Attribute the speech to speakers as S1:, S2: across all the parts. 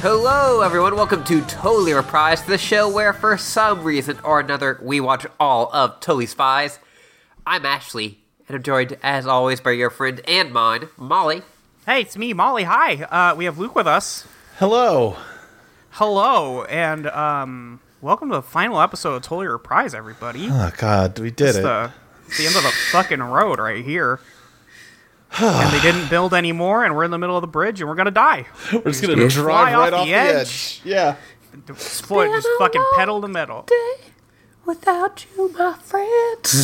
S1: Hello, everyone. Welcome to Totally Reprised, the show where, for some reason or another, we watch all of Totally Spies. I'm Ashley, and I'm joined, as always, by your friend and mine, Molly.
S2: Hey, it's me, Molly. Hi. Uh, we have Luke with us.
S3: Hello.
S2: Hello, and um, welcome to the final episode of Totally Reprise, everybody. It's
S3: Oh God, we did it.
S2: the, it's the end of the fucking road right here. and they didn't build anymore, and we're in the middle of the bridge, and we're gonna die.
S3: We're just gonna
S1: just
S3: drive
S2: fly
S3: right off the edge. Yeah.
S2: Just, fly- just fucking pedal to metal.
S1: Without you, my friends.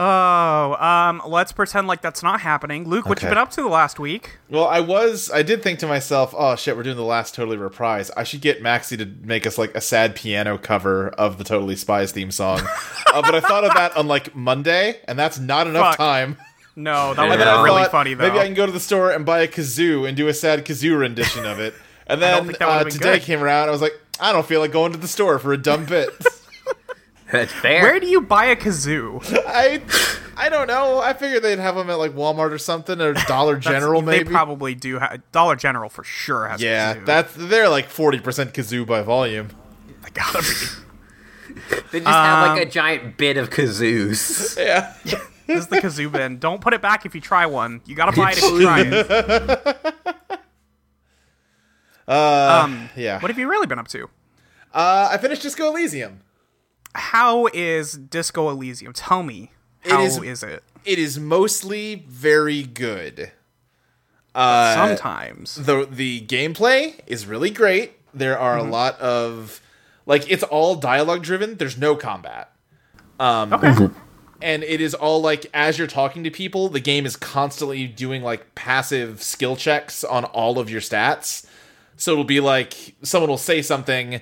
S2: Oh, um, let's pretend like that's not happening. Luke, what you
S3: Okay.
S2: been up to the last week?
S3: Well, I was. I did think to myself, "Oh shit, we're doing the last totally reprise. I should get Maxi to make us like a sad piano cover of the Totally Spies theme song." uh, but I thought of that on like Monday, and that's not
S2: Fuck.
S3: enough time.
S2: No, that
S3: And
S2: would
S3: then
S2: have
S3: I
S2: been really
S3: thought,
S2: funny though.
S3: Maybe I can go to the store and buy a kazoo and do a sad kazoo rendition of it. And then
S2: think that would've
S3: uh,
S2: been
S3: today
S2: good.
S3: came around, I was like, "I don't feel like going to the store for a dumb bit."
S1: That's fair.
S2: Where do you buy a kazoo?
S3: I I don't know. I figured they'd have them at like Walmart or something or Dollar General
S2: they
S3: maybe.
S2: probably do. Ha- Dollar General for sure has.
S3: yeah,
S2: kazoo.
S3: that's they're like 40% kazoo by volume.
S2: I gotta be.
S1: they just have
S3: um,
S1: like a giant bit of kazoos.
S3: Yeah.
S2: This is the kazoo bin. Don't put it back if you try one. You gotta buy it if you try it. um,
S3: yeah.
S2: What have you really been up to?
S3: Uh, I finished Disco Elysium.
S2: How is Disco Elysium? Tell me. How
S3: is-
S2: is it?
S3: It is mostly very good. uh,
S2: Sometimes.
S3: The the gameplay is really great. There are a lot of like it's all dialogue driven. There's no combat. Um,
S2: Okay.
S3: and it is all like as you're talking to people, the game is constantly doing like passive skill checks on all of your stats. So it'll be like someone will say something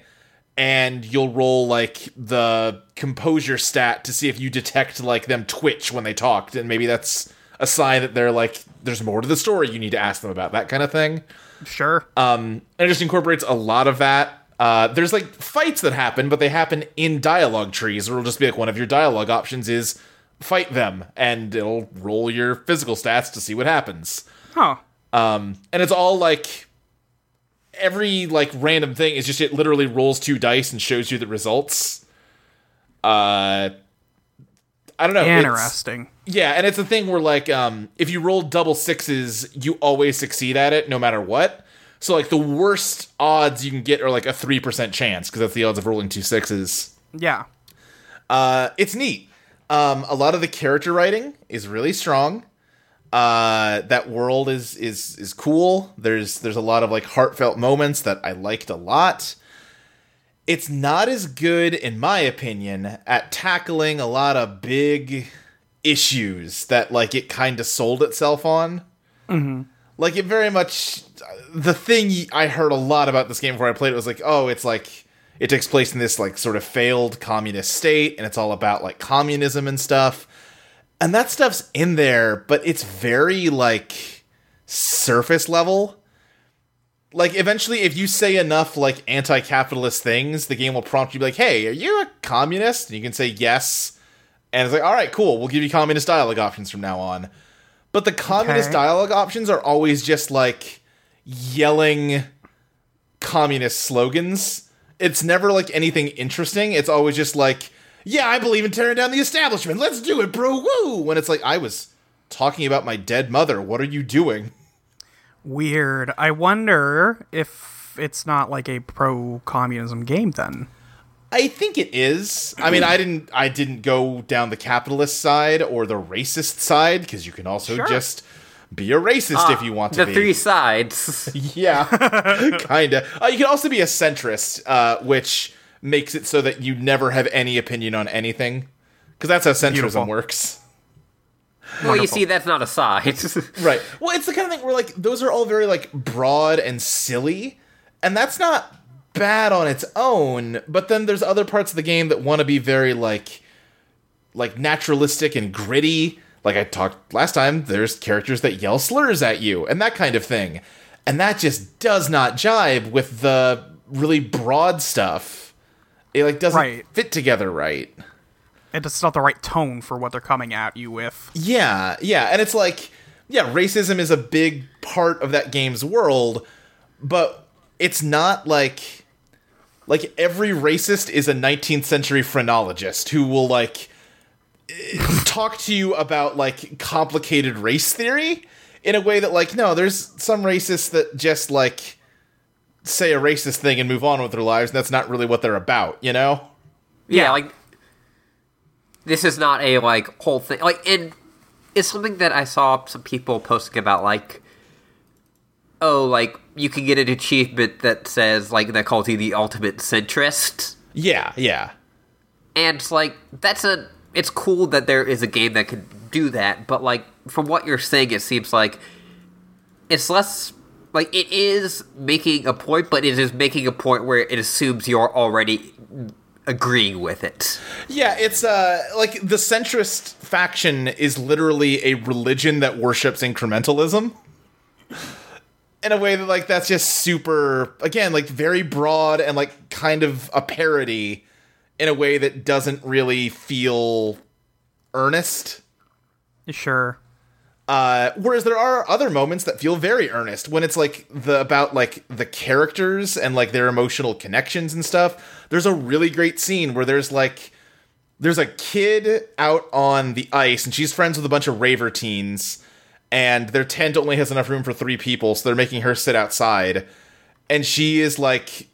S3: and you'll roll like the composure stat to see if you detect like them twitch when they talked and maybe that's a sign that they're like there's more to the story you need to ask them about that kind of thing.
S2: Sure.
S3: uh, And it just incorporates a lot of that. Uh, there's like fights that happen, but they happen in dialogue trees, where it'll just be like one of your dialogue options is fight them, and it'll roll your physical stats to see what happens. Um,
S2: huh.
S3: And it's all like every like random thing is just it literally rolls two dice and shows you the results. Uh, I don't know. it's-
S2: Interesting.
S3: yeah, and it's a thing where like um if you roll double sixes, you always succeed at it no matter what. So like the worst odds you can get are like a 3% chance because that's the odds of rolling two sixes.
S2: Yeah.
S3: Uh it's neat. Um a lot of the character writing is really strong. Uh that world is is is cool. There's there's a lot of like heartfelt moments that I liked a lot it's not as good, in my opinion, at tackling a lot of big issues that like it kind of sold itself on. Like it very much the thing I heard a lot about this game before I played it was like, oh, it's like it takes place in this like sort of failed communist state, and it's all about like communism and stuff. And that stuff's in there, but it's very like surface level like eventually if you say enough like anti-capitalist things the game will prompt you be like hey are you a communist and you can say yes and it's like all right cool we'll give you communist dialogue options from now on but the communist
S2: Okay.
S3: dialogue options are always just like yelling communist slogans it's never like anything interesting it's always just like yeah i believe in tearing down the establishment let's do it bro woo when it's like i was talking about my dead mother what are you doing
S2: Weird. I wonder if it's not like a pro communism game then.
S3: I think it is. I mean, I didn't I didn't go down the capitalist side or the racist side because you can also
S2: Sure.
S3: just be a racist if you want to
S1: the
S3: be.
S1: three sides.
S3: Yeah, kind of. Uh, you can also be a centrist, uh, which makes it so that you never have any opinion on anything because that's how centrism
S2: Beautiful.
S3: works.
S1: Well, you see, that's not a side.
S3: Right. Well, it's the kind of thing where like those are all very like broad and silly, and that's not bad on its own. But then there's other parts of the game that want to be very like like naturalistic and gritty. Like I talked last time, there's characters that yell slurs at you and that kind of thing. And that just does not jibe with the really broad stuff. It like doesn't
S2: Right.
S3: fit together right.
S2: It's not the right tone for what they're coming at you with.
S3: Yeah, yeah, and it's like yeah, racism is a big part of that game's world, but it's not like like every racist is a 19th century phrenologist who will like eh, talk to you about like complicated race theory in a way that like no, there's some racists that just like say a racist thing and move on with their lives, and that's not really what they're about, you know?
S1: yeah, like this is not a like whole thing like and it's something that i saw some people posting about like oh like you can get an achievement that says like that calls you the ultimate centrist
S3: Yeah, yeah.
S1: and it's like that's a it's cool that there is a game that can do that but like from what you're saying it seems like it's less like it is making a point but it is making a point where it assumes you're already agreeing with it
S3: Yeah, it's uh like the centrist faction is literally a religion that worships incrementalism. In a way that like that's just super again, like very broad and like kind of a parody in a way that doesn't really feel earnest.
S2: Sure.
S3: Uh, whereas there are other moments that feel very earnest when it's like the about like the characters and like their emotional connections and stuff. There's a really great scene where there's like there's a kid out on the ice and she's friends with a bunch of raver teens and their tent only has enough room for three people, so they're making her sit outside. And she is like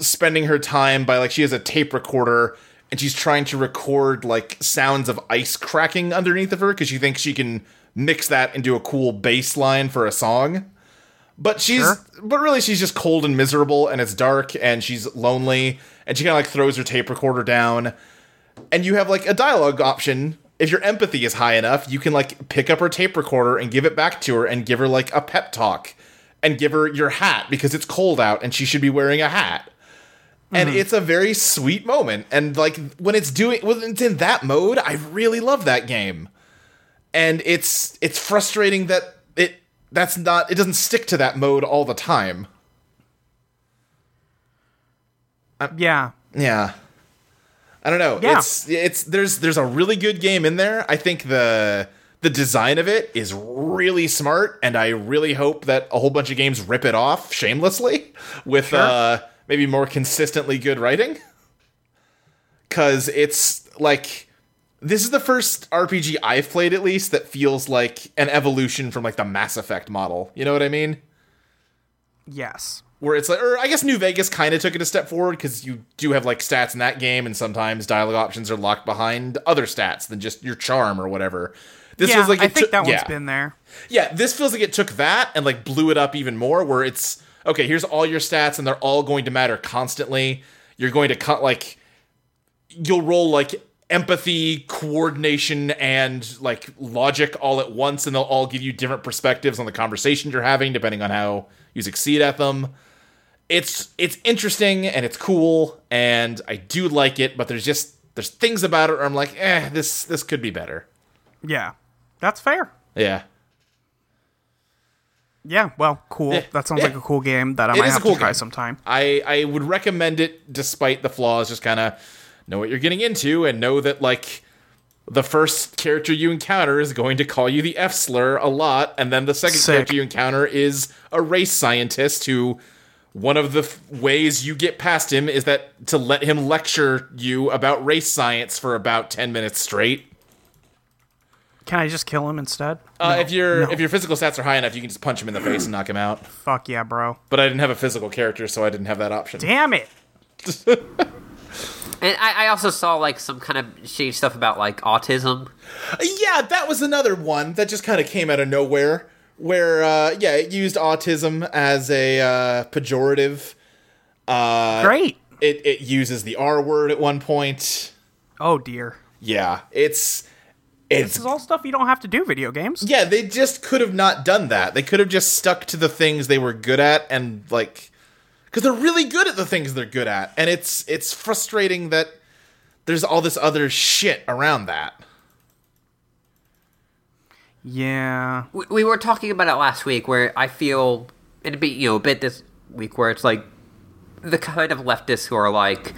S3: spending her time by like she has a tape recorder and she's trying to record like sounds of ice cracking underneath of her because she thinks she can mix that into a cool bass line for a song. But she's
S2: Sure.
S3: but really she's just cold and miserable and it's dark and she's lonely and she kind of like throws her tape recorder down and you have like a dialogue option if your empathy is high enough you can like pick up her tape recorder and give it back to her and give her like a pep talk and give her your hat because it's cold out and she should be wearing a hat and it's a very sweet moment and like when it's doing when it's in that mode i really love that game and it's it's frustrating that it that's not it doesn't stick to that mode all the time Uh,
S2: Yeah.
S3: Yeah. I don't know.
S2: Yeah.
S3: It's it's there's there's a really good game in there. I think the the design of it is really smart, and I really hope that a whole bunch of games rip it off shamelessly with uh maybe more consistently good writing. Cause it's like this is the first RPG I've played at least that feels like an evolution from like the Mass Effect model. You know what I mean?
S2: Yes.
S3: where it's like, or I guess New Vegas kind of took it a step forward because you do have like stats in that game, and sometimes dialogue options are locked behind other stats than just your charm or whatever. This
S2: yeah,
S3: feels like
S2: I
S3: it
S2: think
S3: took-
S2: that
S3: yeah.
S2: one's been there.
S3: yeah. This feels like it took that and like blew it up even more, where it's okay. Here's all your stats, and they're all going to matter constantly. You're going to cut like you'll roll like empathy, coordination, and like logic all at once, and they'll all give you different perspectives on the conversation you're having, depending on how you succeed at them it's it's interesting and it's cool and I do like it, but there's just there's things about it where I'm like, eh, this this could be better.
S2: Yeah. That's fair.
S3: Yeah.
S2: Yeah. Well, cool. That sounds
S3: yeah.
S2: like a cool game that I
S3: It
S2: might
S3: is a
S2: have
S3: cool
S2: to try
S3: game.
S2: sometime.
S3: I I would recommend it despite the flaws, just kinda know what you're getting into and know that like the first character you encounter is going to call you the F slur a lot, and then the second
S2: Sick.
S3: character you encounter is a race scientist who one of the f- ways you get past him is that to let him lecture you about race science for about 10 minutes straight.
S2: Can I just kill him instead?
S3: Uh, if your if your physical stats are high enough, you can just punch him in the face and knock him out.
S2: Fuck yeah, bro.
S3: But I didn't have a physical character, so I didn't have that option.
S2: Damn it.
S1: And I, I also saw like some kind of shady stuff about like autism.
S3: Yeah, that was another one that just kind of came out of nowhere. Where uh, yeah, it used autism as a uh, pejorative. uh,
S2: Great.
S3: It it uses the R word at one point.
S2: Oh dear.
S3: Yeah, it's it's
S2: This is all stuff you don't have to do video games.
S3: yeah. They just could have not done that. They could have just stuck to the things they were good at and like because they're really good at the things they're good at, and it's it's frustrating that there's all this other shit around that.
S2: Yeah.
S1: We, we were talking about it last week, where I feel it'd be you know a bit this week where it's like the kind of leftists who are like,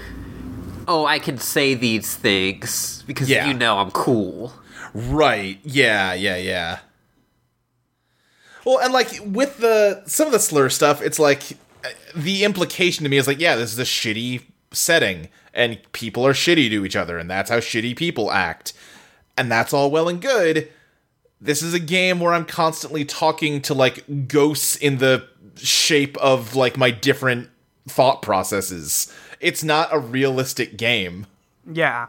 S1: oh, I can say these things because
S3: Yeah.
S1: you know I'm cool.
S3: Right. Yeah, yeah, yeah. Well, and like with the some of the slur stuff, it's like uh, the implication to me is like, yeah, this is a shitty setting, and people are shitty to each other, and that's how shitty people act, and that's all well and good. This is a game where I'm constantly talking to like ghosts in the shape of like my different thought processes. It's not a realistic game.
S2: Yeah.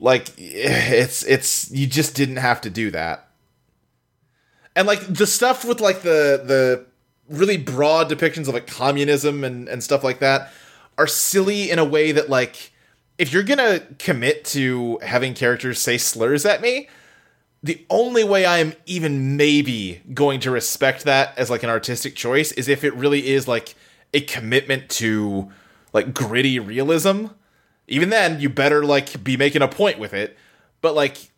S3: Like it's it's you just didn't have to do that. And like the stuff with like the the really broad depictions of like communism and and stuff like that are silly in a way that like if you're going to commit to having characters say slurs at me, the only way I am even maybe going to respect that as like an artistic choice is if it really is like a commitment to like gritty realism. Even then, you better like be making a point with it. But like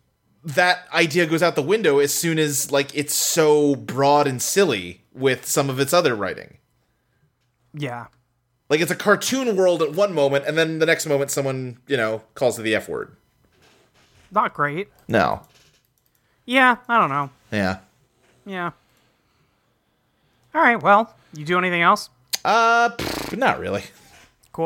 S3: that idea goes out the window as soon as like it's so broad and silly with some of its other writing.
S2: Yeah.
S3: Like it's a cartoon world at one moment and then the next moment someone, you know, calls it the F word.
S2: Not great.
S3: No.
S2: Yeah, I don't know.
S3: Yeah.
S2: Yeah. All right, well, you do anything else?
S3: Uh pff, not really.
S2: Cool.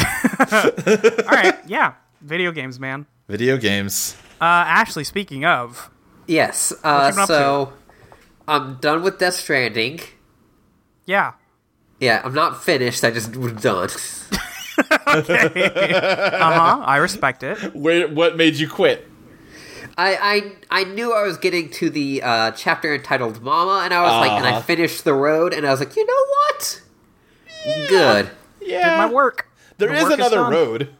S2: All right, yeah. Video games, man.
S3: Video games.
S2: Uh, Ashley, speaking of,
S1: Yes. Uh,
S2: been up
S1: so I'm done with Death Stranding.
S2: yeah.
S1: Yeah, I'm not finished. I just was done.
S2: Uh huh. I respect it.
S3: Where what made you quit?
S1: I, I I knew I was getting to the uh, chapter entitled "Mama," and I was like, and I
S3: Uh-huh.
S1: finished the road, and I was like, you know what? Good.
S3: Yeah.
S2: My work.
S3: There
S2: The
S3: is
S2: work is
S3: another
S2: done.
S3: road.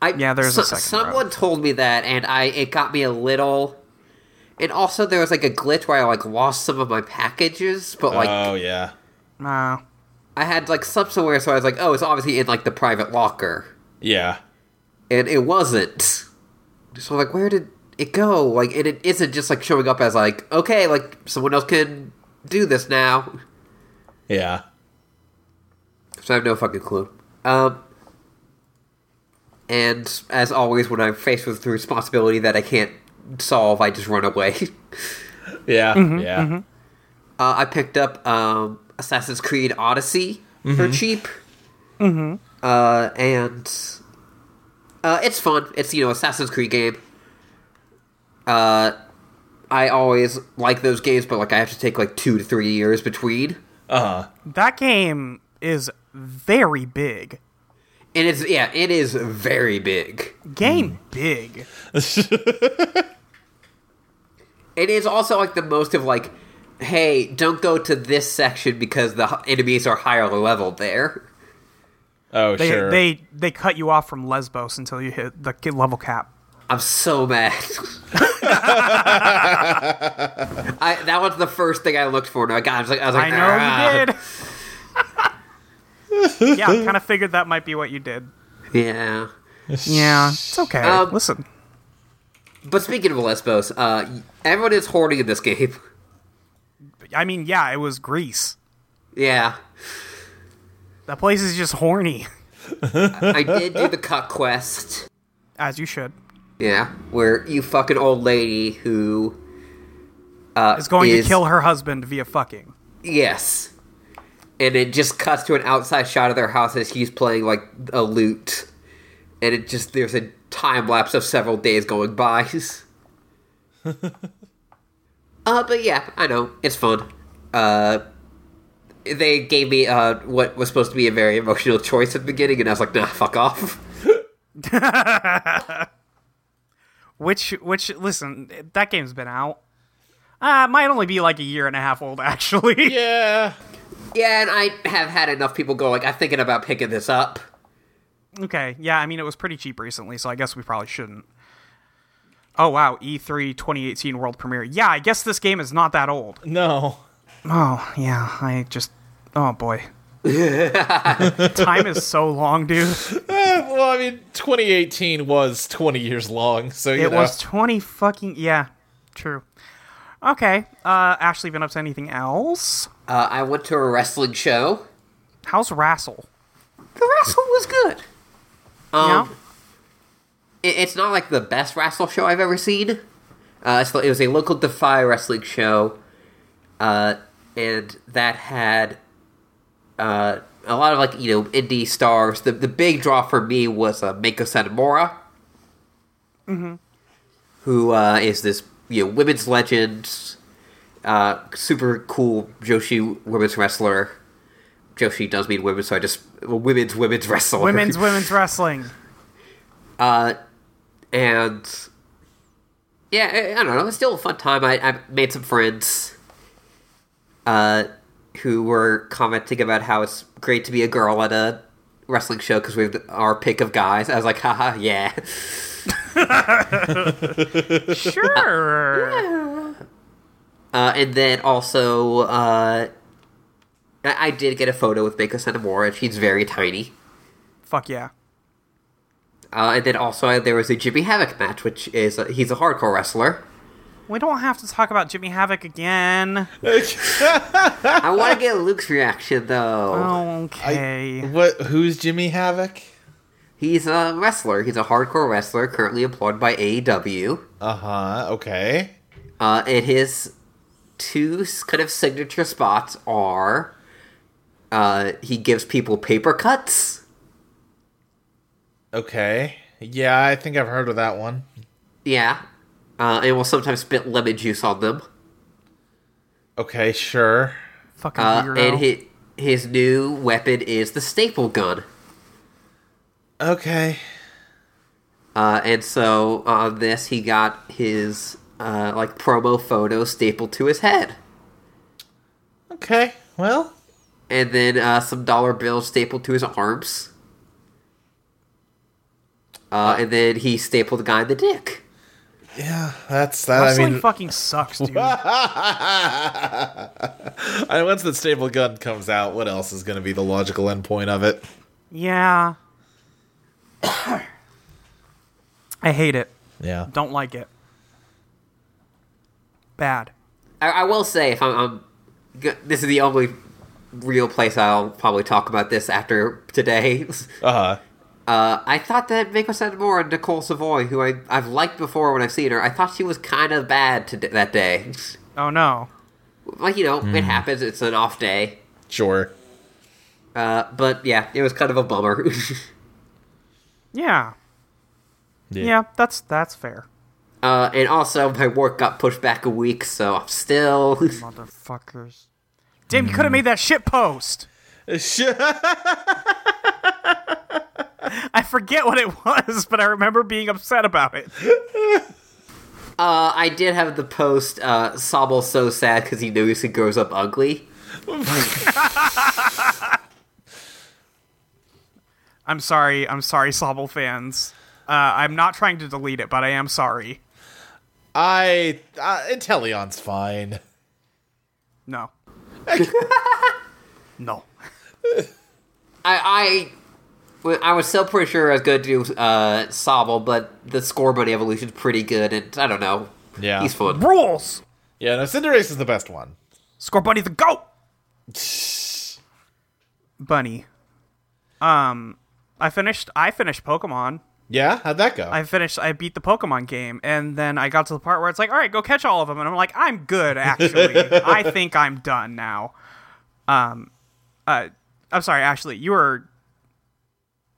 S1: I,
S2: Yeah, there's a second
S1: Someone told me that, and I it got me a little. And also, there was like a glitch where I like lost some of my packages, but like
S3: oh yeah.
S2: Uh,
S1: I had like some somewhere, so I was like, oh, it's obviously in like the private locker,
S3: Yeah.
S1: and it wasn't. So like, where did it go? Like, and it isn't just like showing up as like, okay, like someone else can do this now.
S3: Yeah.
S1: So I have no fucking clue. Um, and as always, when I'm faced with the responsibility that I can't solve, I just run away.
S3: Yeah.
S2: Mm-hmm.
S3: yeah.
S1: uh, I picked up um, Assassin's Creed Odyssey for cheap. Mm-hmm. Uh, and uh, it's fun. It's you know Assassin's Creed game. Uh, I always like those games, but like I have to take like two to three years between.
S3: Uh-huh.
S2: that game is very big.
S1: And it's yeah, it is very big.
S2: Game
S1: Hmm.
S2: big.
S1: It is also like the most of like, hey, don't go to this section because the h- enemies are higher level there.
S3: Oh
S2: They
S3: sure.
S2: they they cut you off from Lesbos until you hit the ki- level cap.
S1: I'm so mad. I, that was the first thing I looked for. And I got, I was like, I was like,
S2: I know
S1: "Ah."
S2: you did. yeah, kind of figured that might be what you did.
S1: Yeah.
S2: Yeah, it's okay.
S1: Um,
S2: Listen,
S1: But speaking of Lesbos, uh, everyone is hoarding in this game.
S2: I mean, yeah, it was Greece.
S1: Yeah,
S2: That place is just horny,
S1: I did do the cut quest.
S2: as you should.
S1: Yeah, where you fucking old lady who uh,
S2: It's going
S1: is,
S2: to kill her husband via fucking.
S1: Yes. And it just cuts to an outside shot of their house as he's playing like a lute. And it just there's a time lapse of several days going by. uh but yeah, I know. It's fun. Uh they gave me uh what was supposed to be a very emotional choice at the beginning and I was like, nah, fuck off.
S2: Which which listen, that game's been out. Uh, it might only be like a year and a half old actually.
S3: yeah.
S1: Yeah, and I have had enough people go like I'm thinking about picking this up.
S2: Okay, yeah, I mean, it was pretty cheap recently, so I guess we probably shouldn't. Oh, wow, E3 2018 world premiere. Yeah, I guess this game is not that old.
S3: No.
S2: Oh, yeah, I just. Oh, boy. Time is so long, dude.
S3: Eh, well, I mean, 2018 was 20 years long, so you
S2: It
S3: know.
S2: was 20 fucking. Yeah, true. Okay, uh, Ashley, been up to anything else?
S1: Uh I went to a wrestling show.
S2: How's Rassel?
S1: The wrestle was good. Um
S2: Yeah?
S1: it, it's not like the best wrestle show I've ever seen. Uh, it's, it was a local Defy wrestling show, uh, and that had uh, a lot of like you know indie stars. The the big draw for me was uh, Mako Satomura, who uh, is this you know women's legend, uh, super cool Joshi women's wrestler. Joshi does mean women, so I just women's women's wrestler.
S2: Women's women's wrestling.
S1: Uh, and yeah, I, I don't know. It was still a fun time. I, I made some friends uh, who were commenting about how it's great to be a girl at a wrestling show because we have our pick of guys. I was like, haha, yeah.
S2: Sure.
S1: Uh, and then also, uh, I, I did get a photo with Mako Sanamora, and she's very tiny.
S2: Fuck yeah.
S1: Uh, and then also, uh, there was a Jimmy Havoc match, which is uh, he's a hardcore wrestler.
S2: We don't have to talk about Jimmy Havoc again.
S1: I want to get Luke's reaction though.
S2: Oh, Okay.
S3: What? Who's Jimmy Havoc?
S1: He's a wrestler. He's a hardcore wrestler currently employed by AEW.
S3: Uh huh. Okay.
S1: Uh, and his two s- kind of signature spots are uh, he gives people paper cuts.
S3: Okay. Yeah, I think I've heard of that one.
S1: Yeah. Uh, and will sometimes spit lemon juice on them.
S3: Okay, sure.
S2: Fucking
S1: Uh,
S2: weirdo.
S1: and his, his new weapon is the staple gun.
S3: Okay.
S1: Uh, and so on this, he got his uh, like promo photo stapled to his head.
S3: Okay. Well,
S1: And then uh, some dollar bills stapled to his arms. Uh, and then he stapled the guy in the dick.
S3: yeah, that's that.
S2: Wrestling
S3: I mean,
S2: fucking sucks, dude.
S3: I- once the staple gun comes out, what else is going to be the logical endpoint of it?
S2: yeah. I hate it.
S3: Yeah.
S2: Don't like it. Bad.
S1: I, I will say, if I'm, I'm, g- this is the only real place I'll probably talk about this after today.
S3: Uh huh.
S1: Uh, I thought that Mako Satomura and Nicole Savoy, who I, I've liked before when I've seen her, I thought she was kind of bad to that day.
S2: Oh no.
S1: Like, you know, it happens, it's an off day.
S3: Sure.
S1: Uh, but yeah, it was kind of a bummer.
S2: Yeah. Yeah, that's that's fair.
S1: uh, and also, my work got pushed back a week, so I'm still.
S2: Motherfuckers. Damn, you could have made that shit post. I forget what it was, but I remember being upset about it.
S1: Uh, I did have the post uh, Sobble so sad because he knows he grows up ugly.
S2: I'm sorry. I'm sorry, Sobble fans. Uh, I'm not trying to delete it, but I am sorry.
S3: I uh, Inteleon's fine.
S2: No. no.
S1: I, I, I was so pretty sure I was going to do uh, Sobble, but the score buddy evolution's pretty good, and I don't know.
S3: Yeah.
S1: He's fun.
S2: Rules.
S3: Yeah, no, Cinderace is the best one.
S2: Score Bunny the goat. Bunny. Um, I finished. I finished Pokemon.
S3: Yeah, how'd that go?
S2: I finished. I beat the Pokemon game, and then I got to the part where it's like, all right, go catch all of them, and I'm like, I'm good actually. I think I'm done now. Um, uh, I'm sorry, Ashley. You were.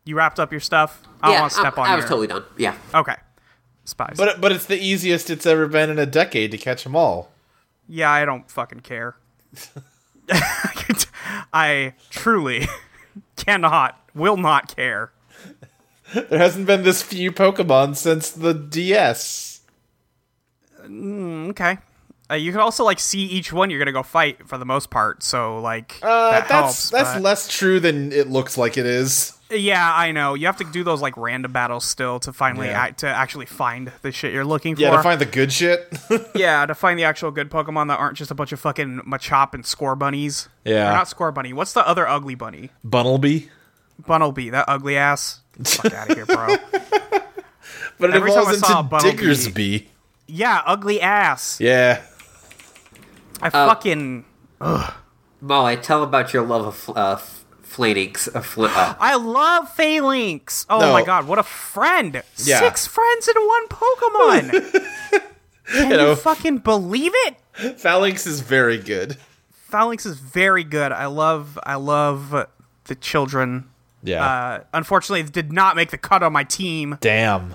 S2: You wrapped up your stuff. I don't
S1: yeah,
S2: want to step
S1: I,
S2: on.
S1: I was
S2: your-
S1: totally done. Yeah.
S2: okay. Spies.
S3: but but it's the easiest it's ever been in a decade to catch them all.
S2: Yeah, I don't fucking care. I truly cannot, will not care.
S3: There hasn't been this few Pokemon since the DS.
S2: Okay. Uh, you can also like see each one you're gonna go fight for the most part, so like
S3: Uh,
S2: that
S3: that's
S2: helps.
S3: that's
S2: but-
S3: less true than it looks like it is.
S2: yeah, I know. You have to do those like random battles still to finally
S3: Yeah.
S2: act, to actually find the shit you're looking for.
S3: Yeah, to find the good shit.
S2: yeah, to find the actual good Pokemon that aren't just a bunch of fucking Machop and Score bunnies.
S3: Yeah.
S2: Or not Score bunny. What's the other ugly bunny?
S3: Bunnelby.
S2: Bunnelby, that ugly ass. Get the Fuck out of here, bro.
S3: But it
S2: Every time I
S3: evolves into
S2: saw a Bunnelby-
S3: Diggersby.
S2: Yeah, ugly ass.
S3: Yeah.
S2: I
S3: Uh,
S2: fucking
S1: Molly, tell about your love of uh, f- flanings. Uh, fl- uh,
S2: I love Phalanx. Oh
S3: No.
S2: my god, what a friend!
S3: Yeah.
S2: Six friends in one Pokemon. Can you,
S3: know.
S2: fucking believe it?
S3: Phalanx is very good.
S2: Phalanx is very good. I love I love the children.
S3: Yeah.
S2: Uh, unfortunately, it did not make the cut on my team.
S3: Damn.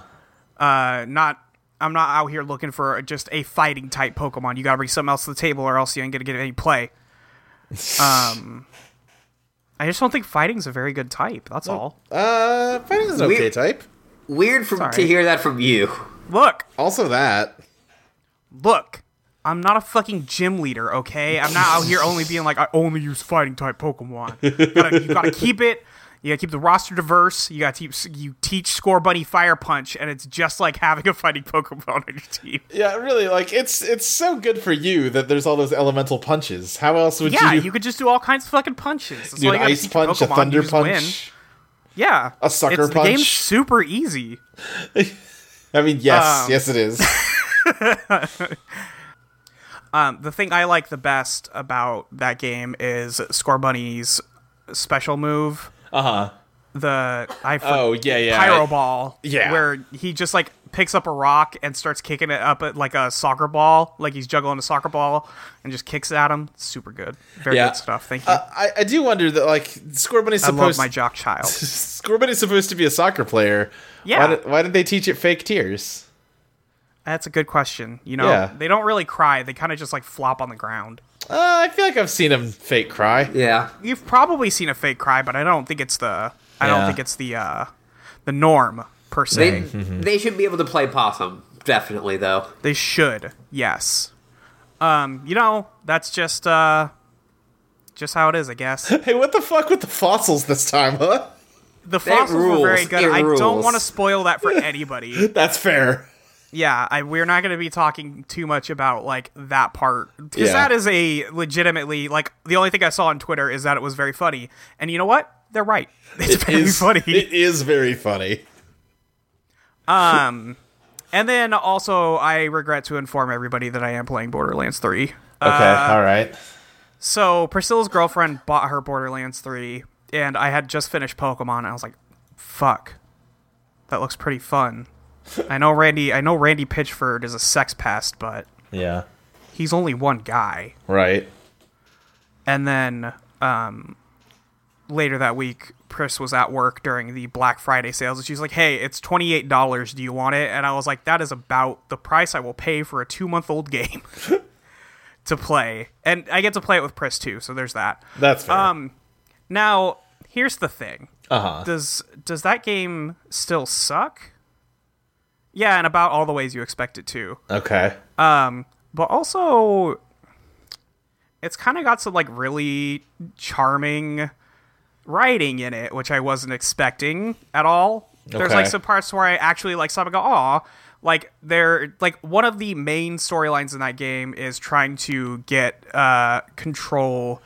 S2: Uh, not I'm not out here looking for just a fighting type Pokemon. You gotta bring something else to the table, or else you ain't gonna get any play. Um, I just don't think fighting's a very good type. That's all.
S3: Uh, fighting is an
S1: We-
S3: okay type.
S1: Weird from, to
S2: Sorry.
S1: hear that from you.
S2: Look,
S3: Also, that
S2: look. I'm not a fucking gym leader, okay? I'm not out here only being like I only use fighting type Pokemon. You gotta, you gotta keep it. You gotta keep the roster diverse. You gotta teach you teach Score Bunny Fire Punch, and it's just like having a fighting Pokemon on your team.
S3: Yeah, really. Like it's it's so good for you that there's all those elemental punches. How else would
S2: Yeah,
S3: you,
S2: you could just do all kinds of fucking punches. That's
S3: do
S2: all you
S3: an
S2: gotta
S3: ice
S2: teach
S3: punch, a
S2: Pokemon,
S3: thunder
S2: you just win.
S3: punch?
S2: Yeah,
S3: A sucker
S2: it's, The
S3: punch.
S2: game's super easy.
S3: I mean, yes,
S2: Um,
S3: yes, it is.
S2: Um, the thing I like the best about that game is Score Bunny's special move.
S3: Uh huh.
S2: The I for-
S3: Oh yeah, yeah.
S2: pyro ball.
S3: Yeah.
S2: where he just like picks up a rock and starts kicking it up at like a soccer ball, like he's juggling a soccer ball, and just kicks at him. Super good, very
S3: Yeah.
S2: good stuff. Thank you.
S3: Uh, I, I do wonder that like Scorbunny is
S2: I love
S3: supposed
S2: my jock child.
S3: Scorbunny is supposed to be a soccer player.
S2: Yeah.
S3: Why did, why did they teach it fake tears?
S2: That's a good question. You know,
S3: Yeah.
S2: they don't really cry. They kind of just like flop on the ground.
S3: Uh, I feel like I've seen him fake cry.
S1: Yeah.
S2: You've probably seen a fake cry, but I don't think it's the I
S3: Yeah.
S2: don't think it's the uh the norm per se.
S1: They, they should be able to play possum. Definitely, though.
S2: They should, yes. Um, you know, that's just uh just how it is, I guess.
S3: Hey, what the fuck with the fossils this time, huh?
S2: The fossils
S1: rules.
S2: were very good.
S1: It
S2: I don't
S1: rules.
S2: want to spoil that for anybody.
S3: That's fair.
S2: yeah, I we're not going to be talking too much about like that part because
S3: Yeah.
S2: that is a legitimately like the only thing I saw on Twitter is that it was very funny, and you know what? They're right. It's very
S3: It's-
S2: funny.
S3: It is very funny.
S2: And then also, I regret to inform everybody that I am playing Borderlands 3. Uh,
S3: Okay, all right.
S2: so Priscilla's girlfriend bought her Borderlands 3, and I had just finished Pokemon, and I was like, "Fuck, that looks pretty fun." I know Randy. I know Randy Pitchford is a sex pest, but
S3: Yeah.
S2: he's only one guy.
S3: Right.
S2: And then um, later that week, Pris was at work during the Black Friday sales, and she's like, "Hey, it's twenty eight dollars. Do you want it?" And I was like, "That is about the price I will pay for a two month old game to play." And I get to play it with Pris too, so there's that.
S3: That's fair.
S2: Um, now here's the thing:
S3: uh huh.
S2: does does that game still suck? Yeah, in about all the ways you expect it to
S3: Okay.
S2: but also it's kind of got some like really charming writing in it which i wasn't expecting at all there's
S3: Okay.
S2: like some parts where i actually like some go aw like they're like one of the main storylines in that game is trying to get uh control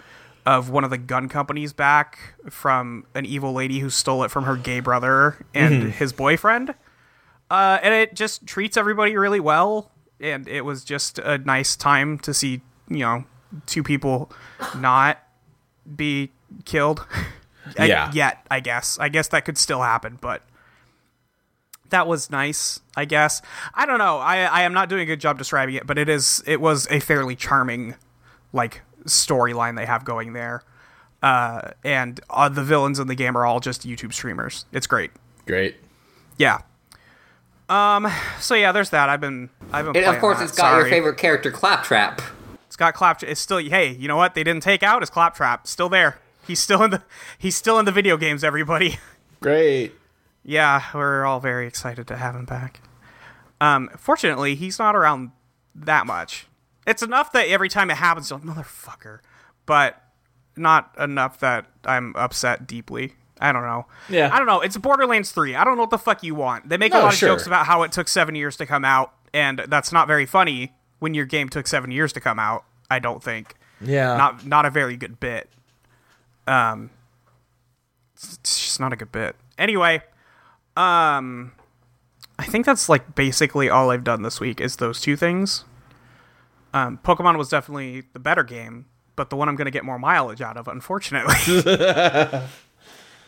S2: of one of the gun companies back from an evil lady who stole it from her gay brother and his boyfriend uh, and it just treats everybody really well. And it was just a nice time to see, you know, two people not be killed. I-
S3: Yeah.
S2: Yet, I guess. I guess that could still happen, but that was nice, I guess. I don't know. I, I am not doing a good job describing it, but it is it was a fairly charming like storyline they have going there. Uh, and uh, the villains in the game are all just YouTube streamers. It's great.
S3: Great.
S2: Yeah. Um. So yeah, there's that. I've been. I've been.
S1: And
S2: playing
S1: of course,
S2: that.
S1: it's got your
S2: uh, Sorry.
S1: favorite character, Claptrap.
S2: It's got Claptrap. It's still. Hey, you know what? They didn't take out his Claptrap. Still there. He's still in the. He's still in the video games. Everybody.
S3: Great.
S2: yeah, we're all very excited to have him back. Um. Fortunately, he's not around that much. It's enough that every time it happens, you're like motherfucker, but not enough that I'm upset deeply. I don't know.
S3: Yeah.
S2: I don't know. It's Borderlands 3. I don't know what the fuck you want. They make a
S3: No,
S2: lot
S3: sure.
S2: of jokes about how it took seven years to come out, and that's not very funny when your game took seven years to come out, I don't think.
S3: Yeah.
S2: Not not a very good bit. Um it's- it's just not a good bit. Anyway, um I think that's like basically all I've done this week is those two things. Um Pokemon was definitely the better game, but the one I'm going to get more mileage out of unfortunately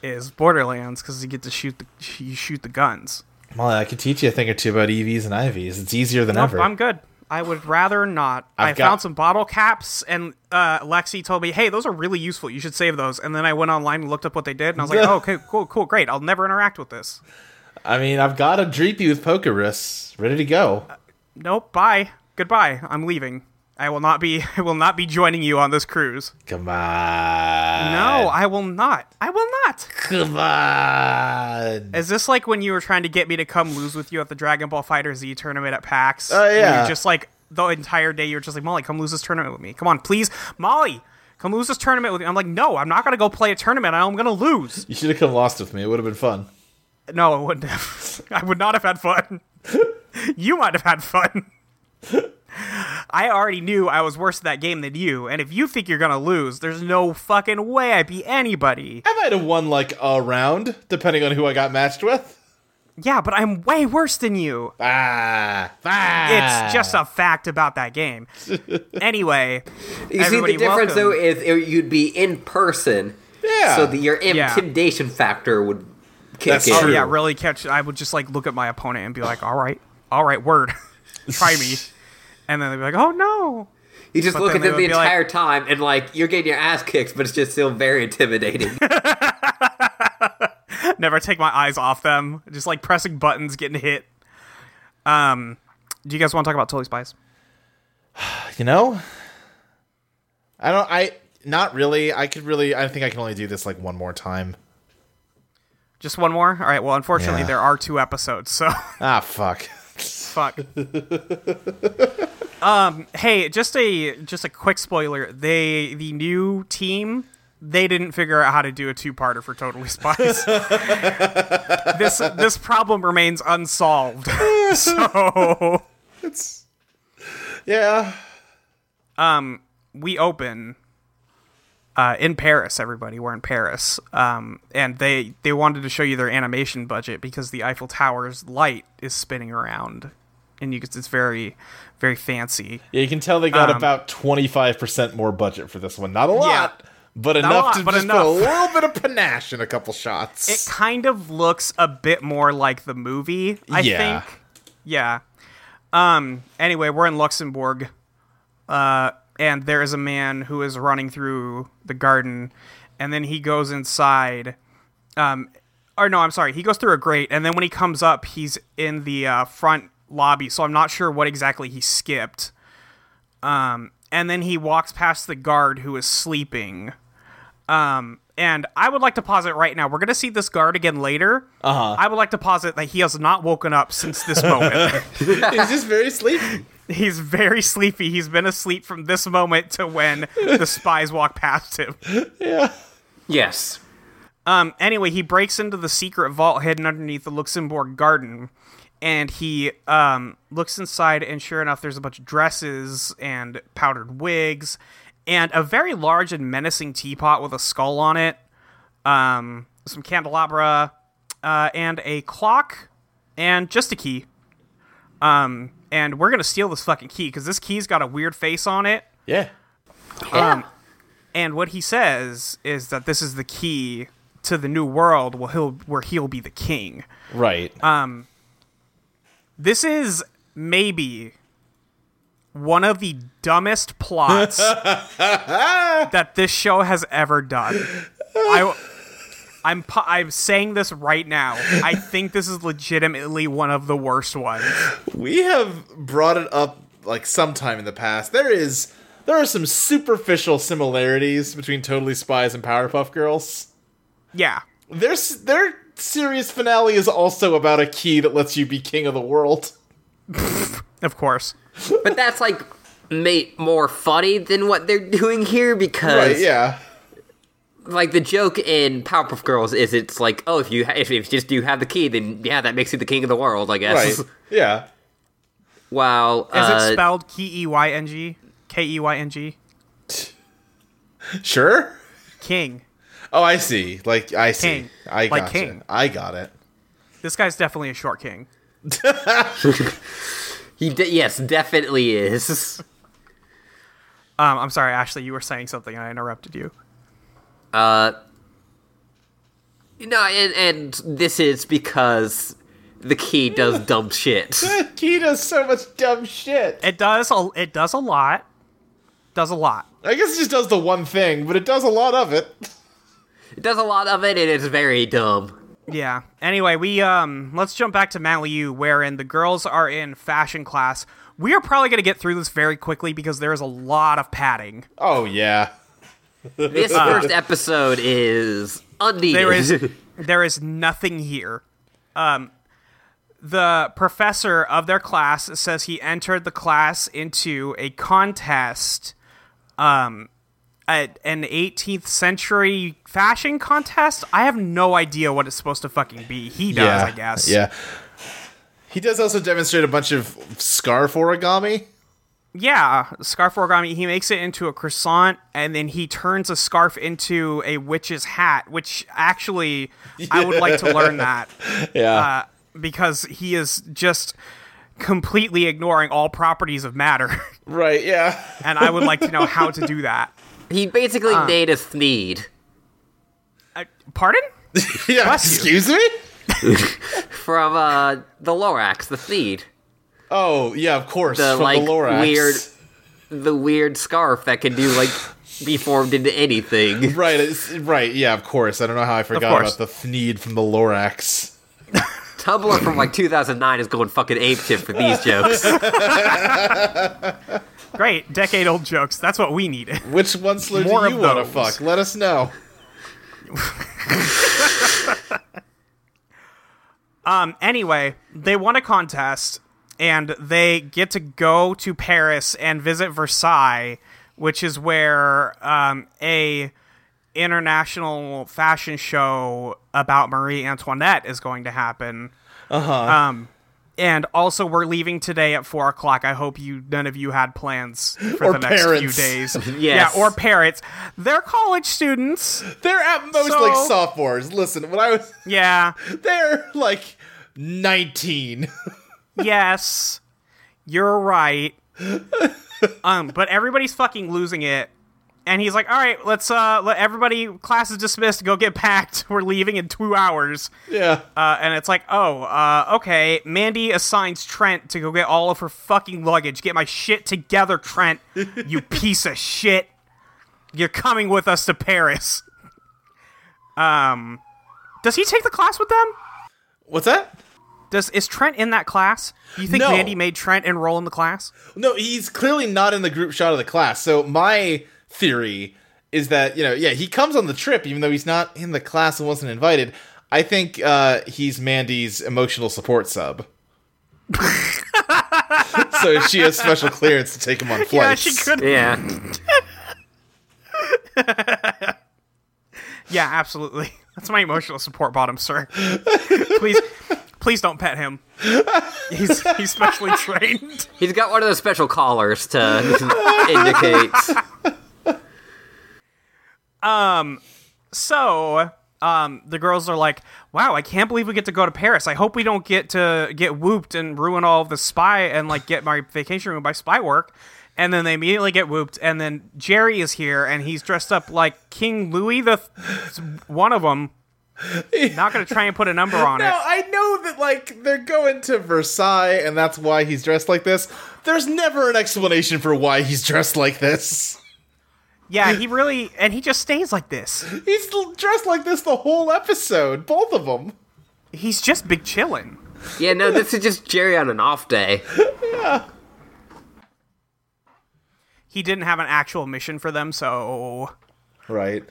S2: is Borderlands cuz you get to shoot the you shoot the guns.
S3: Molly, I could teach you a thing or two about EVs E and IVs. It's easier than
S2: Nope,
S3: ever.
S2: I'm good. I would rather not.
S3: I've
S2: I
S3: got-
S2: found some bottle caps, and uh, Lexi told me, "Hey, those are really useful. You should save those." And then I went online and looked up what they did, and I was like, "Oh, okay, cool, cool, great. I'll never interact with this."
S3: I mean, I've got a Dreepy with poker wrists ready to go.
S2: Nope. Bye. Goodbye. I'm leaving. I will not be. I will not be joining you on this cruise.
S3: Come on.
S2: No, I will not. I will not.
S3: Come on.
S2: Is this like when you were trying to get me to come lose with you at the Dragon Ball Fighter Z tournament at PAX?
S3: Oh, yeah.
S2: You're just like the entire day. You're just like Molly, come lose this tournament with me. Come on, please, Molly, come lose this tournament with me. I'm like, no, I'm not gonna go play a tournament. I'm gonna lose.
S3: You should have come lost with me. It would have been fun.
S2: No, I wouldn't. Have. I would not have had fun. you might have had fun. I already knew I was worse at that game than you, and if you think you're gonna lose, there's no fucking way I beat anybody.
S3: I might have won like a round, depending on who I got matched with.
S2: Yeah, but I'm way worse than you.
S3: Ah, ah.
S2: It's just a fact about that game. anyway,
S1: You see,
S2: Everybody
S1: the difference though
S2: welcome.
S1: is it, you'd be in person,
S3: Yeah.
S1: so the, your
S2: Yeah.
S1: intimidation factor would kick
S3: That's
S1: in.
S2: oh,
S3: true.
S2: yeah, really catch. I would just like look at my opponent and be like, "All right, all right, word, try me," and then they'd be like, "Oh no."
S1: You just look
S2: then
S1: at
S2: they
S1: them the
S2: would be like-
S1: entire time, and like you're getting your ass kicked, but it's just still very intimidating.
S2: Never take my eyes off them. Just like pressing buttons, getting hit. Um, do you guys want to talk about Totally Spies?
S3: you know, I don't. I not really. I could really. I think I can only do this like one more time.
S2: Just one more. All right. Well, unfortunately,
S3: Yeah.
S2: there are two episodes, so
S3: Ah, fuck.
S2: fuck. um, hey, just a just a quick spoiler. They the new team they didn't figure out how to do a two-parter for Totally Spies. this this problem remains unsolved. so
S3: Yeah.
S2: we open uh, in Paris. Everybody, we're in Paris, um, and they they wanted to show you their animation budget because the Eiffel Tower's light is spinning around, and you can, it's very very fancy.
S3: Yeah, you can tell they got about twenty five percent more budget for this one. Not a lot, but enough
S2: lot,
S3: to
S2: but
S3: just put a
S2: enough.
S3: little bit of panache in a couple shots.
S2: It kind of looks a bit more like the movie. I
S3: Yeah.
S2: think. Yeah. Um. Anyway, we're in Luxembourg, uh, and there is a man who is running through the garden, and then he goes inside. Um, or no, I'm sorry. He goes through a grate, and then when he comes up, he's in the uh, front lobby. So I'm not sure what exactly he skipped. Um, and then he walks past the guard who is sleeping. Um, and I would like to posit right now. We're gonna see this guard again later. Uh-huh. I would like to posit that he has not woken up since this moment.
S3: He's just very sleepy.
S2: He's very sleepy. He's been asleep from this moment to when the spies walk past him.
S3: Yeah.
S1: yes,
S2: Um, anyway, he breaks into the secret vault hidden underneath the Luxembourg Garden, and he um, looks inside, and sure enough, there's a bunch of dresses and powdered wigs, and a very large and menacing teapot with a skull on it, um, some candelabra, uh, and a clock, and just a key. Um, and we're gonna steal this fucking key because this key's got a weird face on it.
S3: Yeah.
S2: Um, and what he says is that this is the key to the new world where he'll, where he'll be the king.
S3: Right.
S2: This is maybe one of the dumbest plots that this show has ever done. I, I'm, pu- I'm saying this right now. I think this is legitimately one of the worst ones.
S3: we have brought it up like sometime in the past. There is there are some superficial similarities between Totally Spies and Powerpuff Girls.
S2: Yeah.
S3: Their s- their series finale is also about a key that lets you be king of the world.
S2: Of course.
S1: but that's like made more funny than what they're doing here because
S3: Right? Yeah.
S1: like the joke in Powerpuff Girls is it's like oh if you ha- if, if just you have the key then yeah that makes you the king of the world I
S3: Right.
S1: guess.
S3: Yeah.
S1: While
S2: Is
S1: uh,
S2: it spelled K E Y N G? K E Y N G?
S3: Sure.
S2: King.
S3: Oh, I see. Like I see.
S2: King.
S3: I got
S2: Like
S3: gotcha.
S2: king.
S3: I got it.
S2: This guy's definitely a short king.
S1: he de- yes definitely is.
S2: Um, I'm sorry, Ashley, you were saying something and I interrupted you.
S1: No, and, and this is because the key does dumb shit.
S3: He does so much dumb shit.
S2: It does a it does a lot. Does a lot.
S3: I guess it just does the one thing, but it does a lot of it.
S1: It does a lot of it, and it's very dumb.
S2: Yeah. Anyway, we um let's jump back to Maliu, wherein the girls are in fashion class. We are probably gonna get through this very quickly because there is a lot of padding.
S3: Oh yeah.
S1: This first episode is unneeded.
S2: There is there is nothing here. Um, the professor of their class says he entered the class into a contest, um, at an 18th century fashion contest. I have no idea what it's supposed to fucking be. He does,
S3: yeah.
S2: I guess.
S3: Yeah. He does also demonstrate a bunch of scarf origami.
S2: Yeah, scarf origami. He makes it into a croissant, and then he turns a scarf into a witch's hat. Which actually, I would like to learn that.
S3: Yeah.
S2: uh, because he is just completely ignoring all properties of matter.
S3: right, yeah.
S2: and I would like to know how to do that.
S1: He basically made a Sneed.
S2: Uh, pardon?
S3: yeah. Excuse me?
S1: from uh the Lorax, the Seed,
S3: Oh, yeah, of course.
S1: the
S3: from
S1: like
S3: the Lorax.
S1: weird, the weird scarf that can do like be formed into anything.
S3: Right, it's, right, yeah, of course. I don't know how I forgot
S2: course.
S3: about the Thneed from the Lorax.
S1: Tumblr from like 2009 is going fucking apeshit for these jokes.
S2: Great. Decade old jokes. That's what we needed.
S3: Which one slur do
S2: More
S3: you
S2: of
S3: want to
S2: those.
S3: fuck? Let us know.
S2: Anyway, they won a contest and they get to go to Paris and visit Versailles, which is where um, a international fashion show about Marie Antoinette is going to happen. Um, And also, we're leaving today at four o'clock. I hope you none of you had plans for
S3: Or
S2: the next
S3: parrots.
S2: few days.
S1: Yes.
S2: Yeah, or parrots. They're college students.
S3: They're at most
S2: So-
S3: like sophomores. Listen, when I was
S2: Yeah.
S3: they're like 19.
S2: yes. You're right. Um, but everybody's fucking losing it. And he's like, "All right, let's uh, let everybody class is dismissed. Go get packed. We're leaving in two hours."
S3: yeah.
S2: Uh, and it's like, "Oh, uh, okay." Mandy assigns Trent to go get all of her fucking luggage. Get my shit together, Trent. You piece of shit. You're coming with us to Paris. Um, does he take the class with them?
S3: What's that?
S2: Does is Trent in that class? Do you think
S3: No.
S2: Mandy made Trent enroll in the class?
S3: No, he's clearly not in the group shot of the class. So my theory is that you know, yeah, he comes on the trip even though he's not in the class and wasn't invited. I think uh, he's Mandy's emotional support sub. so she has special clearance to take him on flights.
S2: Yeah, she could.
S1: Yeah,
S2: Yeah, absolutely. That's my emotional support bottom, sir. please, please don't pet him. He's he's specially trained.
S1: he's got one of those special collars to indicate.
S2: So, um, the girls are like, "Wow, I can't believe we get to go to Paris. I hope we don't get to get whooped and ruin all of the spy and like get my vacation ruined by spy work." And then they immediately get whooped. And then Jerry is here, and he's dressed up like King Louis the one of them. Not gonna try and put a number on
S3: No,
S2: it.
S3: I know that like they're going to Versailles and that's why he's dressed like this. There's never an explanation for why he's dressed like this.
S2: Yeah, he really and he just stays like this.
S3: He's l- dressed like this the whole episode, both of them.
S2: He's just big chillin'.
S1: Yeah, no, this is just Jerry on an off day.
S2: He didn't have an actual mission for them, so
S3: Right.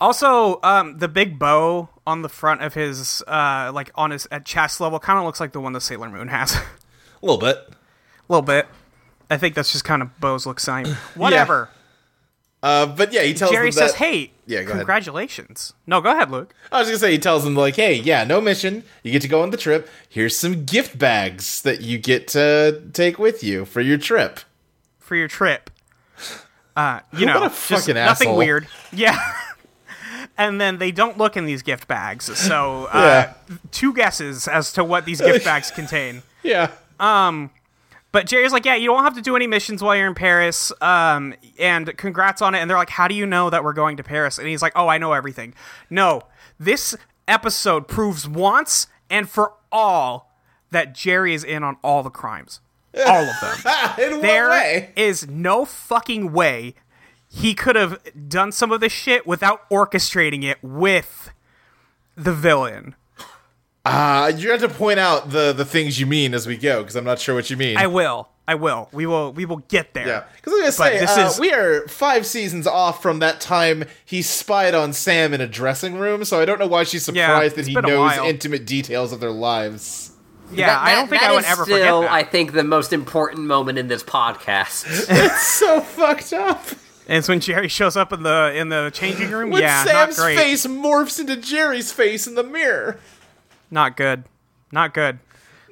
S2: Also, um, the big bow on the front of his, uh, like on his at chest level, kind of looks like the one that Sailor Moon has, a
S3: A little bit.
S2: little bit. I think that's just kind of Bo's look sign. Whatever.
S3: Uh, but yeah, he tells
S2: Jerry
S3: them that,
S2: says, "Hey,
S3: Yeah, go ahead.
S2: congratulations." No, go ahead, Luke.
S3: I was gonna say he tells them like, hey, yeah, no mission. You get to go on the trip. Here's some gift bags that you get to take with you for your trip.
S2: for your trip. Uh, you know,
S3: a
S2: just
S3: fucking
S2: nothing
S3: asshole.
S2: weird. Yeah. and then they don't look in these gift bags. So, uh, two guesses as to what these gift bags contain.
S3: Yeah.
S2: But Jerry's like, yeah, you don't have to do any missions while you're in Paris. Um, and congrats on it. And they're like, how do you know that we're going to Paris? And he's like, oh, I know everything. No, this episode proves once and for all that Jerry is in on all the crimes. All of them.
S3: In what
S2: There
S3: way?
S2: is no fucking way he could have done some of this shit without orchestrating it with the villain.
S3: Uh, you have to point out the the things you mean as we go because I'm not sure what you mean.
S2: I will. I will. We will. We will get there.
S3: yeah, because I was gonna say
S2: this
S3: uh,
S2: is-
S3: we are five seasons off from that time he spied on Sam in a dressing room, so I don't know why she's
S2: Yeah,
S3: surprised that
S2: it's
S3: he
S2: been a
S3: knows
S2: while.
S3: intimate details of their lives.
S2: Yeah,
S1: That-
S2: I don't think
S1: that
S2: I would
S1: is
S2: ever
S1: still,
S2: forget that.
S1: I think the most important moment in this podcast.
S3: It's so fucked up.
S2: and it's when Jerry shows up in the in the changing room.
S3: When
S2: yeah,
S3: Sam's
S2: not great.
S3: face morphs into Jerry's face in the mirror.
S2: Not good. Not good.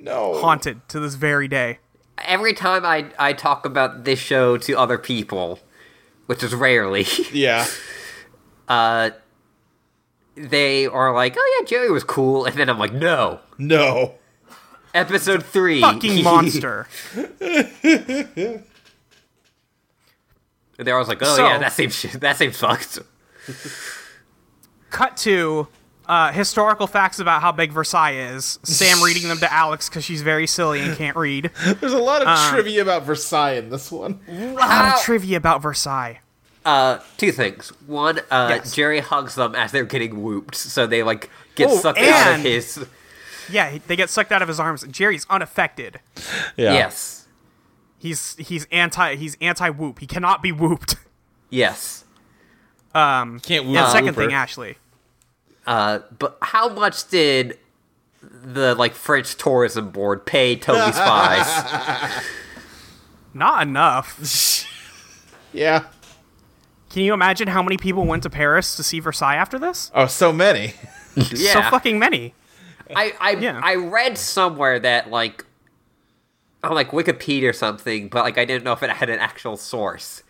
S3: No.
S2: Haunted to this very day.
S1: Every time I I talk about this show to other people, which is rarely,
S3: Yeah.
S1: they are like, "Oh yeah, Jerry was cool," and then I'm like, "No."
S3: No.
S1: Episode three,
S2: Fucking monster.
S1: And They're always like, "Oh
S2: So-
S1: yeah, that seems shit. That seems fucked."
S2: Cut to uh, historical facts about how big Versailles is. Sam reading them to Alex because she's very silly and can't read.
S3: There's a lot of
S2: Uh,
S3: trivia about Versailles in this one.
S2: lot
S1: Wow.
S2: of trivia about Versailles.
S1: Uh, two things. One, uh,
S2: Yes.
S1: Jerry hugs them as they're getting whooped, so they like get
S2: Oh,
S1: sucked out of
S2: and-
S1: his.
S2: Yeah, he- they get sucked out of his arms. Jerry's unaffected.
S3: Yeah.
S1: Yes,
S2: He's he's anti he's anti whoop. He cannot be whooped.
S1: yes.
S3: Can't woo
S2: And second thing, Ashley.
S1: Uh, but how much did the like French tourism board pay Toby Spies?
S2: Not enough.
S3: Yeah.
S2: Can you imagine how many people went to Paris to see Versailles after this?
S3: Oh, so many.
S1: yeah,
S2: So fucking many.
S1: I I,
S2: yeah.
S1: I read somewhere that like on like Wikipedia or something, but like I didn't know if it had an actual source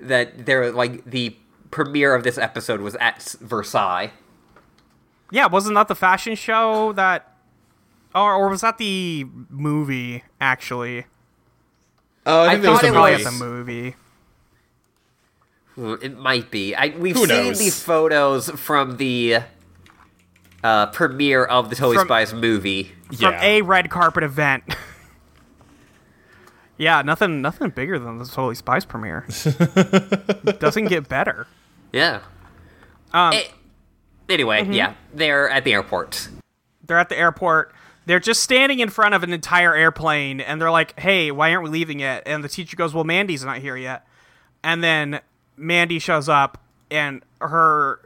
S1: that there like the premiere of this episode was at S- Versailles.
S2: Yeah, wasn't that the fashion show that or, or was that the movie actually?
S3: Oh, I
S1: I
S3: think there was
S1: thought
S3: a
S1: it
S2: Probably
S1: was-
S2: at the
S3: movie.
S2: movie.
S1: Hmm, It might be. I we've
S3: Who
S1: seen
S3: knows?
S1: the photos from the uh, premiere of the Totally
S2: From-
S1: Spies movie.
S2: From a red carpet event. yeah, nothing nothing bigger than the Totally Spies premiere. Doesn't get better.
S1: Yeah.
S2: Um,
S1: Eh, anyway,
S2: mm-hmm.
S1: yeah, they're at the airport.
S2: They're at the airport. They're just standing in front of an entire airplane, and they're like, "Hey, why aren't we leaving yet?" And the teacher goes, "Well, Mandy's not here yet." And then Mandy shows up, and her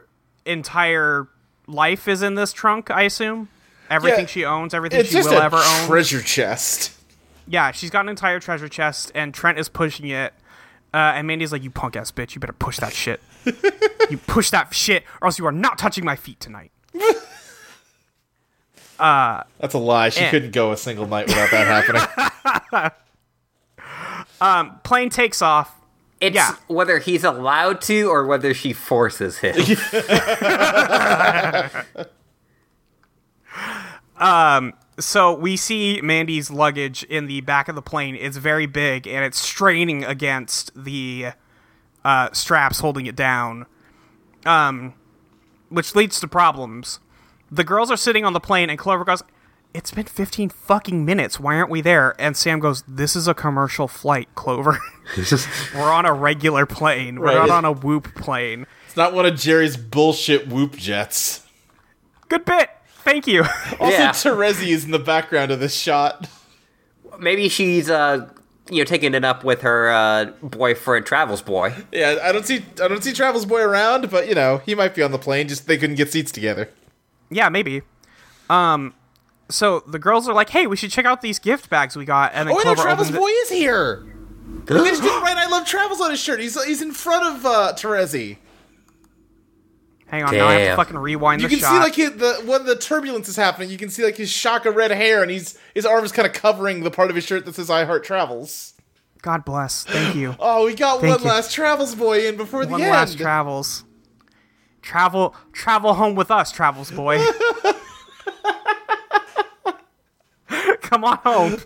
S2: entire life is in this trunk. I assume everything
S3: Yeah,
S2: she owns, everything
S3: It's
S2: she
S3: just
S2: will ever
S3: a
S2: own.
S3: treasure chest.
S2: Yeah, she's got an entire treasure chest, and Trent is pushing it. Uh, and Mandy's like, "You punk ass bitch! You better push that shit. you push that shit, or else you are not touching my feet tonight."
S3: That's a lie. She
S2: Eh.
S3: couldn't go a single night without that happening.
S2: Plane takes off.
S1: It's
S2: Yeah.
S1: whether he's allowed to or whether she forces him.
S2: So we see Mandy's luggage in the back of the plane. It's very big and it's straining against the uh, straps holding it down, um, which leads to problems. The girls are sitting on the plane and Clover goes, "It's been 15 fucking minutes. Why aren't we there?" And Sam goes, "This is a commercial flight, Clover. We're on a regular plane. We're
S3: Right.
S2: not on a Whoop plane."
S3: it's not one of Jerry's bullshit whoop jets.
S2: Good bit. Thank you.
S3: Also,
S1: Yeah.
S3: Terezi is in the background of this shot.
S1: Maybe she's uh you know taking it up with her uh boyfriend Travels Boy.
S3: Yeah, I don't see I don't see Travels Boy around, but you know he might be on the plane. Just they couldn't get seats together.
S2: Yeah, maybe. Um, so the girls are like, "Hey, we should check out these gift bags we got." And then
S3: Oh, no,
S2: Clover
S3: Travels
S2: opens it.
S3: Boy is here. They just didn't write "I love Travels" on his shirt. He's he's in front of uh, Terezi.
S2: Hang on, now I have to
S1: Damn.
S2: fucking rewind
S3: You
S2: the
S3: can
S2: shot.
S3: see like his, the when the turbulence is happening. You can see like his shock of red hair, and he's his arm is kind of covering the part of his shirt that says "I Heart Travels."
S2: God bless. Thank you.
S3: Oh, we got
S2: Thank
S3: one
S2: you.
S3: last Travels Boy in before the
S2: One
S3: end.
S2: last travels. Travel, travel home with us, travels boy. Come on home.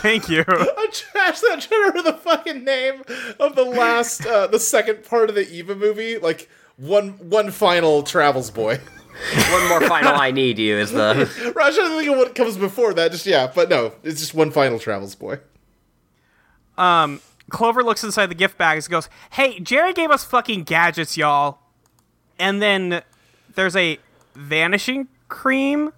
S2: Thank you.
S3: I trashed that. I'm trying to remember the fucking name of the last, uh, the second part of the Eva movie. Like one, one final Travels Boy.
S1: One more final I need you is the
S3: Raj, I don't think of what comes before that. Just yeah, but no, it's just one final travels boy.
S2: Clover looks inside the gift bags and goes, Hey, Jerry gave us fucking gadgets, y'all. And then there's a vanishing cream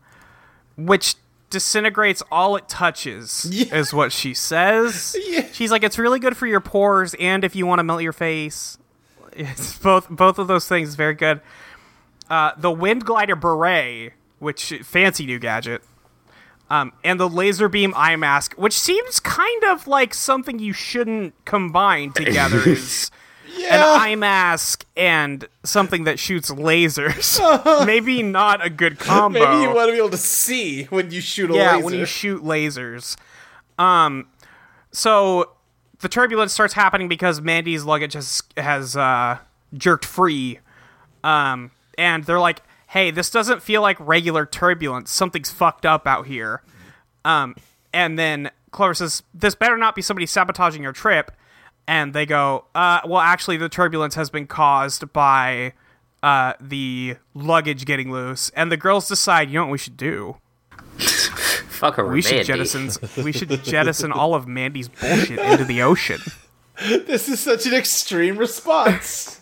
S2: which disintegrates all it touches, is what she says.
S3: Yeah.
S2: She's like, It's really good for your pores and if you want to melt your face. It's both both of those things is very good. Uh, the wind glider beret, which fancy new gadget. Um, and the laser beam eye mask, which seems kind of like something you shouldn't combine together is an
S3: Yeah,
S2: eye mask and something that shoots lasers. Maybe not a good combo.
S3: maybe you want to be able to see when you shoot a
S2: yeah,
S3: laser.
S2: when you shoot lasers. Um, so the turbulence starts happening because Mandy's luggage has has uh, jerked free, um, and they're like, "Hey, this doesn't feel like regular turbulence. Something's fucked up out here." Um, and then Clover says, "This better not be somebody sabotaging your trip." And they go, uh, "Well, actually, the turbulence has been caused by uh, the luggage getting loose." And the girls decide, "You know what we should do?
S1: fuck a
S2: We should jettison. We should jettison all of Mandy's bullshit into the ocean."
S3: this is such an extreme response.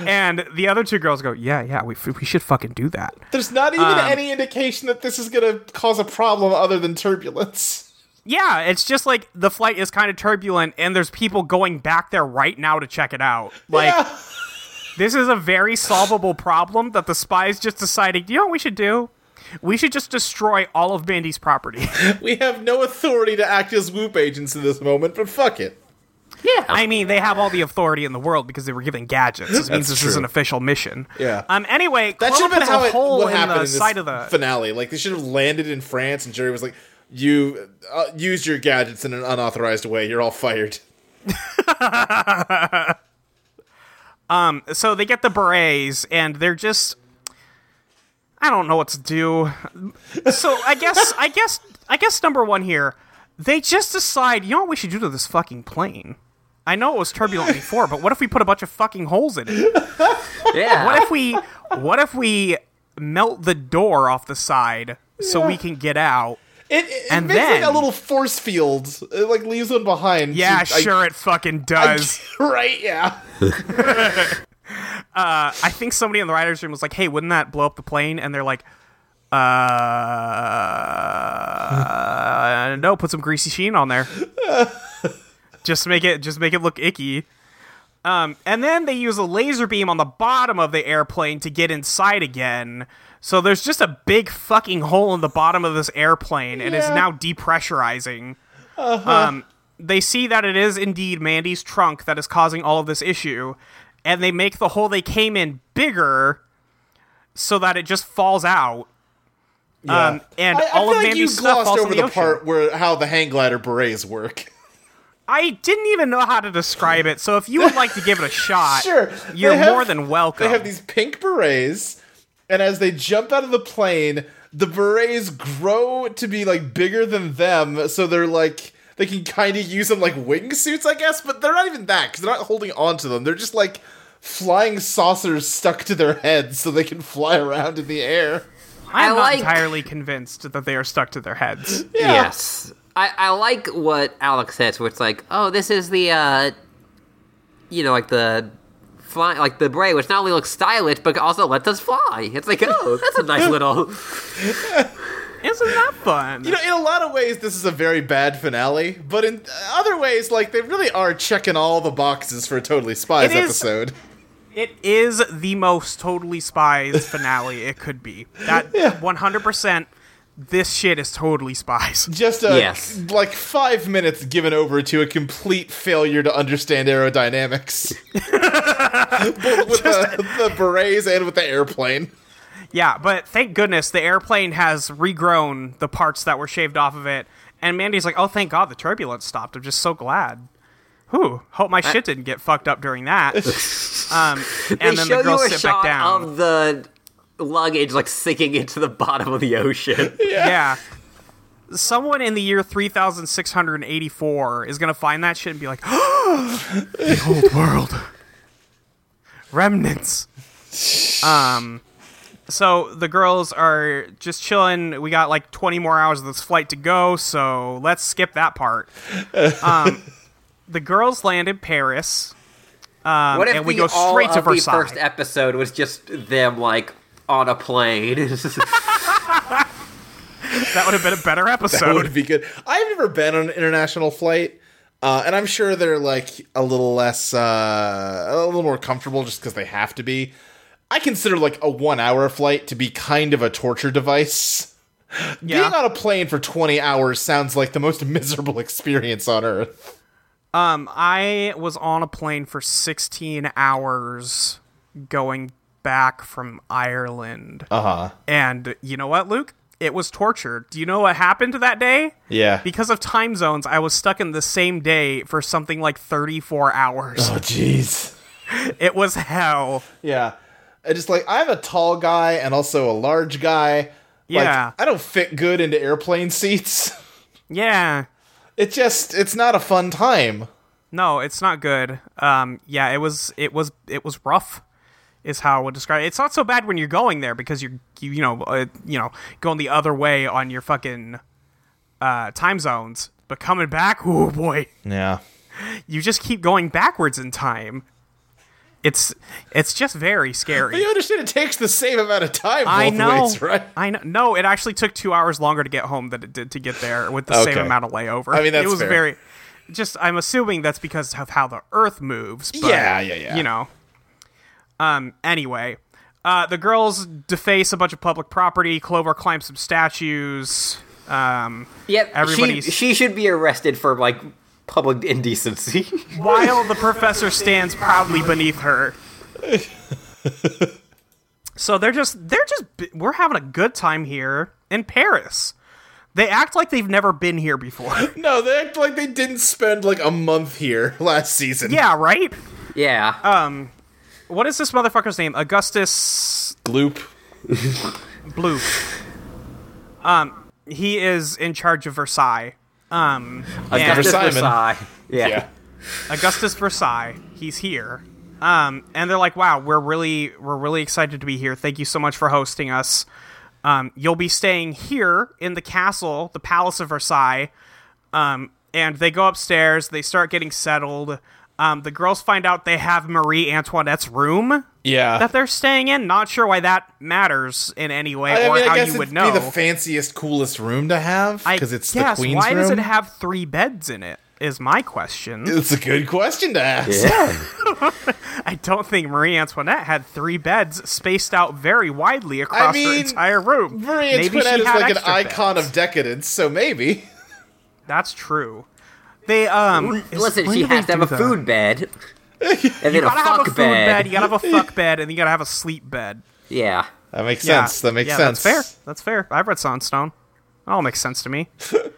S2: And the other two girls go, "Yeah, yeah, we, we should fucking do that."
S3: There's not even
S2: Um,
S3: any indication that this is going to cause a problem other than turbulence.
S2: Yeah, it's just like the flight is kind of turbulent, and there's people going back there right now to check it out. Like,
S3: yeah.
S2: this is a very solvable problem that the spies just decided, you know what we should do? We should just destroy all of Mandy's property.
S3: we have no authority to act as whoop agents in this moment, but fuck it.
S2: I mean, they have all the authority in the world because they were given gadgets. This means
S3: That's
S2: this
S3: true.
S2: is an official mission.
S3: Yeah.
S2: Um. Anyway,
S3: That should
S2: Clover
S3: have been
S2: puts
S3: how
S2: a
S3: it
S2: hole
S3: what
S2: in
S3: happened
S2: the
S3: in this
S2: side of the
S3: finale. Like they should have landed in France, and Jerry was like, "You uh, used your gadgets in an unauthorized way. You're all fired."
S2: so they get the berets and they're just I don't know what to do. So I guess I guess I guess number one here, they just decide, you know what we should do to this fucking plane. I know it was turbulent before, but what if we put a bunch of fucking holes in it?
S1: Yeah.
S2: What if we what if we melt the door off the side so we can get out?
S3: It, it, it
S2: And
S3: makes like
S2: then-
S3: a little force field. It like leaves one behind.
S2: Yeah,
S3: So I-
S2: sure it fucking does.
S3: right. Yeah.
S2: I think somebody in the writers' room was like, "Hey, wouldn't that blow up the plane?" And they're like, "Uh, no, put some greasy sheen on there. just make it, just make it look icky." Um, and then they use a laser beam on the bottom of the airplane to get inside again. So there's just a big fucking hole in the bottom of this airplane, and it's
S3: Yeah.
S2: now depressurizing. Um, they see that it is indeed Mandy's trunk that is causing all of this issue, and they make the hole they came in bigger so that it just falls out. Um, and
S3: I, I
S2: all
S3: feel
S2: of
S3: like
S2: Mandy's
S3: you
S2: stuff
S3: glossed
S2: falls in
S3: over
S2: the
S3: the,
S2: ocean.
S3: part where how the hang glider berets work.
S2: I didn't even know how to describe it, so if you would like to give it a shot,
S3: Sure.
S2: you're
S3: They have-
S2: more than welcome.
S3: They have these pink berets, and as they jump out of the plane, the berets grow to be like bigger than them, so they're like they can kind of use them like wingsuits, I guess. But they're not even that because they're not holding onto them. They're just like flying saucers stuck to their heads, so they can fly around in the air.
S2: I'm
S1: I
S2: not
S1: like-
S2: entirely convinced that they are stuck to their heads.
S1: Yes. I, I like what Alex says, where it's like, oh, this is the, uh, you know, like the fly, like the bray, which not only looks stylish, but also lets us fly. It's like, oh, that's a nice little.
S2: Isn't that fun?
S3: You know, in a lot of ways, this is a very bad finale, but in other ways, like they really are checking all the boxes for a Totally Spies
S2: It is-
S3: episode.
S2: It is the most totally spies finale it could be. That 100%. This shit is totally spies.
S3: just a
S1: Yes.
S3: like five minutes given over to a complete failure to understand aerodynamics, both with the, the berets and with the airplane.
S2: Yeah, but thank goodness the airplane has regrown the parts that were shaved off of it. And Mandy's like, "Oh, thank God the turbulence stopped. I'm just so glad." Whew, hope my shit didn't get fucked up during that. um, and
S1: they
S2: then
S1: show
S2: the girls
S1: you a
S2: sit
S1: shot
S2: back down.
S1: of the luggage like sinking into the bottom of the ocean.
S2: yeah. Someone in the year 3684 is going to find that shit and be like, the old world. Remnants. Um, so the girls are just chilling. We got like 20 more hours of this flight to go, so let's skip that part. Um, the girls land in Paris.
S1: what if
S2: Um, and we
S1: the
S2: go straight
S1: all
S2: to
S1: of the
S2: Versailles.
S1: first episode was just them like on a plane?
S2: That would have been a better
S3: That
S2: episode.
S3: would be good. I've never been on an international flight, uh, and I'm sure they're like a little less, uh, a little more comfortable just because they have to be. I consider like a one hour flight to be kind of a torture device. Being
S2: yeah.
S3: on a plane for 20 hours sounds like the most miserable experience on earth.
S2: Um, I was on a plane for 16 hours going back from Ireland.
S3: Uh huh.
S2: And you know what, Luke? It was torture. Do you know what happened that day?
S3: Yeah.
S2: Because of time zones, I was stuck in the same day for something like 34 hours.
S3: oh, jeez.
S2: it was hell.
S3: Yeah. I just like I'm a tall guy and also a large guy.
S2: Yeah.
S3: Like, I don't fit good into airplane seats.
S2: Yeah.
S3: It just it's not a fun time.
S2: No, it's not good. Um, yeah, it was it was it was rough is how I would describe it. It's not so bad when you're going there because you're you, you know, uh, you know, going the other way on your fucking uh, time zones, but coming back, oh boy.
S3: Yeah.
S2: You just keep going backwards in time. It's it's just very scary.
S3: You understand it takes the same amount of time both
S2: I know.
S3: ways, right?
S2: I know. No, it actually took two hours longer to get home than it did to get there with the
S3: Okay.
S2: same amount of layover.
S3: I mean, that's
S2: it was
S3: fair.
S2: very. Just, I'm assuming that's because of how the Earth moves. But,
S3: Yeah, yeah, yeah.
S2: You know. Um. Anyway, uh, the girls deface a bunch of public property. Clover climbs some statues. Um,
S1: Yep, she,
S2: Everybody's-
S1: she should be arrested for like public indecency.
S2: while the professor stands proudly beneath her. So they're just they're just we're having a good time here in Paris. They act like they've never been here before.
S3: No, they act like they didn't spend like a month here last season.
S2: yeah, right?
S1: yeah.
S2: Uh, What is this motherfucker's name? Augustus
S3: Gloop.
S2: Bloop. Um he is in charge of Versailles. Um and-
S1: Justice
S3: Simon.
S1: Versailles. Yeah.
S3: Yeah.
S2: Augustus Versailles. He's here. Um, and they're like, "Wow, we're really we're really excited to be here. Thank you so much for hosting us. Um, you'll be staying here in the castle, the Palace of Versailles." Um, and they go upstairs. They start getting settled. Um, the girls find out they have Marie Antoinette's room
S3: Yeah.
S2: that they're staying in. Not sure why that matters in any way
S3: I
S2: or
S3: mean, I
S2: how
S3: guess
S2: you
S3: it'd
S2: would
S3: be
S2: know.
S3: the fanciest, coolest room to have
S2: I
S3: because it's
S2: guess,
S3: the queen's
S2: why
S3: room.
S2: does it have three beds in it? Is my question.
S3: It's a good question to ask.
S2: I don't think Marie Antoinette had three beds spaced out very widely across her
S3: mean,
S2: entire room.
S3: Marie
S2: Maybe she
S3: Antoinette is
S2: had
S3: like an
S2: extra
S3: icon
S2: beds.
S3: of decadence, so maybe.
S2: That's true. They um is-
S1: Listen,
S2: when
S1: she
S2: do they
S1: has to have
S2: do
S1: a
S2: that?
S1: food bed. And then
S2: You
S1: a
S2: gotta have a
S1: fuck
S2: food
S1: bed.
S2: bed. You gotta have a fuck bed, and you gotta have a sleep bed.
S1: Yeah.
S3: That makes
S2: Yeah.
S3: sense. That makes
S2: yeah,
S3: sense.
S2: That's fair. That's fair. I've read Sunstone. It all makes sense to me. um,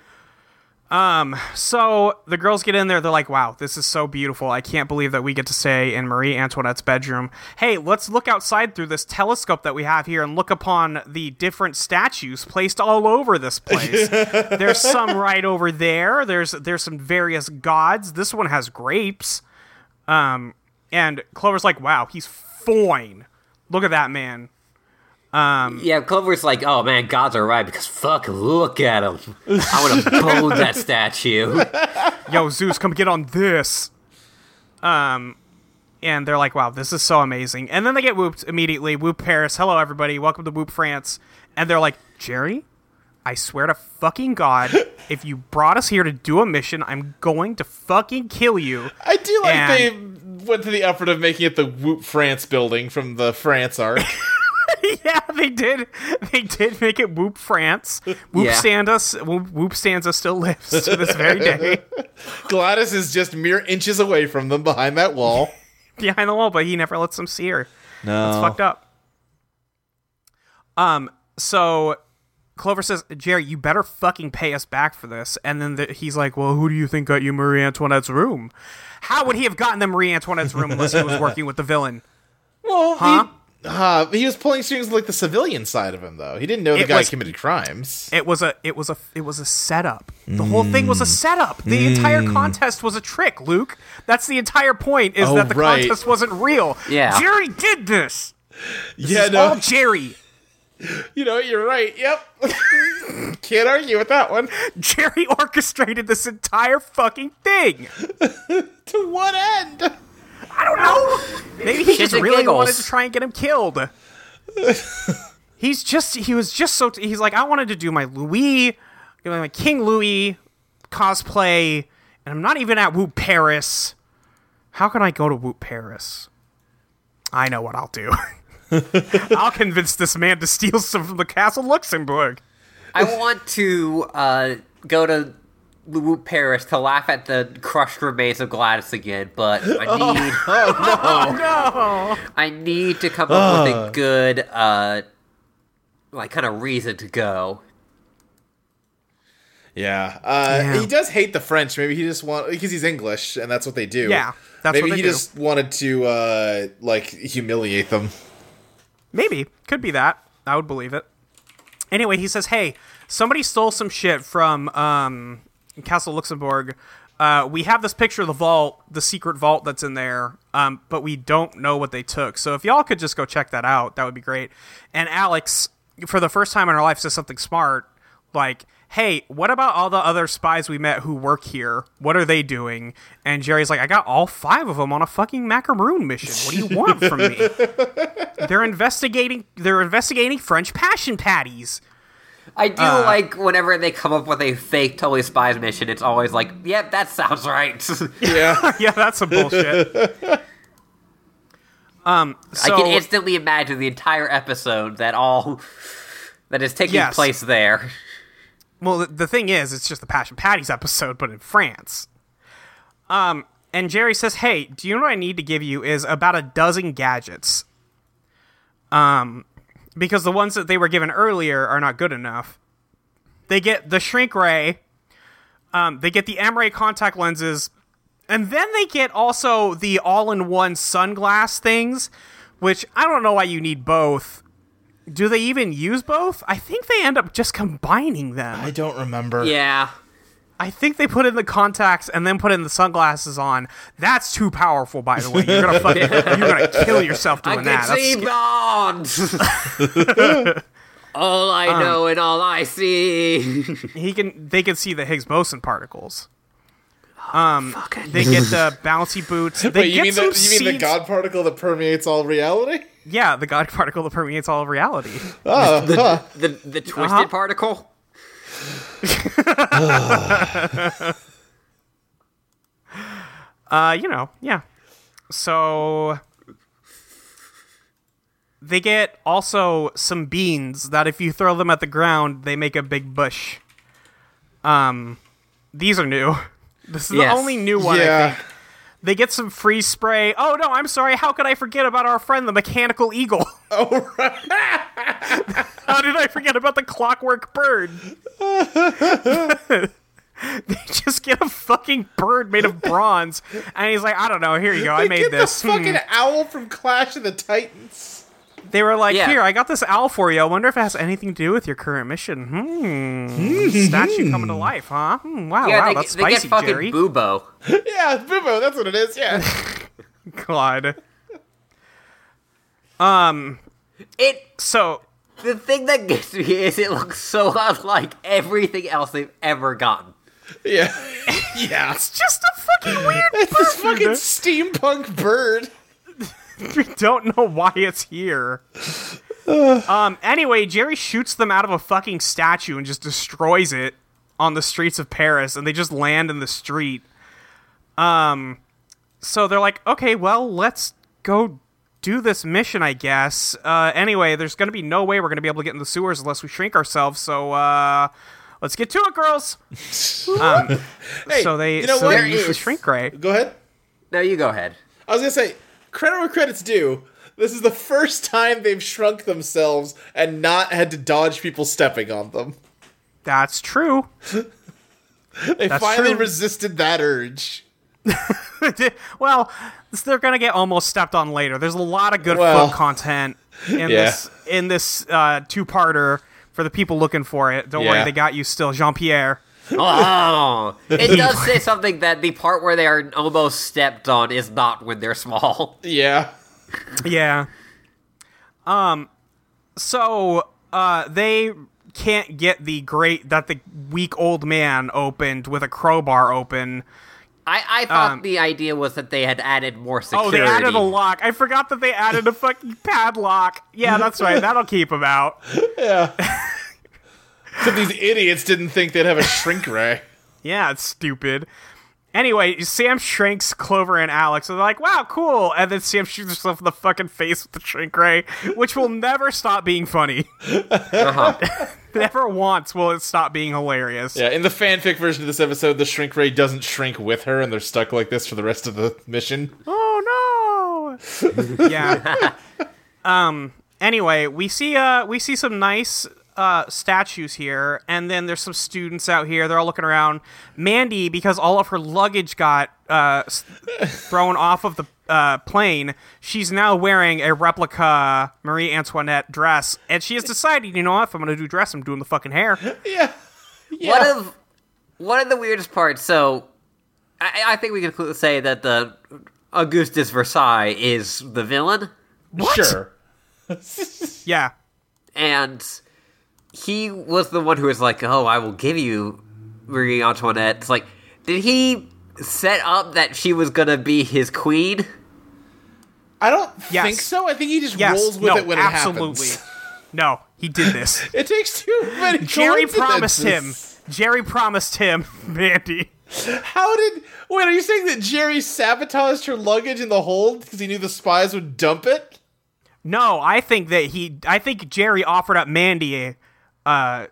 S2: so the girls get in there. They're like, "Wow, this is so beautiful. I can't believe that we get to stay in Marie Antoinette's bedroom." Hey, let's look outside through this telescope that we have here and look upon the different statues placed all over this place. there's some right over there. There's there's some various gods. This one has grapes. Um, and Clover's like, "Wow, he's fine. Look at that man."
S1: Yeah, Clover's like, oh man, gods are right because fuck, look at him. I would have pulled that statue.
S2: yo zeus come get on this um and they're like wow this is so amazing and then they get whooped immediately whoop paris hello everybody welcome to whoop france and they're like jerry i swear to fucking god if you brought us here to do a mission i'm going to fucking kill you
S3: I do like
S2: And-
S3: they went to the effort of making it the Whoop France building from the France arc.
S2: yeah they did they did make it whoop france whoop
S1: Yeah.
S2: stanza whoop, whoop stanza still lives to this very day
S3: Gladys is just mere inches away from them behind that wall.
S2: behind the wall, but he never lets them see her.
S3: No.
S2: That's fucked up. Um, so Clover says, Jerry, you better fucking pay us back for this. And then the, he's like, Well, who do you think got you Marie Antoinette's room? How would he have gotten them Marie Antoinette's room unless he was working with the villain?
S3: Well,
S2: Huh?
S3: he, uh, he was pulling strings with, like the civilian side of him, though. He didn't know the
S2: It
S3: guy
S2: was-
S3: committed crimes.
S2: It was a it was a it was a setup. The whole thing
S3: Mm.
S2: was a setup. The entire contest was a trick, Luke. That's the entire point is
S3: Oh,
S2: that the
S3: right.
S2: contest wasn't real.
S1: Yeah.
S2: Jerry did this.
S3: Yeah,
S2: It's all Jerry.
S3: You know, you're right. Yep. Can't argue with that one.
S2: Jerry orchestrated this entire fucking thing.
S3: To what end?
S2: I don't know. Maybe he just
S1: and
S2: really
S1: giggles.
S2: wanted to try and get him killed. he's just he was just so he's like I wanted to do my Louis, you know, my King Louis cosplay, and I'm not even at Woot Paris. How can I go to Woot Paris? I know what I'll do. I'll convince this man to steal some from the Castle Luxembourg.
S1: I want to uh, go to Lou Paris to laugh at the crushed remains of Gladys again, but I
S2: Oh,
S1: need I need to come up with
S2: Ah.
S1: a good uh, like kind of reason to go.
S3: Yeah. Uh,
S2: Yeah.
S3: He does hate the French. Maybe he just want because he's English and that's what they do.
S2: Yeah, that's
S3: Maybe
S2: what they
S3: he
S2: do.
S3: just wanted to uh, like humiliate them.
S2: Maybe. Could be that. I would believe it. Anyway, he says, hey, somebody stole some shit from um, Castle Luxembourg. Uh, we have this picture of the vault, the secret vault that's in there, um, but we don't know what they took. So if y'all could just go check that out, that would be great. And Alex, for the first time in her life, says something smart like, hey, what about all the other spies we met who work here? What are they doing? And Jerry's like, I got all five of them on a fucking macaroon mission. What do you want from me? They're investigating. They're investigating French passion patties.
S1: I do
S2: Ah.
S1: like whenever they come up with a fake totally spies mission. It's always like, yep, that sounds right.
S3: Yeah.
S2: yeah, that's some bullshit. um, so
S1: I can instantly imagine the entire episode that all that is taking
S2: Yes.
S1: place there.
S2: well, the, the thing is, it's just the passion patties episode, but in France. Um, and Jerry says, "Hey, do you know what I need to give you is about a dozen gadgets. Um, because the ones that they were given earlier are not good enough. They get the shrink ray." Um, they get the M ray contact lenses, and then they get also the all in one sunglass things, which I don't know why you need both. Do they even use both? I think they end up just combining them.
S3: I don't remember.
S1: Yeah.
S2: I think they put in the contacts and then put in the sunglasses on. That's too powerful, by the way. You're gonna fucking, you're gonna kill yourself
S1: I
S2: doing
S1: can
S2: that. That's
S1: see Bond. all I
S2: Uh.
S1: know and all I see.
S2: he can they can see the Higgs boson particles.
S1: Oh,
S2: Um, they get the bouncy boots. They
S3: Wait, you
S2: get
S3: mean the
S2: some
S3: you mean the
S2: seeds-
S3: God particle that permeates all reality?
S2: Yeah, the God particle that permeates all of reality.
S1: The the twisted
S2: Uh-huh.
S1: particle.
S2: Uh, you know, yeah. So they get also some beans that if you throw them at the ground, they make a big bush. Um, these are new. This is
S1: Yes.
S2: the only new one. I
S3: yeah.
S2: They get some free spray. Oh no, I'm sorry. How could I forget about our friend the mechanical eagle? Oh right. How did I forget about the clockwork bird? they just get a fucking bird made of bronze, and he's like, I don't know. Here you go. I
S3: They
S2: made
S3: get
S2: this.
S3: the
S2: Hmm.
S3: fucking owl from Clash of the Titans.
S2: They were like,
S1: Yeah.
S2: Here, I got this owl for you. I wonder if it has anything to do with your current mission. Hmm. Statue coming to life, huh? Hmm. Wow,
S1: Yeah,
S2: wow,
S1: they,
S2: that's
S1: they
S2: spicy,
S1: get fucking
S2: Jerry.
S1: boobo.
S3: Yeah, Bubo, that's what it is. Yeah.
S2: God.
S1: It
S2: So
S1: the thing that gets me is it looks so unlike everything else they've ever gotten.
S3: yeah. yeah.
S2: it's just a fucking weird.
S3: It's this
S2: bird.
S3: fucking steampunk bird.
S2: we don't know why it's here. um. Anyway, Jerry shoots them out of a fucking statue and just destroys it on the streets of Paris, and they just land in the street. Um. So they're like, okay, well, let's go do this mission, I guess. Uh. Anyway, there's gonna be no way we're gonna be able to get in the sewers unless we shrink ourselves. So uh, let's get to it, girls.
S3: Hey,
S2: so they
S3: you know
S2: so
S3: what?
S2: they use the
S1: is-
S2: shrink ray.
S3: Go ahead.
S1: No, you go ahead.
S3: I was gonna say, credit where credit's due. This is the first time they've shrunk themselves and not had to dodge people stepping on them.
S2: That's true.
S3: They finally
S2: true.
S3: resisted that urge.
S2: well, they're gonna get almost stepped on later. There's a lot of good
S3: Well,
S2: foot content in
S3: yeah.
S2: this in this uh, two-parter for the people looking for it. Don't worry,
S3: Yeah.
S2: they got you still, Jean Pierre.
S1: Oh, it does say something that the part where they are almost stepped on is not when they're small.
S3: Yeah.
S2: Yeah. Um. So uh, they can't get the grate that the weak old man opened with a crowbar open.
S1: I, I thought the idea was that they had added more security.
S2: Um, Oh, they added a lock. I forgot that they added a fucking padlock. Yeah, that's right. That'll keep him out.
S3: Except these idiots didn't think they'd have a shrink ray.
S2: Yeah, it's stupid. Anyway, Sam shrinks Clover and Alex, and they're like, "Wow, cool!" And then Sam shoots herself in the fucking face with the shrink ray, which will never stop being funny.
S1: Uh-huh.
S2: never once will it stop being hilarious.
S3: Yeah, in the fanfic version of this episode, the shrink ray doesn't shrink with her, and they're stuck like this for the rest of the mission.
S2: Oh no! yeah. um. Anyway, we see uh we see some nice uh statues here, and then there's some students out here. They're all looking around. Mandy, because all of her luggage got uh s- thrown off of the uh, plane, she's now wearing a replica Marie Antoinette dress, and she has decided, you know what? If I'm gonna do dress, I'm doing the fucking hair.
S3: Yeah. Yeah.
S1: One of one of the weirdest parts. So, I, I think we can cl- say that the Augustus Versailles is the villain,
S2: What?
S3: Sure.
S2: Yeah.
S1: and he was the one who was like, "Oh, I will give you Marie Antoinette." It's like, did he set up that she was gonna be his queen?
S3: I don't
S2: Yes.
S3: think so. I think he just
S2: Yes.
S3: rolls with
S2: no,
S3: it when
S2: absolutely.
S3: it happens.
S2: No, he did this.
S3: It takes too many
S2: Jerry
S3: coincidences.
S2: promised him. Jerry promised him, Mandy.
S3: How did? Wait, are you saying that Jerry sabotaged her luggage in the hold because he knew the spies would dump it?
S2: No, I think that he. I think Jerry offered up Mandy uh,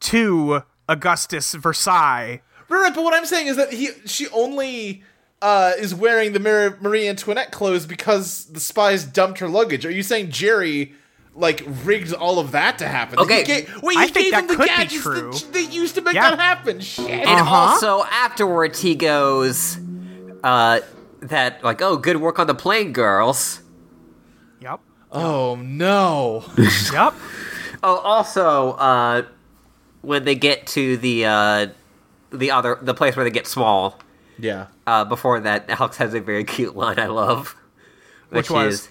S2: to Augustus Versailles.
S3: Right, right, but what I'm saying is that he she only uh, is wearing the Mar- Marie Antoinette clothes because the spies dumped her luggage. Are you saying Jerry like rigged all of that to happen? That he
S1: Okay.
S3: gave, wait, he
S2: I think
S3: gave
S2: that
S3: them the
S2: could be
S3: gadgets
S2: true.
S3: That, that used to make
S2: Yeah.
S3: that happen. Shit.
S1: And
S2: Uh-huh.
S1: also afterwards, he goes, uh, "That like, oh, good work on the plane, girls."
S2: Yep.
S3: oh no!
S2: Yep.
S1: Oh, also, uh, when they get to the uh, the other the place where they get small,
S3: yeah.
S1: uh, before that, Alex has a very cute line I love,
S2: Which was?
S1: is,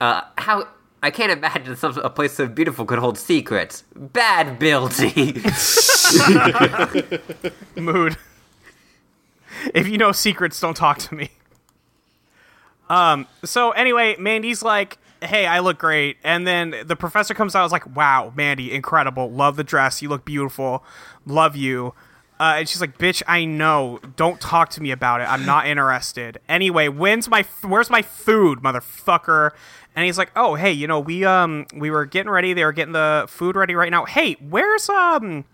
S1: uh, "How I can't imagine some a place so beautiful could hold secrets. Bad building."
S2: Mood. If you know secrets, don't talk to me. Um. So anyway, Mandy's like, "Hey, I look great," and then the professor comes out. Is like, "Wow, Mandy, incredible. Love the dress. You look beautiful. Love you." Uh, and she's like, "Bitch, I know. Don't talk to me about it. I'm not interested." Anyway, when's my where's my food, motherfucker? And he's like, "Oh, hey, you know we um we were getting ready. They were getting the food ready right now. Hey, where's um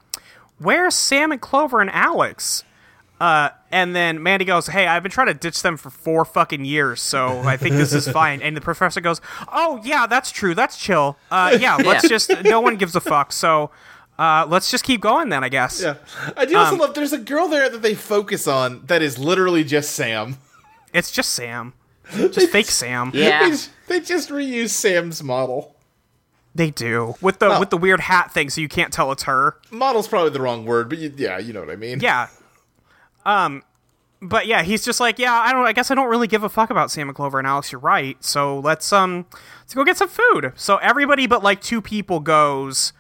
S2: where's Sam and Clover and Alex?" Uh, and then Mandy goes, "Hey, I've been trying to ditch them for four fucking years, so I think this is fine." And the professor goes, "Oh yeah, that's true. That's chill. Uh, yeah, let's
S1: Yeah.
S2: just no one gives a fuck. So uh, let's just keep going then, I guess."
S3: Yeah. I do
S2: Um,
S3: also love. There's a girl there that they focus on that is literally just Sam.
S2: It's just Sam. Just fake Sam.
S1: Yeah.
S3: They, j- they just reuse Sam's model.
S2: They do. With the with the weird hat thing so you can't tell it's her.
S3: Model's probably the wrong word, but you, yeah, you know what I mean.
S2: Yeah. Um but yeah, he's just like, yeah, I don't I guess I don't really give a fuck about Sam and Clover and Alex, you're right. So let's um let's go get some food. So everybody but like two people goes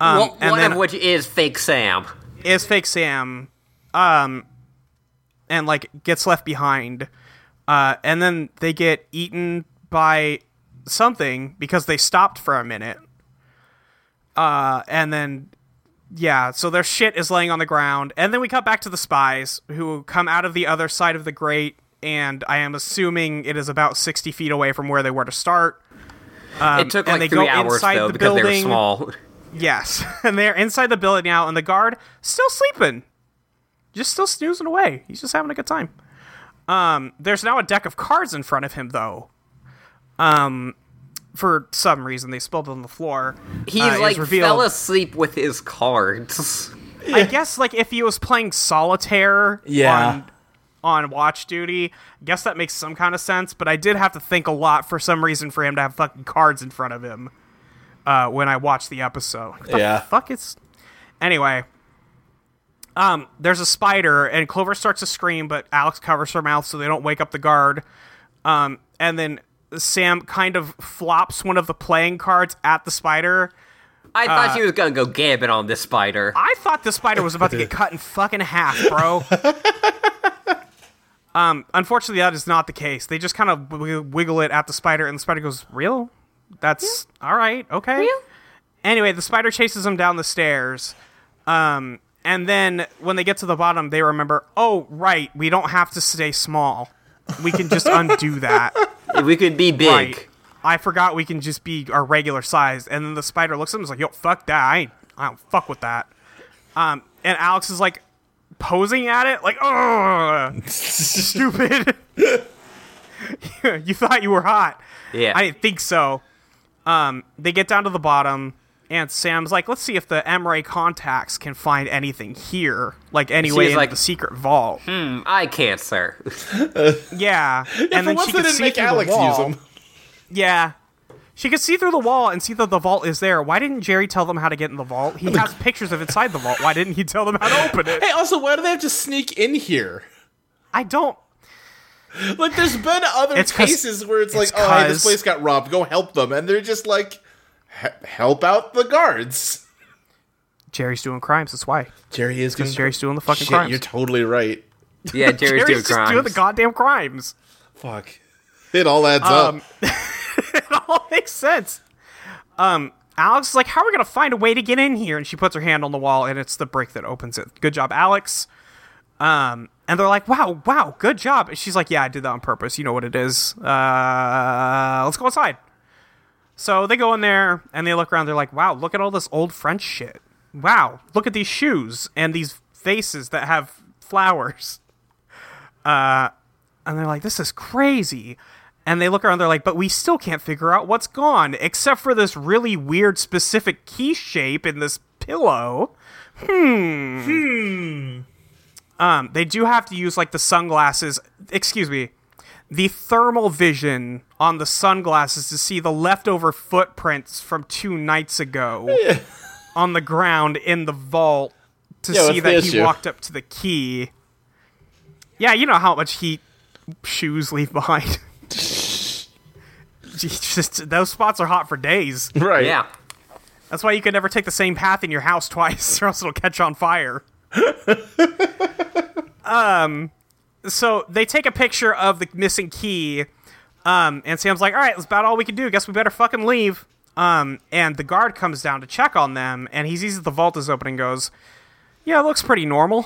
S1: Well,
S2: Um, and
S1: one
S2: then-
S1: of which is fake Sam.
S2: is fake Sam, um, and like gets left behind, uh, and then they get eaten by something because they stopped for a minute, uh, and then yeah, so their shit is laying on the ground, and then we cut back to the spies who come out of the other side of the grate, and I am assuming it is about sixty feet away from where they were to start.
S1: it took
S2: Um, and
S1: like
S2: they
S1: three
S2: go
S1: hours
S2: inside
S1: though
S2: the
S1: because they were
S2: building. uh,
S1: small.
S2: Yes, and they're inside the building now, and the guard still sleeping, just still snoozing away. He's just having a good time. Um, there's now a deck of cards in front of him, though. Um, for some reason they spilled it on the floor.
S1: He
S2: Uh, it was
S1: like
S2: revealed-
S1: fell asleep with his cards.
S2: I guess like if he was playing solitaire,
S3: Yeah.
S2: on, on watch duty, I guess that makes some kind of sense. But I did have to think a lot for some reason for him to have fucking cards in front of him uh, when I watched the episode. What the
S3: Yeah.
S2: fuck it's anyway. Um, there's a spider, and Clover starts to scream, but Alex covers her mouth so they don't wake up the guard. Um, and then Sam kind of flops one of the playing cards at the spider,
S1: I thought she was gonna go gambit on this spider.
S2: I thought the spider was about to get cut in fucking half, bro. um, unfortunately, that is not the case. They just kind of w- wiggle it at the spider, and the spider goes, "Real? That's all right, okay."
S1: Real?
S2: Anyway, the spider chases them down the stairs, um, and then when they get to the bottom, they remember, "Oh, right, we don't have to stay small. We can just undo that."
S1: we could be big.
S2: Right. I forgot we can just be our regular size. And then the spider looks at him and is like, yo, fuck that. I, ain't, I don't fuck with that. Um, and Alex is like posing at it, like, oh, stupid. you thought you were hot.
S1: Yeah.
S2: I didn't think so. Um, they get down to the bottom, and Sam's like, let's see if the M ray contacts can find anything here, like any way
S1: She's
S2: into
S1: like-
S2: the secret vault.
S3: Hmm.
S1: Eye cancer.
S2: Yeah. and
S3: For
S2: then
S3: once
S2: she
S3: they
S2: can
S3: didn't
S2: see
S3: make
S2: through the
S3: Alex use
S2: wall.
S3: them.
S2: Yeah. She could see through the wall and see that the vault is there. Why didn't Jerry tell them how to get in the vault? He has pictures of inside the vault. Why didn't he tell them how to open it?
S3: Hey, also, why do they have to sneak in here?
S2: I don't.
S3: Like, there's been other
S2: It's 'cause-
S3: cases where it's, like,
S2: it's
S3: oh, hey, this
S2: 'cause-
S3: place got robbed. Go help them, and they're just like, "He- help out the guards.
S2: Jerry's doing crimes. That's why.
S3: Jerry is doing
S2: Jerry's doing the fucking
S3: shit.
S2: crimes.
S3: You're totally right.
S1: Yeah, Jerry's, doing
S2: Jerry's just
S1: crimes.
S2: doing the goddamn crimes.
S3: Fuck, it all adds
S2: Um,
S3: up.
S2: It all makes sense. Um, Alex is like, how are we gonna find a way to get in here? And she puts her hand on the wall, and it's the brick that opens it. Good job, Alex. Um, and they're like, wow, wow, good job. And she's like, yeah, I did that on purpose. You know what it is. Uh, let's go outside. So they go in there and they look around. They're like, wow, look at all this old French shit. Wow, look at these shoes and these faces that have flowers. Uh, and they're like, this is crazy. And they look around. They're like, but we still can't figure out what's gone except for this really weird specific key shape in this pillow. Um, they do have to use like the sunglasses. Excuse me, the thermal vision on the sunglasses to see the leftover footprints from two nights ago on the ground in the vault to
S3: Yeah,
S2: see
S3: what's the
S2: that he
S3: issue?
S2: walked up to the key. Yeah, you know how much heat shoes leave behind. It's Just those spots are hot for days.
S3: Right.
S1: yeah.
S2: That's why you can never take the same path in your house twice, or else it'll catch on fire. um, so they take a picture of the missing key, um, and Sam's like, "All right, that's about all we can do. Guess we better fucking leave." Um, and the guard comes down to check on them, and he sees that the vault is open and goes, "Yeah, it looks pretty normal.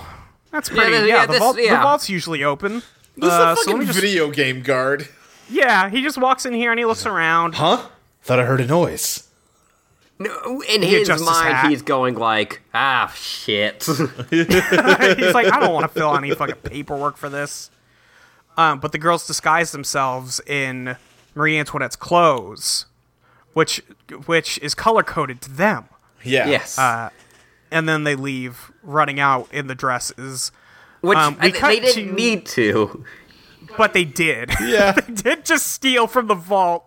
S2: That's pretty. Yeah,
S1: th- yeah,
S2: the,
S1: this-
S2: vault, the
S1: yeah."
S2: vault's usually open." Uh,
S3: This is a
S2: so let
S3: fucking
S2: me just-
S3: video game guard.
S2: yeah, he just walks in here and he looks around.
S3: Huh? Thought I heard a noise.
S1: No, in his
S2: adjusts his
S1: mind,
S2: hat.
S1: he's going like, ah, shit.
S2: He's like, I don't want to fill out any fucking paperwork for this. Um, but the girls disguise themselves in Marie Antoinette's clothes, which which is color coded to them,
S3: Yeah.
S1: yes.
S2: Uh, and then they leave running out in the dresses.
S1: Which
S2: um, we
S1: I-
S2: cut
S1: they didn't
S2: to-
S1: need to.
S2: But they did.
S3: Yeah.
S2: did just steal from the vault.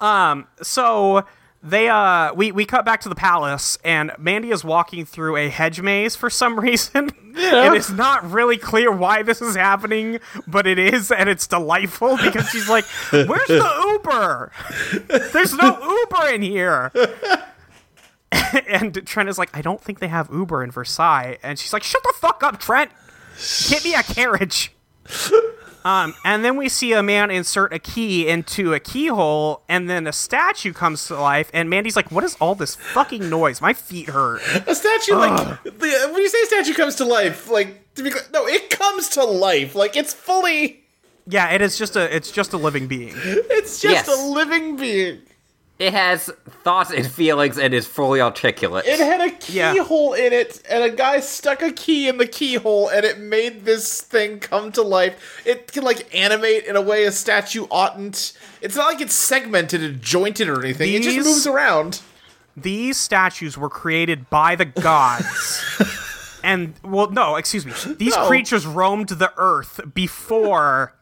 S2: Um, so they uh we, we cut back to the palace and Mandy is walking through a hedge maze for some reason. And it's not really clear why this is happening, but it is and it's delightful because she's like, Where's the Uber? There's no Uber in here. and Trent is like, I don't think they have Uber in Versailles. And she's like, Shut the fuck up, Trent. Get me a carriage. Um, And then we see a man insert a key into a keyhole, and then a statue comes to life. And Mandy's like, "What is all this fucking noise? My feet hurt."
S3: A statue, like, the, when you say statue comes to life, like, to be clear, no, it comes to life. Like, it's fully,
S2: Yeah, it is just a it's just a living being.
S3: it's
S1: Yes.
S3: just a living being.
S1: It has thoughts and feelings and is fully articulate.
S3: It had a
S2: Yeah.
S3: keyhole in it, and a guy stuck a key in the keyhole, and it made this thing come to life. It can, like, animate in a way a statue oughtn't. It's not like it's segmented and jointed or anything, it
S2: These-
S3: just moves around.
S2: These statues were created by the gods. and well, no, excuse me. These
S3: No.
S2: creatures roamed the earth before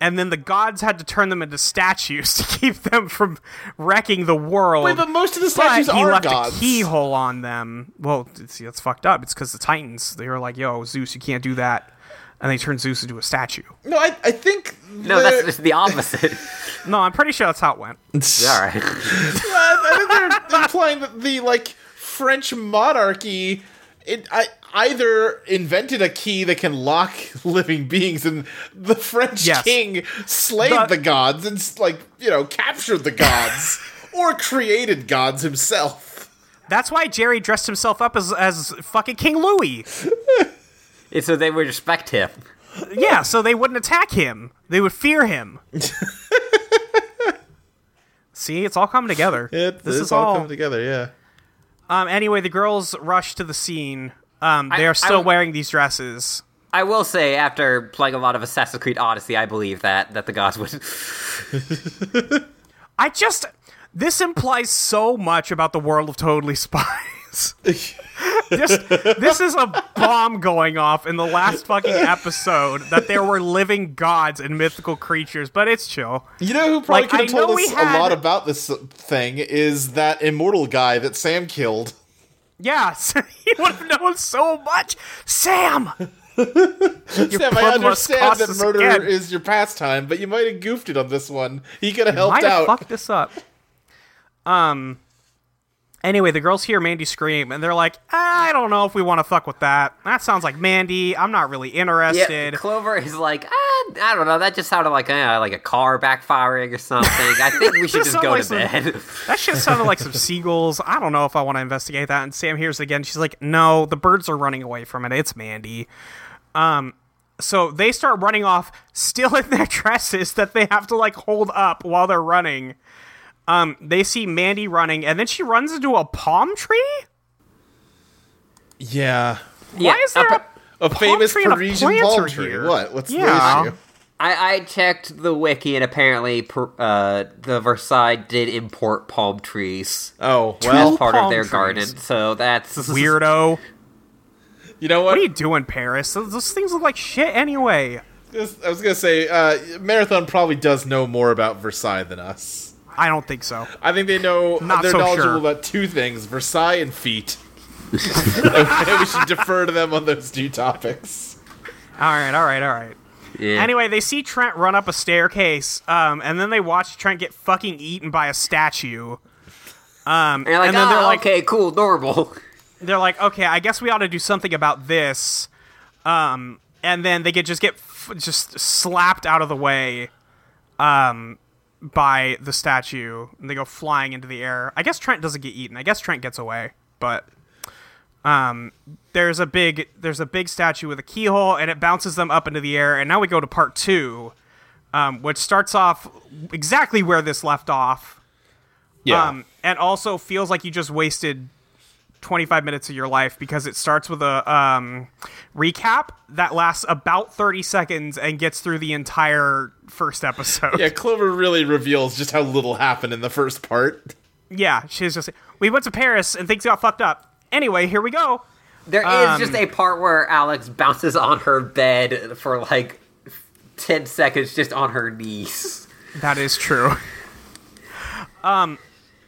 S2: and then the gods had to turn them into statues to keep them from wrecking the world.
S3: Wait, but most of the
S2: But
S3: statues
S2: he
S3: are
S2: left
S3: gods.
S2: a keyhole on them. Well, see, that's fucked up. It's because the Titans they were like, "Yo, Zeus, you can't do that," and they turned Zeus into a statue.
S3: No, I, I think.
S1: no, that's just the opposite.
S2: No, I'm pretty sure that's how it went.
S1: All right.
S3: Well, I think they're implying that the like French monarchy it, I, either invented a key that can lock living beings, and the French
S2: Yes.
S3: king slayed
S2: The-
S3: the gods and like you know captured the gods, or created gods himself.
S2: That's why Jerry dressed himself up as as fucking King Louis.
S1: It's so they respect him.
S2: Yeah, so they wouldn't attack him. They would fear him. See, it's all coming together. this is all.
S3: coming together. Yeah.
S2: um, anyway, the girls rush to the scene. Um, they
S1: I-
S2: are still
S1: I-
S2: wearing these dresses.
S1: I will say, after playing a lot of Assassin's Creed Odyssey, I believe that that the gods would.
S2: I just this implies so much about the world of Totally Spies. just this is a bomb going off in the last fucking episode that there were living gods and mythical creatures, but it's chill.
S3: You know who probably
S2: Like,
S3: could
S2: I
S3: have
S2: know
S3: told
S2: we
S3: us
S2: had-
S3: a lot about this thing is that immortal guy that Sam killed.
S2: Yes, you would have known so much, Sam.
S3: Sam, I
S2: blood must
S3: understand
S2: cost
S3: that
S2: us
S3: murder
S2: again.
S3: is your pastime, but you might have goofed it on this one. He could have
S2: Might
S3: helped
S2: have
S3: out.
S2: fucked this up. Um. Anyway, the girls hear Mandy scream, and they're like, "I don't know if we want to fuck with that. That sounds like Mandy. I'm not really
S1: Yeah,
S2: interested."
S1: Clover is like, ah, I don't know. That just sounded like eh, like a car backfiring or something. I think we should
S2: Just
S1: just go to
S2: sounded like
S1: bed.
S2: That shit sounded like some seagulls. I don't know if I want to investigate that. And Sam hears it again. She's like, no, the birds are running away from it. It's Mandy. Um, so they start running off, still in their dresses that they have to like hold up while they're running. Um, they see Mandy running, and then she runs into a palm tree.
S3: Yeah.
S1: Yeah,
S2: Why is there
S1: appa-
S2: a,
S3: A famous
S2: tree and a
S3: Parisian
S2: plant
S3: palm
S2: are
S3: tree.
S2: here.
S3: What? What's
S2: Yeah.
S3: the issue?
S1: I, I checked the wiki, and apparently, per- uh, the Versailles did import palm trees
S3: Oh,
S1: as
S3: well,
S1: part
S2: palm
S1: of their
S2: trees.
S1: garden. So that's
S2: weirdo?
S3: you know
S2: What
S3: what?
S2: are you doing, Paris? Those, those things look like shit anyway.
S3: This- I was going to say, uh, Marathon probably does know more about Versailles than us.
S2: I don't think so.
S3: I think they know
S2: Not
S3: they're
S2: so
S3: knowledgeable
S2: sure.
S3: about two things Versailles and feet. and we should defer to them on those two topics.
S2: All right, all right, all right.
S1: Yeah.
S2: Anyway, they see Trent run up a staircase, um, and then they watch Trent get fucking eaten by a statue. Um,
S1: And, you're like,
S2: and then
S1: "Ah,
S2: they're like,
S1: okay, cool, normal.
S2: they're like, okay, I guess we ought to do something about this. Um, and then they get just get f- just slapped out of the way, um, by the statue, and they go flying into the air. I guess Trent doesn't get eaten. I guess Trent gets away, but um, there's a big there's a big statue with a keyhole, and it bounces them up into the air. And now we go to part two, um, which starts off exactly where this left off.
S3: Yeah.
S2: Um, and also feels like you just wasted 25 minutes of your life because it starts with a um, recap that lasts about 30 seconds and gets through the entire first episode.
S3: yeah, Clover really reveals just how little happened in the first part.
S2: Yeah, she's just we went to Paris and things got fucked up. Anyway, here we go.
S1: There is
S2: Um,
S1: just a part where Alex bounces on her bed for like ten seconds, just on her knees.
S2: That is true. um,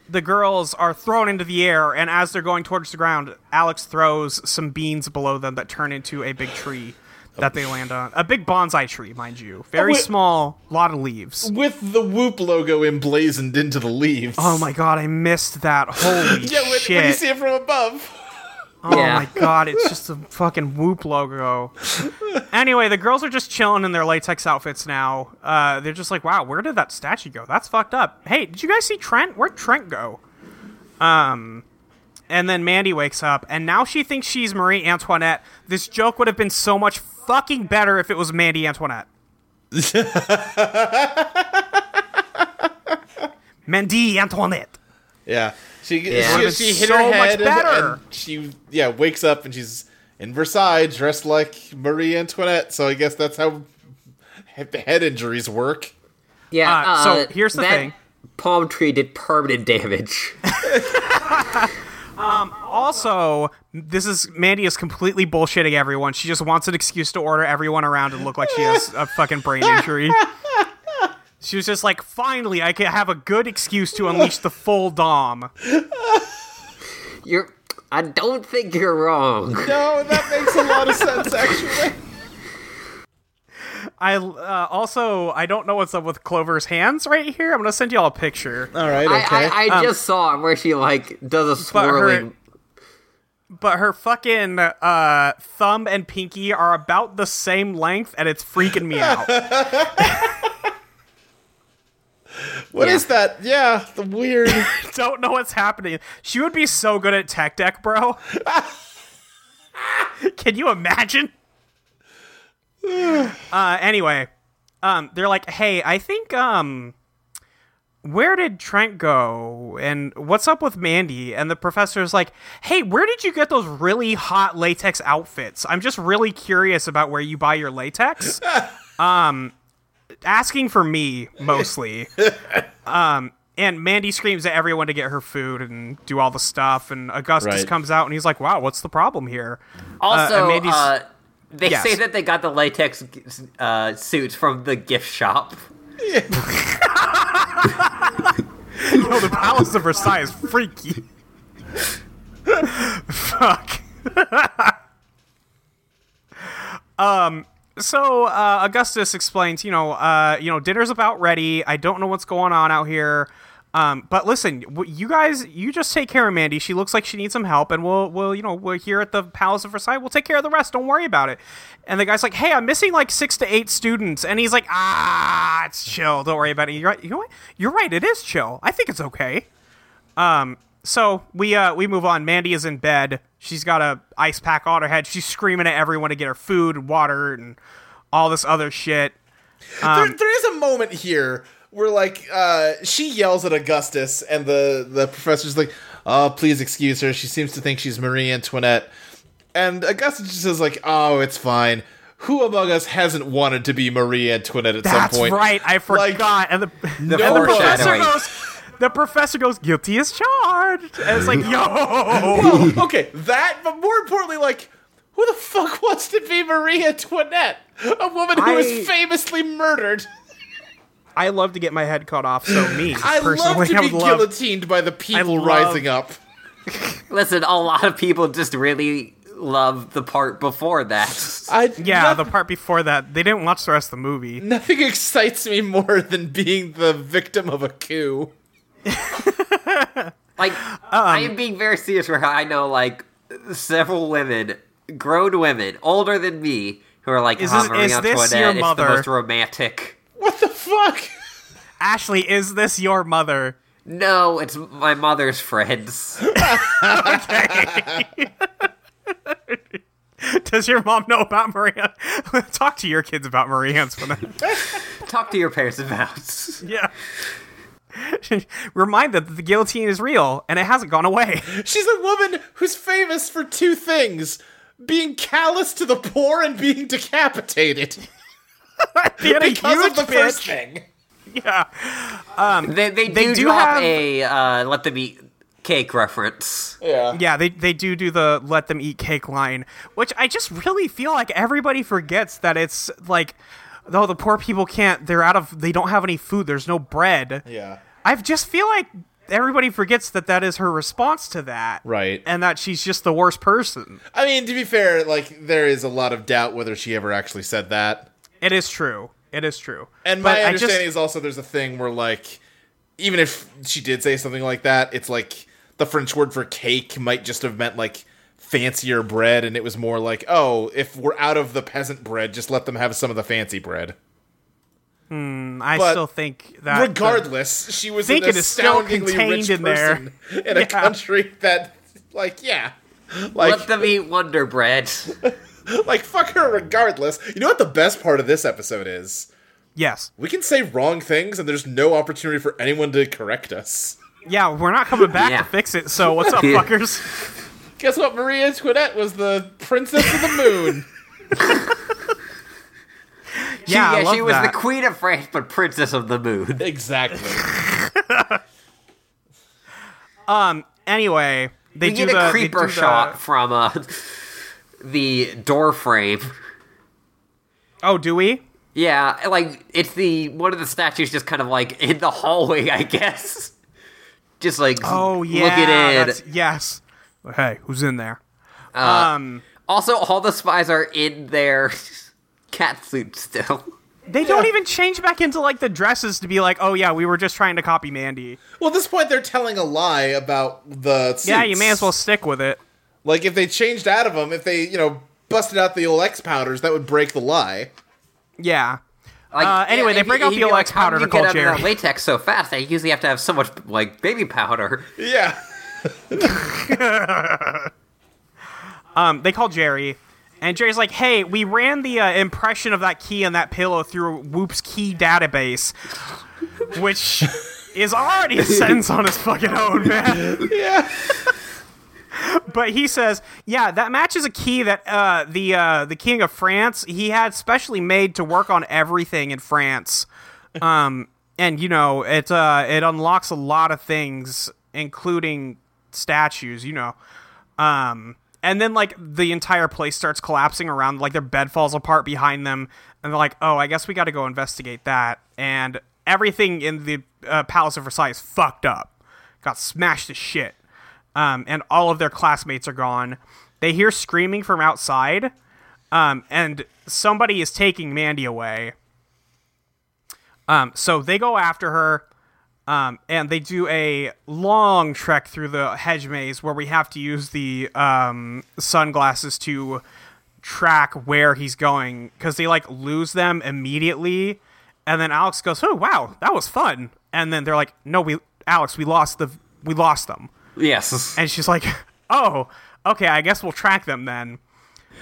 S2: the girls are thrown into the air, and as they're going towards the ground, Alex throws some beans below them that turn into a big tree that they land on. A big bonsai tree, mind you. Very
S3: wait.
S2: small, lot of leaves.
S3: With the Whoop logo emblazoned into the leaves.
S2: Oh my god, I missed that. Holy
S3: Yeah, when,
S2: shit.
S3: when you see it from above.
S2: Oh
S1: Yeah.
S2: my god, it's just a fucking whoop logo. anyway, the girls are just chilling in their latex outfits now. Uh, they're just like, wow, where did that statue go? That's fucked up. Hey, did you guys see Trent? Where'd Trent go? Um, and then Mandy wakes up, and now she thinks she's Marie Antoinette. This joke would have been so much fucking better if it was Mandy Antoinette. Mandy Antoinette.
S3: Yeah. She,
S1: Yeah.
S3: she,
S1: Would've
S3: she
S2: been
S3: hit
S2: so
S3: her
S2: much
S3: head and-
S2: better.
S3: and she yeah, wakes up and she's in Versailles dressed like Marie Antoinette, so I guess that's how he- head injuries work.
S1: Yeah.
S2: Uh, so here's the
S1: that
S2: thing.
S1: Palm tree did permanent damage.
S2: Also, this is Mandy is completely bullshitting everyone. She just wants an excuse to order everyone around and look like she has a fucking brain injury. She was just like, finally, I can have a good excuse to unleash the full dom.
S1: You're. I don't think you're wrong.
S3: No, that makes a lot of sense actually.
S2: I uh, also I don't know what's up with Clover's hands right here. I'm gonna send y'all a picture.
S3: All right, okay.
S1: I, I, I just saw it where she like does a
S2: Um, but her-
S1: swirling.
S2: but her fucking uh, thumb and pinky are about the same length, and it's freaking me out.
S3: What
S1: Yeah.
S3: is that? Yeah, the weird.
S2: Don't know what's happening. She would be so good at tech deck, bro. Can you imagine? uh, anyway, um, they're like, hey, I think um, where did Trent go, and what's up with Mandy? And the professor's like, hey, where did you get those really hot latex outfits? I'm just really curious about where you buy your latex. um, asking for me mostly Um, and Mandy screams at everyone to get her food and do all the stuff. And Augustus
S3: Right.
S2: comes out and he's like, "Wow, what's the problem here?"
S1: Also,
S2: and
S1: uh,
S2: Mandy's-
S1: they
S2: Yes.
S1: say that they got the latex uh, suits from the gift shop.
S2: No, the Palace of Versailles is freaky. Fuck. um. So uh, Augustus explains, you know, uh, you know, dinner's about ready. I don't know what's going on out here. Um, but listen, w- you guys, you just take care of Mandy. She looks like she needs some help, and we'll, we'll, you know, we're here at the Palace of Versailles. We'll take care of the rest. Don't worry about it. And the guy's like, "Hey, I'm missing like six to eight students," and he's like, "Ah, it's chill. Don't worry about it. You're right. You know what? You're right. It is chill. I think it's okay." so we uh we move on. Mandy is in bed. She's got a ice pack on her head. She's screaming at everyone to get her food and water and all this other shit. Um,
S3: there, there is a moment here where like uh, she yells at Augustus, and the the professor's like, "Oh, please excuse her. She seems to think she's Marie Antoinette." And Augustus just says like, "Oh, it's fine. Who among us hasn't wanted to be Marie Antoinette at
S2: That's
S3: some point?"
S2: right. I forgot. and the, and the professor
S1: foreshadowing.
S2: goes. The professor goes guilty as charged. And it's like yo.
S3: Well, okay, that. But more importantly, like. Who the fuck wants to be Marie Antoinette? A woman who was
S2: I-
S3: famously murdered.
S2: I love to get my head cut off. So me
S3: I
S2: personally,
S3: love to
S2: I
S3: be
S2: would love.
S3: guillotined by the people
S2: love-
S3: rising up.
S1: Listen, a lot of people just really love the part before that.
S3: I
S2: Yeah,
S3: not-
S2: the part before that, they didn't watch the rest of the movie.
S3: Nothing excites me more than being the victim of a coup.
S1: Like, I
S2: Um,
S1: am being very serious where I know, like, several women, grown women, older than me, who are like,
S2: Is
S1: "Ah,
S2: this-
S1: Marie
S2: is this
S1: Antoinette
S2: your
S1: is
S2: mother?"
S1: the most romantic.
S3: What the fuck?
S2: Ashley, is this your mother?
S1: No, it's my mother's friends.
S2: Does your mom know about Maria? Talk to your kids about Marie Antoinette.
S1: Talk to your parents about.
S2: yeah. Remind them that the guillotine is real and it hasn't gone away.
S3: She's a woman who's famous for two things being callous to the poor and being decapitated.
S2: Being a
S3: Because
S2: huge
S3: of the first
S2: bitch.
S3: thing.
S2: Yeah.
S1: They, they, do,
S2: do
S1: drop
S2: have-
S1: a uh, let them eat cake reference.
S3: Yeah.
S2: Yeah, they, they do do the let them eat cake line, which I just really feel like everybody forgets that it's like, though the poor people can't, they're out of, they don't have any food, there's no bread.
S3: Yeah.
S2: I just feel like everybody forgets that that is her response to that.
S3: Right.
S2: And that she's just the worst person.
S3: I mean, to be fair, like, there is a lot of doubt whether she ever actually said that.
S2: It is true. It is true.
S3: And
S2: But
S3: my
S2: I just-
S3: understanding is also there's a thing where, like, even if she did say something like that, it's like the French word for cake might just have meant, like, fancier bread, and it was more like, oh, if we're out of the peasant bread, just let them have some of the fancy bread.
S2: I
S3: but
S2: still think that Uh, the-
S3: Regardless, she was
S2: think
S3: an
S2: it is still
S3: astoundingly
S2: contained
S3: rich
S2: in there.
S3: person in a
S2: Yeah.
S3: country that, like, yeah. Like,
S1: Let them eat Wonder Bread.
S3: like, fuck her regardless. You know what the best part of this episode is?
S2: yes,
S3: We can say wrong things, and there's no opportunity for anyone to correct us.
S2: yeah, we're not coming back
S1: Yeah.
S2: to fix it. So what's up,
S1: Yeah.
S2: fuckers?
S3: Guess what? Maria Antoinette was the princess of the moon.
S2: Yeah, I
S1: yeah,
S2: love
S1: she was
S2: that.
S1: the queen of France, but princess of the moon.
S3: exactly.
S2: Anyway, they
S1: You
S2: do
S1: get
S2: the
S1: a
S2: they do
S1: creeper
S2: the-
S1: shot from uh, the door frame.
S2: Oh, do we?
S1: Yeah, like it's the one of the statues just kind of like in the hallway, I guess. Just like
S2: Oh yeah,
S1: looking in.
S2: that's- yes. Hey, who's in there?
S1: Uh,
S2: Um,
S1: Also, all the spies are in their cat suits still.
S2: They don't
S3: Yeah.
S2: even change back into like the dresses to be like, oh yeah, we were just trying to copy Mandy.
S3: Well, at this point, they're telling a lie about the. Suits.
S2: Yeah, you may as well stick with it.
S3: Like if they changed out of them, if they you know busted out the old X powders, that would break the lie.
S2: Yeah.
S1: Like,
S2: Uh, anyway, they
S1: and he-
S2: bring out
S1: he'd
S2: the
S1: be
S2: OX
S1: "How do
S2: powder
S1: you
S2: to
S1: get
S2: call
S1: out of that
S2: Jerry?"
S1: latex so fast. I usually have to have so much like baby powder.
S3: Yeah.
S2: Um, they call Jerry, and Jerry's like, "Hey, we ran the uh, impression of that key and that pillow through Whoop's key database, which is already a sentence on his fucking own, man."
S3: Yeah.
S2: But he says, "Yeah, that matches a key that uh, the uh, the king of France he had specially made to work on everything in France, um, and you know it uh, it unlocks a lot of things, including statues, you know." Um, and then like the entire place starts collapsing around, like their bed falls apart behind them, and they're like, "Oh, I guess we got to go investigate that." And everything in the uh, Palace of Versailles is fucked up, got smashed to shit, um, and all of their classmates are gone. They hear screaming from outside, um, and somebody is taking Mandy away. Um, so they go after her. Um, and they do a long trek through the hedge maze where we have to use the um, sunglasses to track where he's going because they like lose them immediately. And then Alex goes, "Oh wow, that was fun." And then they're like, "No, we Alex, we lost the we lost them."
S1: Yes,
S2: And she's like, "Oh, okay, I guess we'll track them then."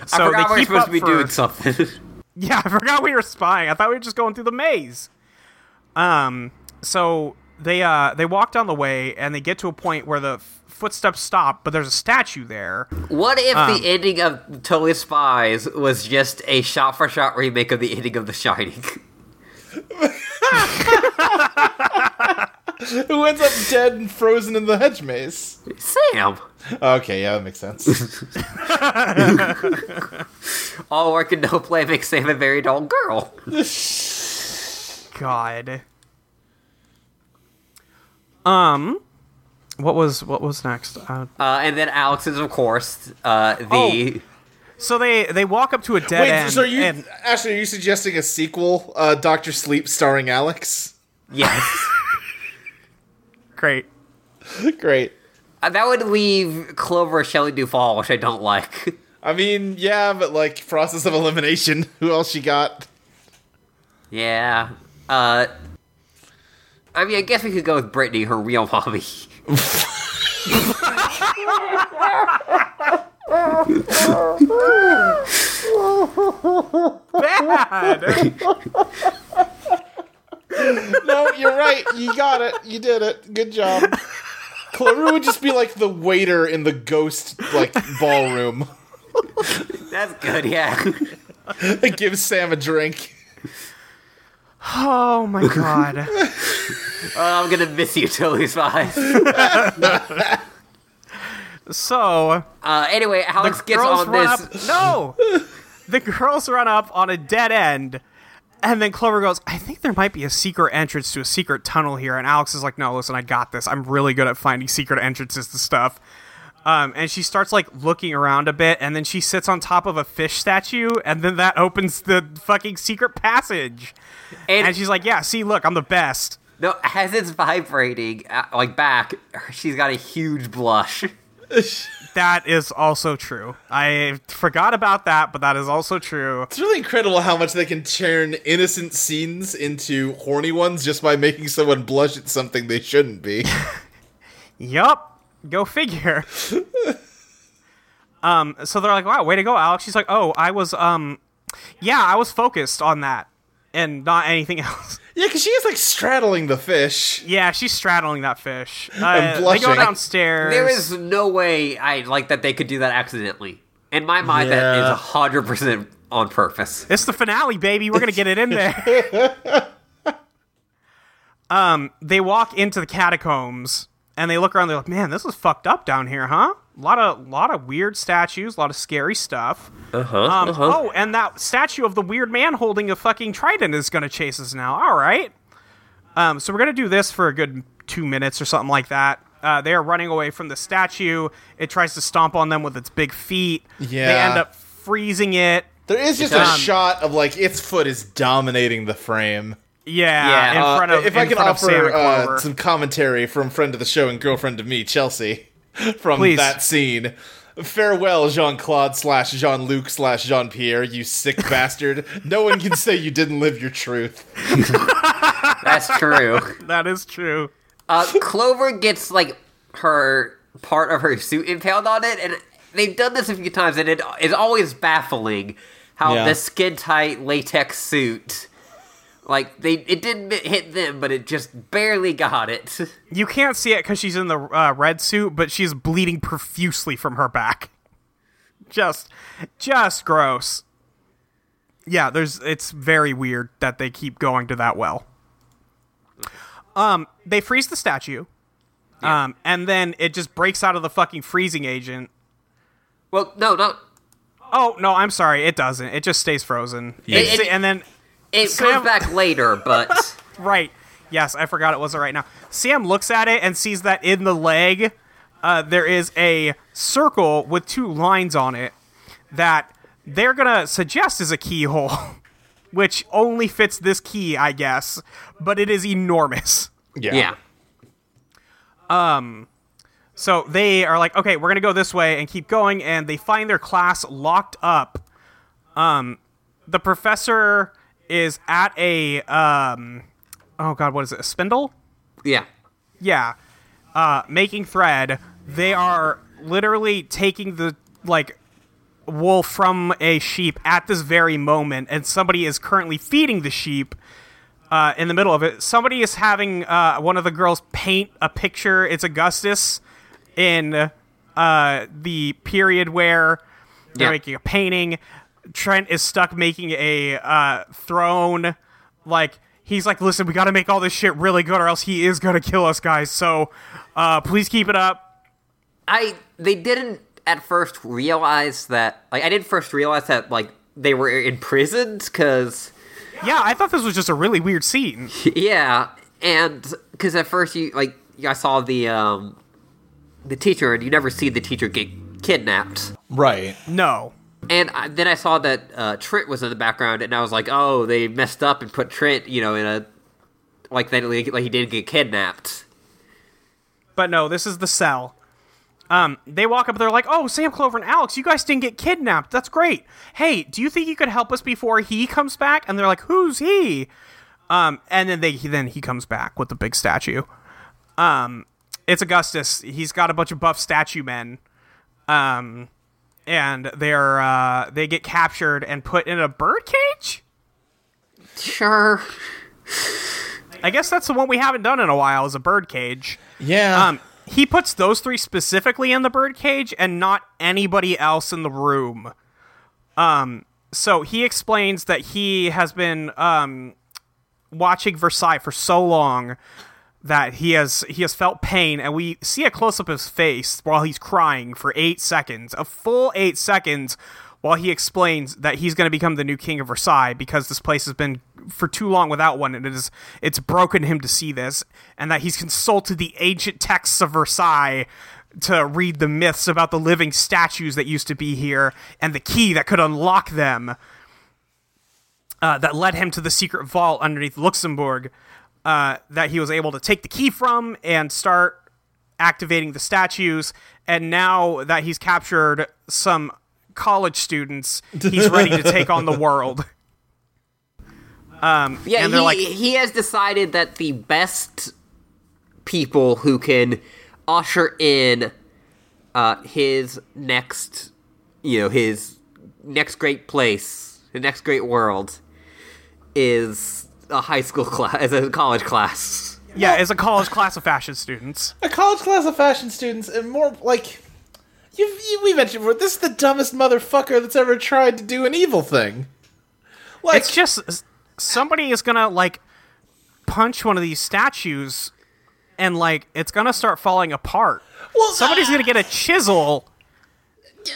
S2: So
S1: I forgot we
S2: they
S1: were
S2: keep
S1: supposed
S2: up
S1: to be
S2: for-
S1: doing something.
S2: yeah, I forgot we were spying. I thought we were just going through the maze. Um, so they uh they walk down the way and they get to a point where the f- footsteps stop, but there's a statue there.
S1: what if
S2: Ah.
S1: the ending of Totally Spies was just a shot-for-shot remake of the ending of The Shining?
S3: Who ends up dead and frozen in the hedge maze?
S1: Sam,
S3: Okay, yeah, that makes sense.
S1: all work and no play makes Sam a very dull girl.
S2: God. Um, what was what was next? Uh,
S1: Uh, and then Alex is, of course, uh,
S2: Oh.
S1: the.
S2: so they they walk up to a dead
S3: Wait,
S2: end.
S3: so are you
S2: and-
S3: Ashley? Are you suggesting a sequel, uh, Doctor Sleep, starring Alex?
S1: Yes.
S2: great.
S3: Great.
S1: Uh, that would leave Clover Shelley Duvall, which I don't like.
S3: I mean, yeah, but like process of elimination. Who else she got?
S1: yeah. Uh, I mean, I guess we could go with Brittany, her real mommy.
S2: Bad.
S3: No, you're right. You got it. You did it. Good job. Clover would just be like the waiter in the ghost like ballroom.
S1: That's good, yeah.
S3: that gives Sam a drink.
S2: oh my god.
S1: Oh, I'm gonna miss you, Totally Spies.
S2: So
S1: Uh, anyway, Alex gets
S2: girls
S1: on
S2: run
S1: this.
S2: Up, no, the girls run up on a dead end, and then Clover goes, "I think there might be a secret entrance to a secret tunnel here." And Alex is like, "No, listen, I got this. I'm really good at finding secret entrances to stuff." Um, and she starts like looking around a bit, and then she sits on top of a fish statue, and then that opens the fucking secret passage.
S1: And,
S2: And she's like, "Yeah, see, look, I'm the best."
S1: no, as it's vibrating, uh, like back, she's got a huge blush.
S2: That is also true. I forgot about that, but that is also true.
S3: It's really incredible how much they can turn innocent scenes into horny ones just by making someone blush at something they shouldn't be.
S2: Yup. Go figure. um, so they're like, wow, way to go, Alex. She's like, oh, I was, um, yeah, I was focused on that and not anything else.
S3: yeah, because she is like straddling the fish.
S2: yeah, she's straddling that fish. Uh, They
S3: blushing.
S2: go downstairs.
S1: There is no way I like that they could do that accidentally. In my mind,
S3: Yeah.
S1: that is hundred percent on purpose.
S2: It's the finale, baby. We're gonna get it in there. um, they walk into the catacombs and they look around. They're like, "Man, this is fucked up down here, huh? A lot of lot of weird statues, a lot of scary stuff." Uh-huh, um, Oh, and that statue of the weird man holding a fucking trident is gonna chase us now. All right. Um, so we're gonna do this for a good two minutes or something like that. Uh, they are running away from the statue. It tries to stomp on them with its big feet. They
S3: Yeah.
S2: end up freezing it.
S3: There is just a
S1: does.
S3: shot of like its foot is dominating the frame.
S2: Yeah,
S1: Yeah,
S2: in
S1: uh,
S2: front of
S3: if
S2: in
S3: I can
S2: front of Sam
S3: offer uh,
S2: Clover.
S3: some commentary from friend of the show and girlfriend of me, Chelsea, from
S2: Please.
S3: that scene. Farewell, Jean Claude slash Jean Luc slash Jean Pierre, you sick bastard. No one can say you didn't live your truth.
S1: That's true.
S2: that is true.
S1: Uh, Clover gets like her part of her suit impaled on it, and they've done this a few times, and it is always baffling how
S3: Yeah.
S1: the skin tight latex suit, like they it didn't hit them, but it just barely got it.
S2: You can't see it because she's in the uh, red suit, but she's bleeding profusely from her back. Just, just gross. Yeah, there's. It's very weird that they keep going to that well. Um, they freeze the statue, um, and then it just breaks out of the fucking freezing agent.
S1: Well, no, not
S2: Oh no, I'm sorry, it doesn't. It just stays frozen. It's-
S1: It- it-
S2: and then
S1: it
S2: Sam-
S1: comes back later, but
S2: Right. Yes, I forgot it wasn't right now. Sam looks at it and sees that in the leg, uh, there is a circle with two lines on it that they're gonna suggest is a keyhole, which only fits this key, I guess. But it is enormous.
S3: Yeah.
S1: yeah,
S2: So they are like, okay, we're gonna go this way and keep going, and they find their class locked up. Um, the professor is at a um, oh god, what is it? A spindle?
S1: yeah.
S2: yeah uh making thread they are literally taking the like wool from a sheep at this very moment and somebody is currently feeding the sheep uh, in the middle of it somebody is having uh, one of the girls paint a picture it's augustus in uh, the period where they're
S1: Yeah.
S2: making a painting trent is stuck making a uh, throne like he's like listen we gotta make all this shit really good or else he is gonna kill us guys so uh, please keep it up
S1: I they didn't at first realize that like I didn't first realize that like they were imprisoned because.
S2: yeah i thought this was just a really weird scene
S1: Yeah, and because at first you like I saw the um the teacher, and you never see the teacher get kidnapped.
S3: Right.
S2: no
S1: And I, then I saw that uh, Trent was in the background, and I was like, oh, they messed up and put Trent, you know, in a like they like he didn't get kidnapped.
S2: but no this is the cell um, they walk up they're like oh sam clover and alex you guys didn't get kidnapped that's great hey do you think you could help us before he comes back and they're like who's he um, and then they then he comes back with the big statue um, it's augustus he's got a bunch of buff statue men um, and they're uh, they get captured and put in a bird cage
S1: Sure.
S2: i guess that's the one we haven't done in a while is a bird cage
S3: Yeah.
S2: Um, he puts those three specifically in the birdcage and not anybody else in the room. Um, so he explains that he has been um, watching Versailles for so long that he has he has felt pain, and we see a close up of his face while he's crying for eight seconds, a full eight seconds. While he explains that he's going to become the new king of Versailles because this place has been for too long without one, and it is it's broken him to see this, and that he's consulted the ancient texts of Versailles to read the myths about the living statues that used to be here and the key that could unlock them uh, that led him to the secret vault underneath Luxembourg uh, that he was able to take the key from and start activating the statues. And now that he's captured some college students, he's ready to take on the world.
S1: Yeah,
S2: And
S1: he
S2: they're like-
S1: he has decided that the best people who can usher in uh, his next, you know, his next great place, the next great world, is a high school class, is a college class.
S2: Yeah, as a college class of fashion students.
S3: a college class of fashion students, and more like. You've, you, we mentioned before, this is the dumbest motherfucker that's ever tried to do an evil thing. Like,
S2: It's just s- somebody is gonna like punch one of these statues, and like it's gonna start falling apart.
S3: well,
S2: Somebody's gonna get a chisel,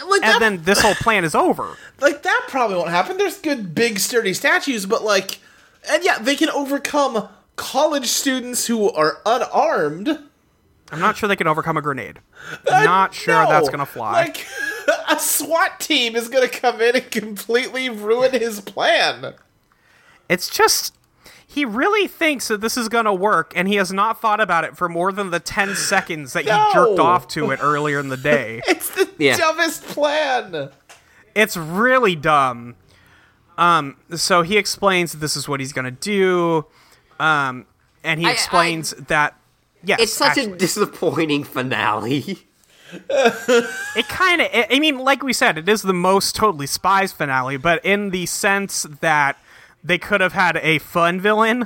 S3: like that-
S2: and then this whole plan is over.
S3: like that probably won't happen. There's good big sturdy statues, but like and yeah, they can overcome college students who are unarmed.
S2: I'm not sure they can overcome a grenade. I'm not sure
S3: No.
S2: that's gonna fly.
S3: Like a SWAT team is going to come in and completely ruin his plan.
S2: It's just he really thinks that this is going to work, and he has not thought about it for more than the ten seconds that
S3: No.
S2: he jerked off to it earlier in the day.
S3: It's the
S1: Yeah.
S3: dumbest plan.
S2: it's really dumb. Um, so he explains that this is what he's going to do, um, and he
S1: I-
S2: explains that yes,
S1: It's such
S2: actually.
S1: a disappointing finale.
S2: It kind of, I mean, like we said, it is the most totally spies finale, but in the sense that they could have had a fun villain,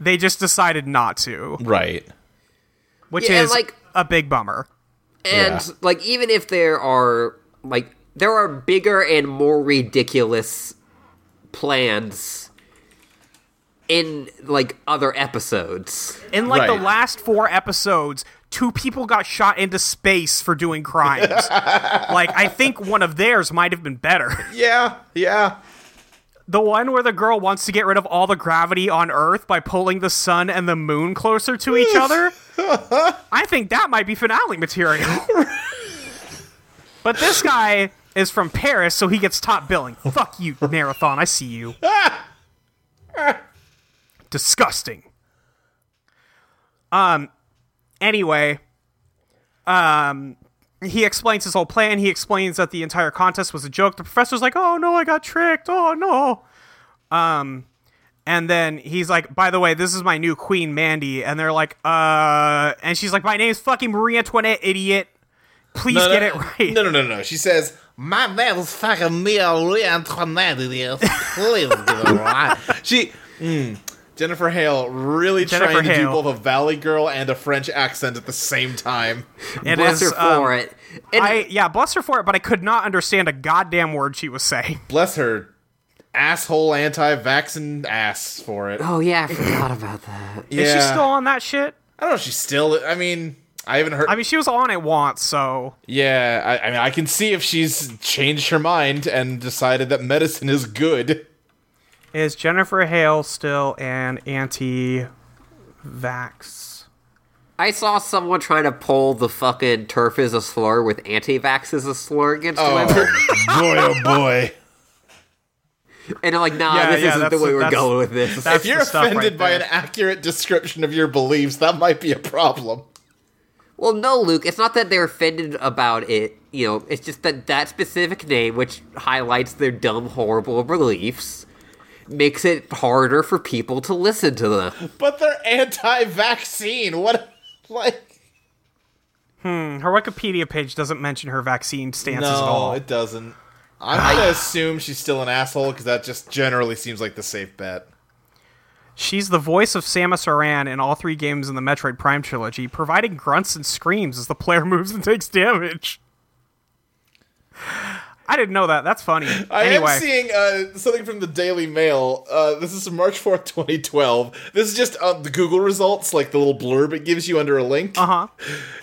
S2: they just decided not to,
S3: Right.
S2: which
S1: Yeah,
S2: is
S1: like-
S2: a big bummer.
S1: And
S3: Yeah.
S1: like even if there are like there are bigger and more ridiculous plans in like other episodes.
S2: In like
S3: Right.
S2: the last four episodes, two people got shot into space for doing crimes. like I think one of theirs might have been better.
S3: Yeah. Yeah.
S2: The one where the girl wants to get rid of all the gravity on Earth by pulling the sun and the moon closer to each other. I think that might be finale material. but this guy is from Paris, so he gets top billing. Fuck you, Marathon. I see you. Disgusting. Um. Anyway, um, he explains his whole plan. He explains that the entire contest was a joke. The professor's like, "Oh no, I got tricked. Oh no." Um, And then he's like, by the way, this is my new queen, Mandy. And they're like, uh, and she's like, my name's fucking Marie Antoinette, idiot. Please get it right.
S3: No, no, no, no. She says, "My name's fucking Marie Antoinette." idiot. Please get it right." she, mm, Jennifer Hale, really
S2: Jennifer
S3: trying to
S2: Hale.
S3: do both a Valley girl and a French accent at the same time.
S2: It
S1: Bless
S2: is,
S1: her
S2: um,
S1: for it. And
S2: I, yeah, bless her for it, but I could not understand a goddamn word she was saying.
S3: Bless her asshole anti-vaccine ass for it.
S1: oh yeah, I forgot about that.
S3: yeah.
S2: Is she still on that shit?
S3: I don't know. if She's still. I mean, I haven't heard.
S2: I mean, she was on it once, so.
S3: yeah. I, I mean, I can see if she's changed her mind and decided that medicine is good.
S2: Is Jennifer Hale still an anti vax?
S1: I saw someone trying to pull the fucking turf is a slur with anti-vax is a slur against
S3: Oh
S1: him,
S3: boy! Oh boy!
S1: and I'm like, nah,
S2: Yeah,
S1: this
S2: yeah,
S1: isn't the
S2: that's-
S1: way we're
S2: that's-
S1: going with this.
S2: that's-
S3: if you're
S2: the stuff
S3: offended
S2: right
S3: by
S2: there.
S3: an accurate description of your beliefs, that might be a problem.
S1: Well, no, Luke, it's not that they're offended about it. You know, it's just that that specific name, which highlights their dumb, horrible beliefs, makes it harder for people to listen to them.
S3: But they're anti-vaccine. What? Like?
S2: Her Wikipedia page doesn't mention her vaccine stances at
S3: No,
S2: all.
S3: it doesn't. I'm gonna assume she's still an asshole because that just generally seems like the safe bet.
S2: She's the voice of Samus Aran in all three games in the Metroid Prime trilogy, providing grunts and screams as the player moves and takes damage. I didn't know that. That's funny.
S3: I
S2: anyway,
S3: am seeing uh, something from the Daily Mail. Uh, this is March 4th, 2012. This is just uh, the Google results, like the little blurb it gives you under a link.
S2: uh huh.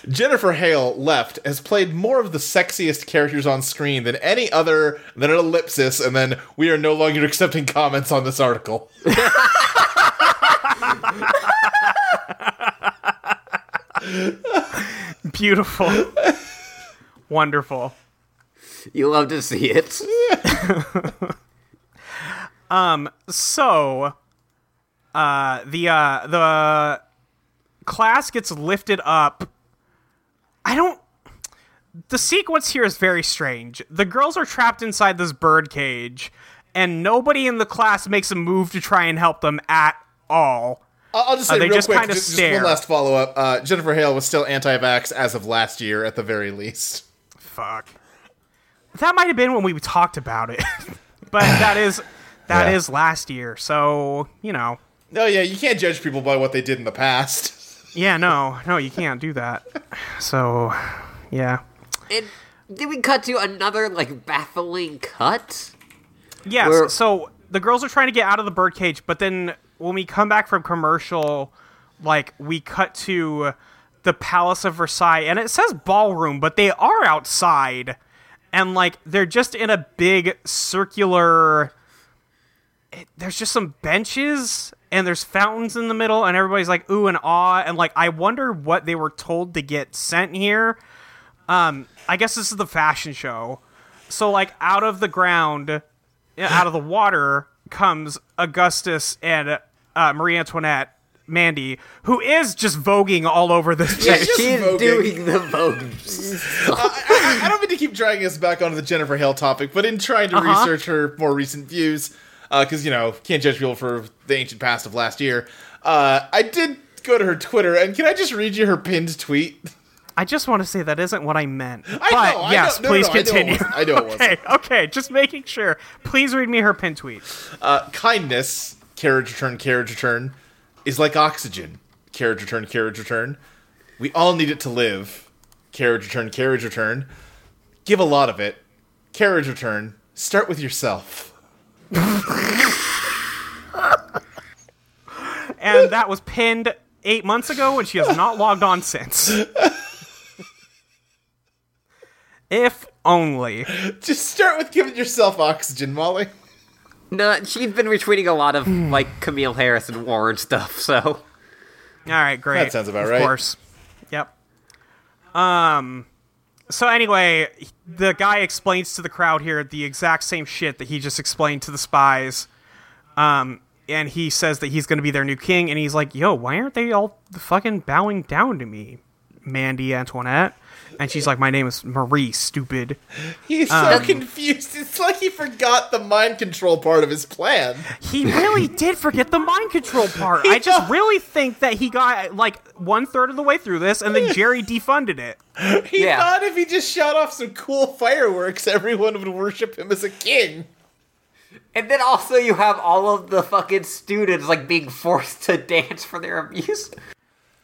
S3: Jennifer Hale left has played more of the sexiest characters on screen than any other than an ellipsis, and then we are no longer accepting comments on this article.
S2: Beautiful. Wonderful.
S1: You love to see it.
S2: So, uh, the uh, the class gets lifted up. I don't. The sequence here is very strange. The girls are trapped inside this bird cage, and nobody in the class makes a move to try and help them at all.
S3: I'll I'll just say
S2: Uh, they
S3: real
S2: just
S3: quick,
S2: kinda
S3: just, just
S2: stare.
S3: one last follow up. Uh, Jennifer Hale was still anti-vax as of last year, at the very least.
S2: Fuck. That might have been when we talked about it, but that is that is
S3: Yeah.
S2: last year. So you know,
S3: Oh yeah, you can't judge people by what they did in the past.
S2: yeah, no, no, you can't do that. So, yeah.
S1: And then we cut to another, like, baffling cut.
S2: Yes.
S1: Where-
S2: so the girls are trying to get out of the birdcage, but then when we come back from commercial, like we cut to the Palace of Versailles, and it says ballroom, but they are outside, and like they're just in a big circular. it- There's just some benches and there's fountains in the middle, and everybody's like ooh and ah, and like I wonder what they were told to get sent here. Um, I guess this is the fashion show, So like out of the ground, yeah, out of the water comes Augustus and uh, Marie Antoinette, Mandy, who is just voguing all over this place.
S3: just
S1: She's
S3: voguing.
S1: doing the vogues.
S3: I, I don't mean to keep dragging us back onto the Jennifer Hale topic, but in trying to
S2: Uh-huh.
S3: research her more recent views, because you know can't judge people for the ancient past of last year, uh, I did go to her Twitter, and can I just read you her pinned tweet?
S2: I just want to say that isn't what I meant.
S3: I
S2: but
S3: know, I
S2: yes,
S3: know- no,
S2: please
S3: no, no, I know it
S2: continue.
S3: wasn't. I know it
S2: okay, okay, just making sure. Please read me her pin tweet.
S3: Uh, kindness, carriage return, carriage return, is like oxygen. Carriage return, carriage return. We all need it to live. Carriage return, carriage return. Give a lot of it. Carriage return. Start with yourself.
S2: And that was pinned eight months ago, and she has not logged on since. if only.
S3: Just start with giving yourself oxygen, Molly.
S1: No, she's been retweeting a lot of
S3: Hmm.
S1: like Camille Harris and Warren stuff. So
S2: All right, great.
S3: That sounds about
S2: of
S3: right.
S2: Of course. Yep. Um. So anyway, the guy explains to the crowd here the exact same shit that he just explained to the spies. Um, and he says that he's going to be their new king, and he's like, "Yo, why aren't they all fucking bowing down to me, Mandy Antoinette?" And she's like, "My name is Marie, stupid."
S3: He's so
S2: Um,
S3: confused. It's like he forgot the mind control part of his plan.
S2: He really did forget the mind control part. I just really think that he got like one third of the way through this, and then Jerry defunded it.
S3: He
S1: Yeah.
S3: thought if he just shot off some cool fireworks, everyone would worship him as a king.
S1: And then also you have all of the fucking students like being forced to dance for their abuse.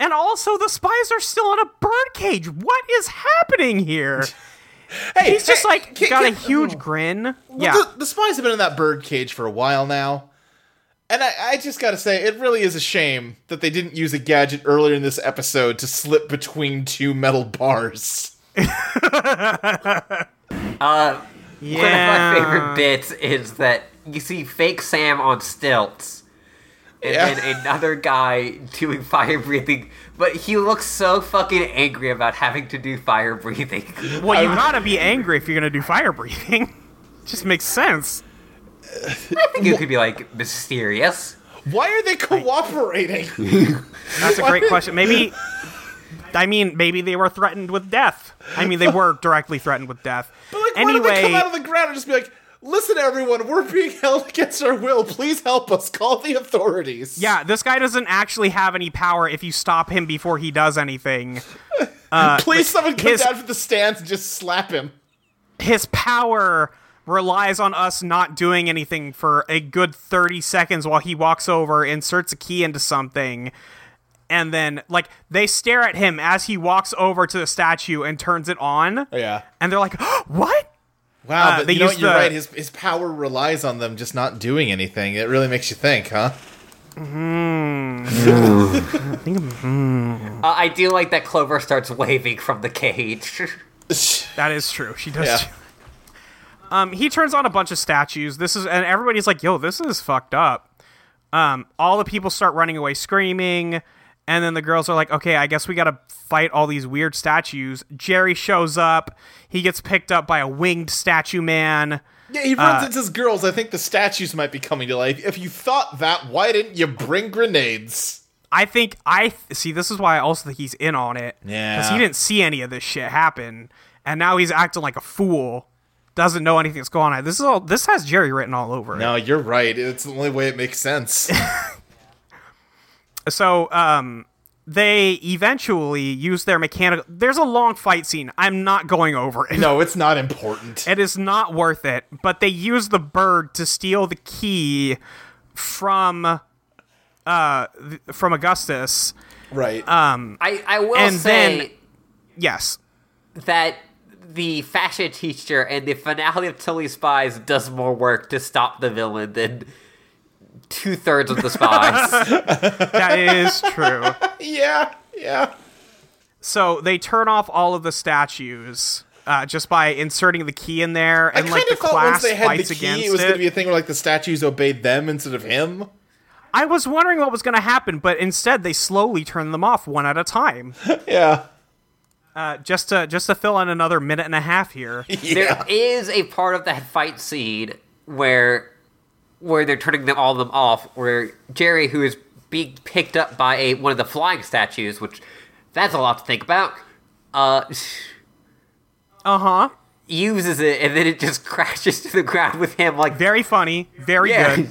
S2: And also, the spies are still in a birdcage. What is happening here?
S3: Hey,
S2: He's just
S3: hey,
S2: like
S3: can-
S2: got a
S3: can-
S2: huge grin. Yeah,
S3: Well, the, the spies have been in that bird cage for a while now. And I, I just gotta say, it really is a shame that they didn't use a gadget earlier in this episode to slip between two metal bars.
S2: yeah.
S1: One of my favorite bits is that you see fake Sam on stilts. And
S3: Yeah.
S1: then another guy doing fire breathing, but he looks so fucking angry about having to do fire breathing.
S2: Well, you gotta be angry if you're gonna do fire breathing. just makes sense.
S1: I think it could be like mysterious.
S3: Why are they cooperating?
S2: That's a great question. Maybe, I mean, maybe they were threatened with death. I mean, they were directly threatened with death.
S3: But like, why did they come
S2: anyway,
S3: out of the ground and just be like, "Listen, everyone, we're being held against our will. Please help us. Call the authorities."
S2: yeah, this guy doesn't actually have any power if you stop him before he does anything.
S3: Please, someone come
S2: his-
S3: down from the stands and just slap him.
S2: his power relies on us not doing anything for a good 30 seconds while he walks over inserts a key into something and then like they stare at him as he walks over to the statue and turns it on
S3: Oh, Yeah.
S2: and they're like what
S3: Wow,
S2: Uh,
S3: but
S2: they
S3: you know
S2: use
S3: what, you're
S2: the-
S3: right. His his power relies on them just not doing anything. It really makes you think, huh?
S1: Uh, I do like that Clover starts waving from the cage.
S2: that is true she does
S3: Yeah.
S2: um he turns on a bunch of statues this is and everybody's like yo this is fucked up um all the people start running away screaming and then the girls are like okay i guess we gotta fight all these weird statues jerry shows up he gets picked up by a winged statue man
S3: Yeah, he
S2: Uh,
S3: runs into his girls. I think the statues might be coming to life. If you thought that, why didn't you bring grenades?
S2: i think i th- see this is why i also think he's in on it because
S3: Yeah.
S2: he didn't see any of this shit happen and now he's acting like a fool doesn't know anything that's going on this is all this has jerry written all over it
S3: No, you're right. It's the only way it makes sense.
S2: so um they eventually use their mechanical there's a long fight scene i'm not going over it
S3: no, it's not important.
S2: it is not worth it but they use the bird to steal the key from uh th- from augustus
S3: Right.
S2: uh,
S1: I, I will
S2: And
S1: say
S2: then- yes
S1: that the fashion teacher and the finale of Tilly Spies does more work to stop the villain than two thirds of the spies.
S2: that is true
S3: yeah, yeah.
S2: so they turn off all of the statues uh, just by inserting the key in there
S3: I
S2: and like
S3: kinda
S2: the class fights against
S3: it was going to be a thing where like the statues obeyed them instead of him.
S2: i was wondering what was going to happen but instead they slowly turn them off one at a time
S3: Yeah.
S2: Uh, just to just to fill in another minute and a half here.
S1: There is a part of that fight scene where where they're turning them all of them off, where Jerry, who is being picked up by a one of the flying statues, which that's a lot to think about, uh,
S2: Uh huh.
S1: uses it and then it just crashes to the ground with him like
S2: Very funny. Very
S1: Yeah.
S2: good.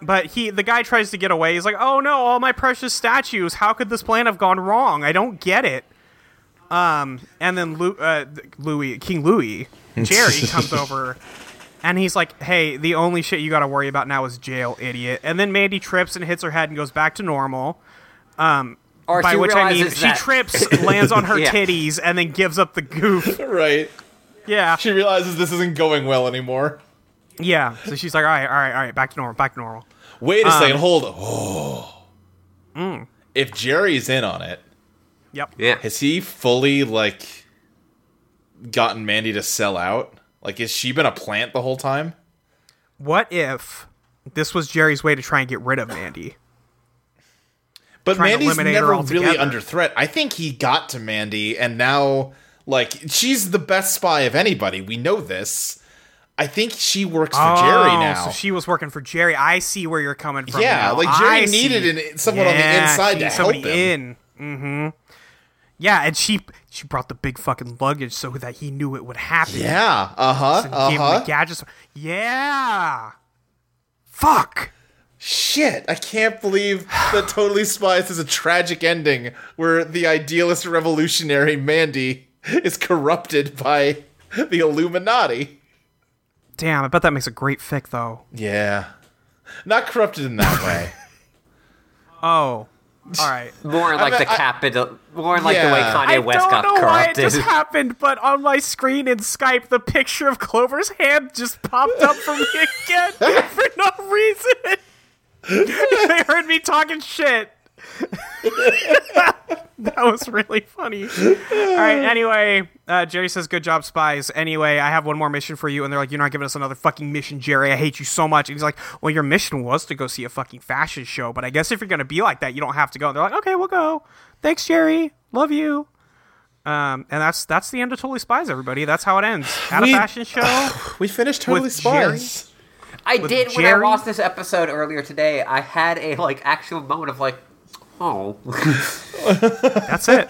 S2: But he, the guy tries to get away. He's like, "Oh no, all my precious statues! How could this plan have gone wrong? I don't get it." Um, and then Lu- uh, th- Louis, King Louis, Jerry comes over, and he's like, "Hey, the only shit you got to worry about now is jail, idiot." And then Mandy trips and hits her head and goes back to normal.
S1: or
S2: By
S1: she
S2: which I
S1: realizes
S2: mean,
S1: that
S2: she trips, lands on her
S1: Yeah.
S2: titties, and then gives up the goof.
S3: right.
S2: Yeah,
S3: She realizes this isn't going well anymore.
S2: yeah. So she's like, "All right, all right, all right, back to normal, back to normal."
S3: Wait
S2: Um,
S3: a second. Hold. Oh.
S2: Mm.
S3: If Jerry's in on it,
S2: Yep.
S1: yeah
S3: has he fully like gotten Mandy to sell out? Like, has she been a plant the whole time?
S2: What if this was Jerry's way to try and get rid of Mandy?
S3: But
S2: trying to
S3: Mandy's
S2: eliminate her
S3: never really
S2: altogether.
S3: under threat. I think he got to Mandy, and now, like, she's the best spy of anybody. We know this. I think she works for Jerry
S2: Oh,
S3: now.
S2: So she was working for Jerry. I see where you're coming from.
S3: Yeah,
S2: now.
S3: like, Jerry
S2: I see.
S3: needed an- someone on the
S2: Yeah,
S3: inside
S2: she
S3: to
S2: needs somebody
S3: help him.
S2: in. Mm-hmm. Yeah, and she she brought the big fucking luggage so that he knew it would happen.
S3: yeah. Uh huh. Uh
S2: Gave him the
S3: huh.
S2: gadgets. Yeah. Fuck.
S3: Shit. I can't believe that Totally Spies is a tragic ending where the idealist revolutionary Mandy is corrupted by the Illuminati.
S2: Damn, I bet that makes a great fic though.
S3: Yeah. Not corrupted in that way.
S2: Oh. All right.
S1: more like
S3: I-
S1: the
S3: I-
S1: capital more like the way
S3: Yeah.
S1: Kanye
S2: I
S1: West
S2: don't
S1: got
S2: know why it
S1: corrupted
S2: just happened, but on my screen in Skype, the picture of Clover's hand just popped up for me again for no reason. they heard me talking shit. that was really funny. All right. Anyway, uh, Jerry says, "Good job, spies." Anyway, I have one more mission for you, and they're like, "You're not giving us another fucking mission, Jerry. I hate you so much." And he's like, "Well, your mission was to go see a fucking fashion show, but I guess if you're gonna be like that, you don't have to go." And they're like, "Okay, we'll go. Thanks, Jerry. Love you." Um, and that's that's the end of Totally Spies, everybody. That's how it ends at
S3: We-
S2: a fashion show.
S3: we finished Totally
S2: Jerry?
S3: Spies.
S1: I did when I
S2: Jerry?
S1: watched this episode earlier today. I had a like actual moment of like, oh,
S2: That's it.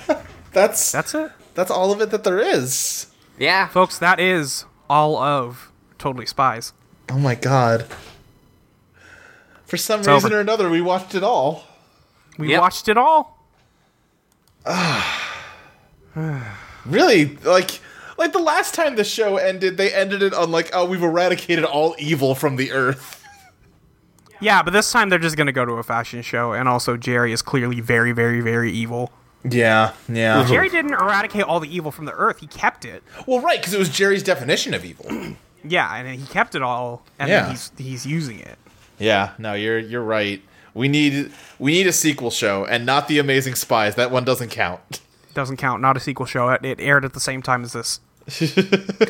S3: That's
S2: That's it,
S3: That's all of it that there is.
S1: yeah.
S2: folks. That is all of Totally Spies.
S3: Oh my god. For some
S2: over.
S3: reason or another, we watched it all.
S2: We
S1: Yep.
S2: watched it all.
S3: Really, like like the last time the show ended, they ended it on like, oh, we've eradicated all evil from the earth.
S2: Yeah, but this time they're just gonna go to a fashion show, and also Jerry is clearly very, very, very evil.
S3: Yeah, yeah.
S2: Jerry didn't eradicate all the evil from the earth; he kept it.
S3: Well, right, because it was Jerry's definition of evil.
S2: Yeah, and he kept it all, and
S3: Yeah.
S2: then he's he's using it.
S3: yeah, no, you're you're right. We need we need a sequel show and not the Amazing Spies. That one doesn't count.
S2: Doesn't count. Not a sequel show. It, it aired at the same time as this.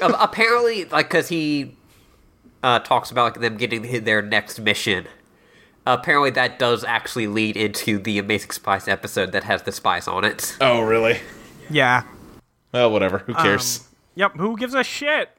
S1: Um, apparently, like, cause he uh, talks about them getting hi- their next mission. Apparently, that does actually lead into the Amazing Spice episode that has the spice on it.
S3: Oh, really?
S2: Yeah.
S3: Well, whatever.
S2: Um,
S3: Who cares?
S2: Yep. Who gives a shit?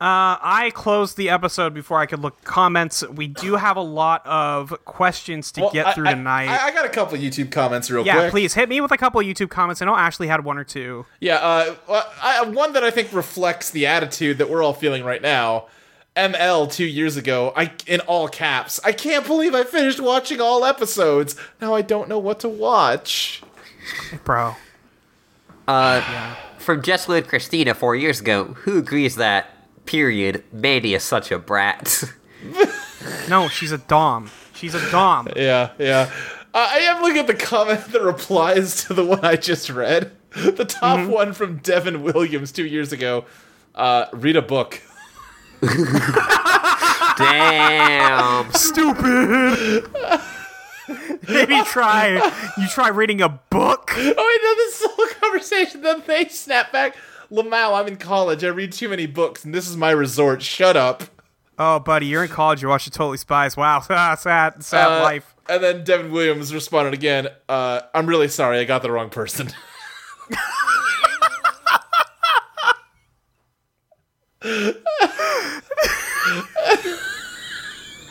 S2: Uh, I closed the episode before I could look at comments. We do have a lot of questions to
S3: Well, I-
S2: get through
S3: I-
S2: tonight.
S3: I, I got a couple YouTube comments real
S2: yeah,
S3: quick.
S2: please hit me with a couple of YouTube comments. I know Ashley had one or two.
S3: Yeah, uh, well, I, one that I think reflects the attitude that we're all feeling right now. ML two years ago, I in all caps. I can't believe I finished watching all episodes. Now I don't know what to watch.
S2: Bro.
S1: From Jessica and Christina four years ago, who agrees that? Period. Mandy is such a brat.
S2: No, she's a Dom. She's a Dom.
S3: Yeah, yeah. Uh, I am looking at the comment that replies to the one I just read. The top one from Devin Williams two years ago. Uh, read a book.
S1: Damn.
S2: Stupid. Maybe try you try reading a book.
S3: Oh, wait, no, this is the whole conversation. Then they snap back. Lamau, I'm in college. I read too many books, and this is my resort. Shut up.
S2: Oh, buddy, you're in college. You're watching Totally Spies. Wow, sad, sad
S3: Uh,
S2: life.
S3: And then Devin Williams responded again, uh, I'm really sorry, I got the wrong person.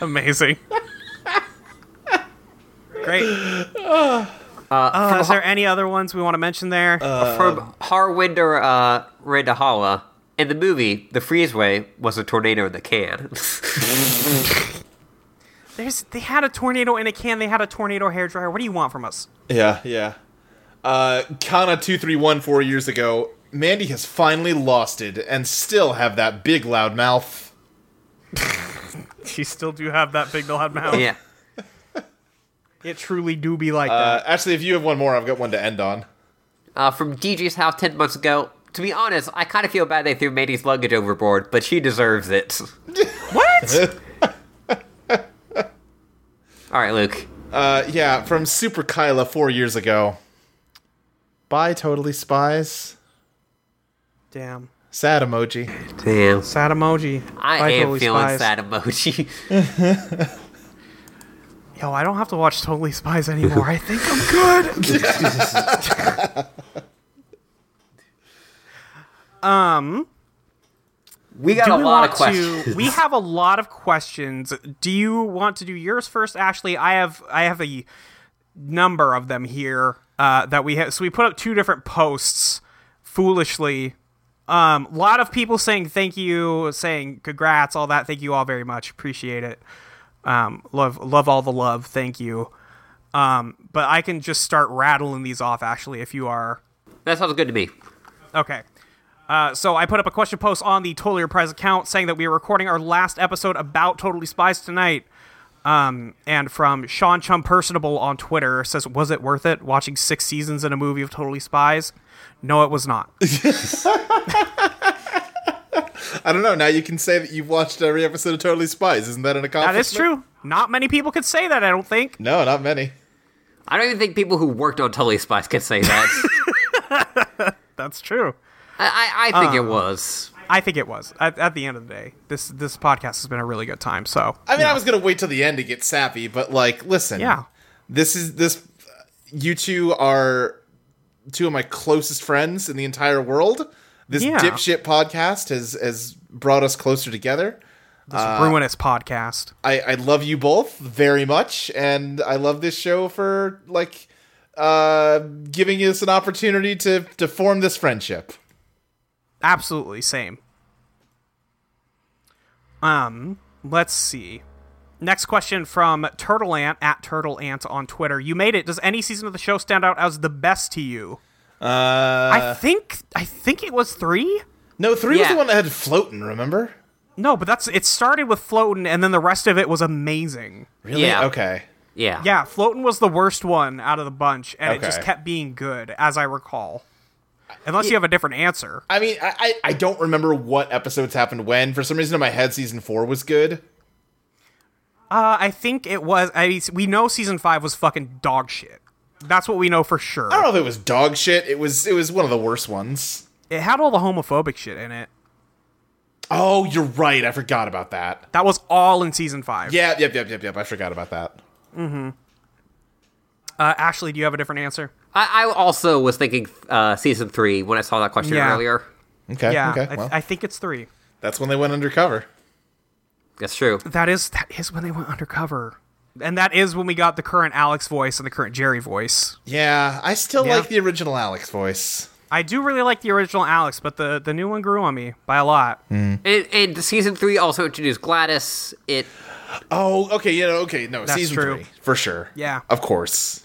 S2: Amazing. Great. Uh, is there any other ones we want to mention there?
S1: From Harwinder uh, Randahala, in the movie, the freezeway was a tornado in the can.
S2: There's they had a tornado in a can. They had a tornado hairdryer. What do you want from us?
S3: yeah, yeah. Uh, Kana 231 four years ago, Mandy has finally lost it and still have that big loud mouth.
S2: You still do have that big loud mouth.
S1: yeah.
S2: It truly do be like
S3: Uh, actually, if you have one more, I've got one to end on.
S1: Uh, from DJ's house 10 months ago. To be honest, I kind of feel bad they threw Mandy's luggage overboard, but she deserves it.
S2: that. What?
S1: All right, Luke.
S3: Uh, yeah, from Super Kyla four years ago. Bye, totally spies.
S2: Damn.
S3: Sad emoji.
S1: Damn.
S2: Sad emoji.
S1: I
S2: By
S1: am
S2: Totally
S1: feeling
S2: Spies.
S1: sad emoji.
S2: Yo, I don't have to watch Totally Spies anymore. I think I'm good.
S1: We got
S2: Do
S1: a
S2: we
S1: lot
S2: want
S1: of questions.
S2: to? We have a lot of questions. Do you want to do yours first, Ashley? I have I have a number of them here uh, that we have. So we put up two different posts. Foolishly, a um, lot of people saying thank you, saying congrats, all that. Thank you all very much. Appreciate it. Um, love love all the love. Thank you. Um, but I can just start rattling these off, Ashley, if you are
S1: That sounds good to me.
S2: Okay. Uh, so I put up a question post on the Totally Reprise account saying that we are recording our last episode about Totally Spies tonight. Um, and from Sean Chum Personable on Twitter says, "Was it worth it watching six seasons in a movie of Totally Spies? No, it was not.
S3: I don't know. Now you can say that you've watched every episode of Totally Spies. Isn't that an
S2: that
S3: accomplishment?
S2: is true. Not many people could say that. I don't think.
S3: No, not many.
S1: I don't even think people who worked on Tully Spice can say that.
S2: That's true.
S1: I, I, I
S2: Um,
S1: think it was.
S2: I think it was. At, at the end of the day, this this podcast has been a really good time. So
S3: I mean, I was gonna wait till the end to get sappy, but like, listen,
S2: Yeah.
S3: this is this. You two are two of my closest friends in the entire world. This
S2: Yeah.
S3: dipshit podcast has has brought us closer together.
S2: this ruinous podcast.
S3: I, I love you both very much, and I love this show for like uh giving us an opportunity to to form this friendship.
S2: Absolutely same. Um, let's see. Next question from Turtle Ant at Turtle Ant on Twitter. You made it. Does any season of the show stand out as the best to you?
S3: Uh,
S2: I think I think it was three.
S3: no, three was
S1: yeah.
S3: the one that had floating. Remember?
S2: No, but that's it started with Floatin' and then the rest of it was amazing.
S3: Really?
S1: Yeah.
S3: Okay.
S1: Yeah.
S2: Yeah, Floatin' was the worst one out of the bunch, and it just
S3: Okay.
S2: kept being good, as I recall. Unless you have a different answer.
S3: I mean, I, I I don't remember what episodes happened when. For some reason, in my head, season four was good.
S2: Uh, I think it was. I mean, we know season five was fucking dog shit. That's what we know for sure.
S3: I don't know if it was dog shit. It was it was one of the worst ones.
S2: It had all the homophobic shit in it.
S3: Oh, you're right. I forgot about that.
S2: That was all in season five.
S3: Yep, yep, yep, yep, yep. I forgot about that.
S2: Uh, Ashley, do you have a different answer?
S1: I, I also was thinking uh, season three when I saw that question
S2: Yeah.
S1: earlier.
S3: Okay.
S2: Yeah.
S3: okay.
S2: I,
S3: well,
S2: I think it's three.
S3: that's when they went undercover.
S1: That's true.
S2: That is that is when they went undercover, and that is when we got the current Alex voice and the current Jerry voice.
S3: Yeah, I still
S2: Yeah.
S3: like the original Alex voice.
S2: I do really like the original Alex, but the the new one grew on me by a lot.
S1: And, and season three also introduced Gladys. It
S3: Oh, okay. You know, okay. No, season
S2: true.
S3: three for sure.
S2: Yeah.
S3: of course.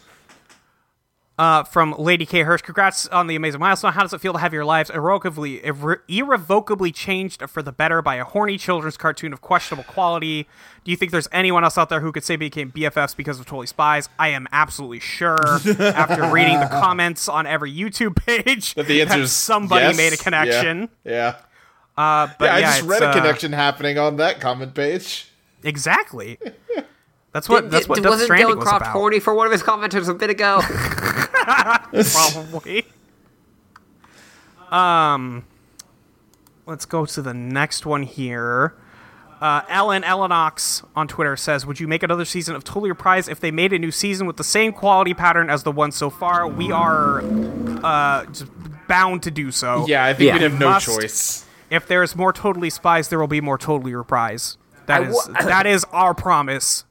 S2: Uh, from Lady K. Hirsch, congrats on the amazing milestone. How does it feel to have your lives irrevocably, irre- irrevocably changed for the better by a horny children's cartoon of questionable quality? Do you think there's anyone else out there who could say they became BFFs because of Totally Spies? I am absolutely sure after reading the comments on every YouTube page that
S3: The answer is
S2: somebody
S3: yes,
S2: made a
S3: yeah,
S2: connection.
S3: Yeah.
S2: Uh, but
S3: Yeah, I just
S2: it's,
S3: read a
S2: uh,
S3: connection happening on that comment page.
S2: Exactly. That's what that's what
S1: it-
S2: Death
S1: wasn't
S2: Stranding
S1: Dylan
S2: was
S1: Croft
S2: about.
S1: horny for one of his commenters a bit ago.
S2: probably. um, let's go to the next one here. Uh, Ellen Ellenox on Twitter says, "Would you make another season of Totally Reprise if they made a new season with the same quality pattern as the one so far? We are uh, just bound to do so.
S3: Yeah, I think
S1: Yeah.
S3: we'd have no
S2: Must-
S3: choice.
S2: If there is more Totally Spies, there will be more Totally Reprise. That
S1: I
S2: is
S1: wa-
S2: that is our promise.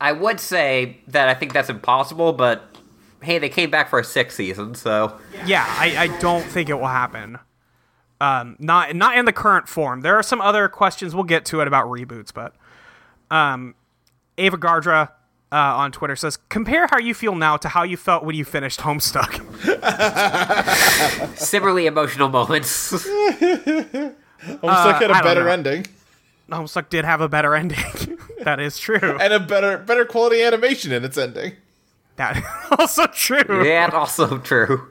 S1: I would say that I think that's impossible, but hey, they came back for a sixth season, so
S2: Yeah, I, I don't think it will happen. Um, not not in the current form. There are some other questions we'll get to it about reboots, but um, Ava Gardra uh, on Twitter says, "Compare how you feel now to how you felt when you finished Homestuck."
S1: similarly emotional moments.
S3: Homestuck had
S2: Uh, I
S3: a
S2: don't
S3: better
S2: know.
S3: ending
S2: Homestuck did have a better ending. that is true.
S3: and a better better quality animation in its ending.
S2: That is also true.
S1: yeah, that's also true.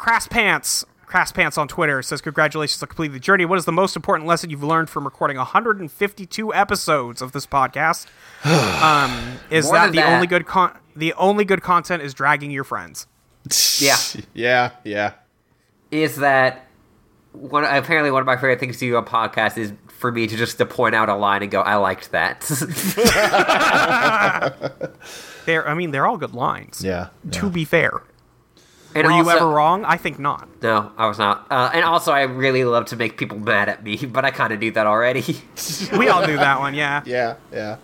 S2: Crass Pants, Crass Pants on Twitter says, "Congratulations on completing the journey. What is the most important lesson you've learned from recording 152 episodes of this podcast? um, is
S1: More
S2: that
S1: than
S2: the
S1: that.
S2: only good con- the only good content is dragging your friends?
S1: Yeah.
S3: yeah, yeah.
S1: Is that one? Apparently, one of my favorite things to do on podcasts is for me to just to point out a line and go, "I liked that."
S2: They're, I mean, they're all good lines.
S3: Yeah.
S2: To be fair,
S1: and
S2: were you
S1: also-
S2: ever wrong? I think not.
S1: No, I was not. Uh, and also, I really love to make people mad at me, but I kind of do that already.
S2: We all knew that one. Yeah.
S3: Yeah, yeah.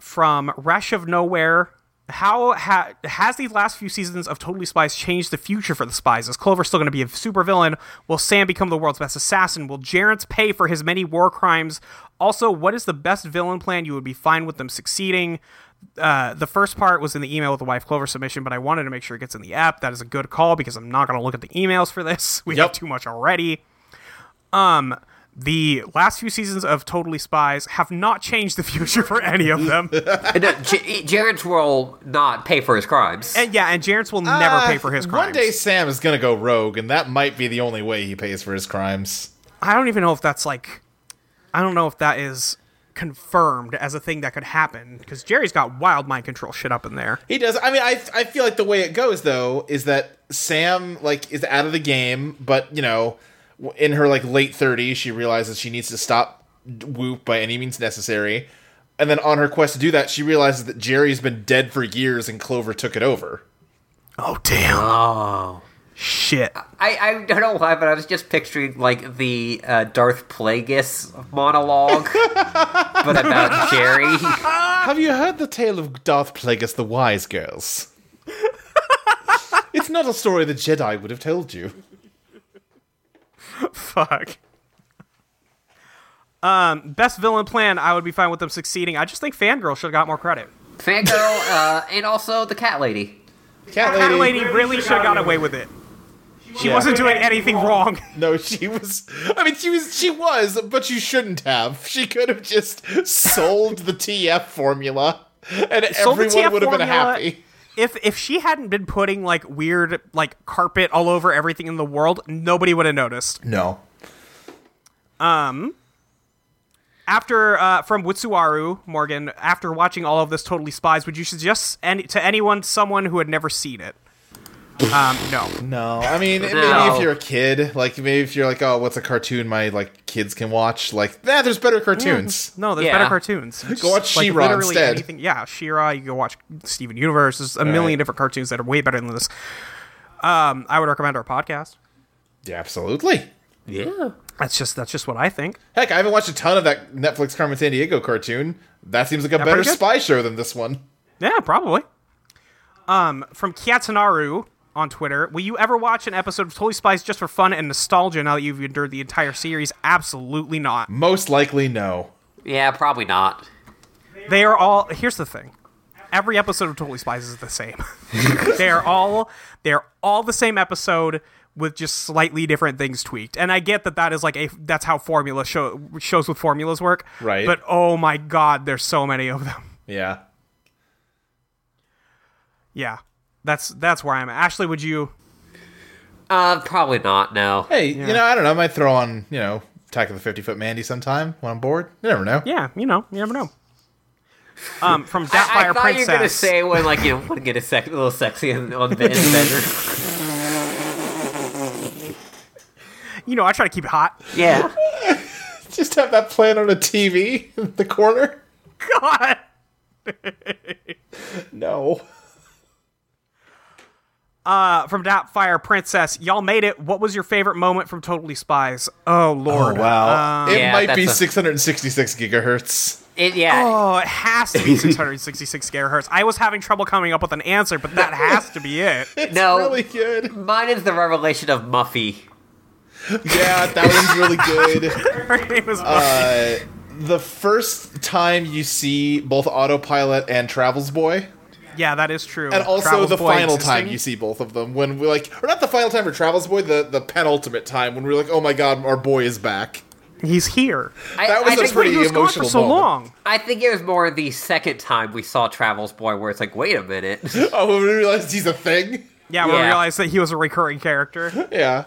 S2: From Rush of Nowhere. How ha- has these last few seasons of Totally Spies changed the future for the spies? Is Clover still going to be a supervillain? Will Sam become the world's best assassin? Will Jarence pay for his many war crimes? Also, what is the best villain plan you would be fine with them succeeding? Uh, the first part was in the email with the Wife Clover submission, but I wanted to make sure it gets in the app. That is a good call because I'm not going to look at the emails for this. We
S3: Yep.
S2: have too much already. Um, the last few seasons of Totally Spies have not changed the future for any of them.
S1: And, uh, J- Jarrett's will not pay for his crimes.
S2: And yeah, and Jarence will never
S3: Uh,
S2: pay for his crimes.
S3: One day Sam is gonna go rogue, and that might be the only way he pays for his crimes.
S2: I don't even know if that's like, I don't know if that is confirmed as a thing that could happen because Jerry's got wild mind control shit up in there.
S3: He does. I mean, I I feel like the way it goes though is that Sam like is out of the game, but you know, w- in her like late thirties, she realizes she needs to stop Whoop by any means necessary, and then on her quest to do that, she realizes that Jerry's been dead for years and Clover took it over.
S2: Oh damn!
S1: oh.
S2: Shit.
S1: I, I don't know why, but I was just picturing, like, the uh, Darth Plagueis monologue, but about Jerry.
S3: Have you heard the tale of Darth Plagueis the Wise Girls? it's not a story the Jedi would have told you.
S2: Fuck. Um, best villain plan. I would be fine with them succeeding. I just think Fangirl should have got more credit.
S1: Fangirl, uh, and also the cat lady.
S3: Cat
S2: That lady really should have got away with it. She
S3: Yeah.
S2: wasn't doing anything wrong.
S3: No, she was. I mean, she was. She was, but you shouldn't have. She could have just sold the TF formula, and
S2: Sold the
S3: everyone
S2: TF
S3: would have been
S2: formula.
S3: happy.
S2: If if she hadn't been putting like weird like carpet all over everything in the world, nobody would have noticed.
S3: No.
S2: after uh, from Wutsuaru Morgan, after watching all of this Totally Spies, would you suggest any, to anyone someone who had never seen it? Um, no,
S3: No. I mean, maybe
S1: No.
S3: if you're a kid, like maybe if you're like, oh, what's a cartoon my like kids can watch? Like, nah, there's better cartoons.
S2: Mm, no, there's
S1: Yeah.
S2: better cartoons. Just,
S3: watch
S2: like,
S3: She-Ra
S2: literally
S3: instead.
S2: Anything. Yeah, Shira. You go watch Steven Universe. There's a million
S3: right.
S2: different cartoons that are way better than this. Um, I would recommend our podcast.
S3: Yeah, absolutely.
S1: Yeah.
S2: That's just that's just what I think.
S3: Heck, I haven't watched a ton of that Netflix Carmen San Diego cartoon. That seems like a better
S2: pretty good?
S3: spy show than this one.
S2: Yeah, probably. Um, from Kiatsunaru on Twitter, will you ever watch an episode of Totally Spies just for fun and nostalgia now that you've endured the entire series? Absolutely not.
S3: Most likely, no.
S1: Yeah, probably not.
S2: They are all. Here's the thing. Every episode of Totally Spies is the same. they are all they are all the same episode with just slightly different things tweaked. And I get that that is like a that's how formula show, shows with formulas work.
S3: Right.
S2: But oh my god, there's so many of them.
S3: Yeah.
S2: Yeah. That's that's where I'm at. Ashley, would you
S1: Uh, probably not, no.
S3: Hey, you know, I don't know. I might throw on, you know, Attack of the 50 Foot Mandy sometime when I'm bored. You never know.
S2: Yeah, you know, you never know. Um from
S1: I, I thought
S2: Datfire Princess.
S1: you were gonna say when like you want to get a, sec- a little sexy on, on the bender.
S2: You know, I try to keep it hot.
S1: Yeah.
S3: Just have that playing on a TV in the corner.
S2: God.
S3: No.
S2: Uh, from Doubtfire Princess, y'all made it. What was your favorite moment from Totally Spies? Oh Lord.
S3: wow.
S2: Uh,
S3: it
S1: Yeah,
S3: might be
S1: that's a-
S3: 666 gigahertz.
S1: It, yeah.
S2: Oh, it has to be 666 gigahertz. I was having trouble coming up with an answer, but that has to be it.
S1: no.
S3: Really good.
S1: Mine is the revelation of Muffy.
S3: Yeah, that one's really good.
S2: Her name is
S3: Uh, the first time you see both autopilot and travels boy
S2: Yeah, that is true.
S3: and also
S2: Travel
S3: the
S2: Boy
S3: final
S2: existing.
S3: time you see both of them when we like or not the final time for travels boy the the penultimate time when we're like oh my god our boy is back
S2: he's here.
S1: I,
S3: That was
S1: I
S3: a
S1: think
S3: pretty-
S2: he was gone for
S3: emotional
S2: so
S3: moment.
S2: long.
S1: I think it was more the second time we saw Travels Boy where it's like, wait a minute.
S3: oh when we realized he's a thing
S2: Yeah, when we
S1: Yeah.
S2: realized that he was a recurring character.
S3: yeah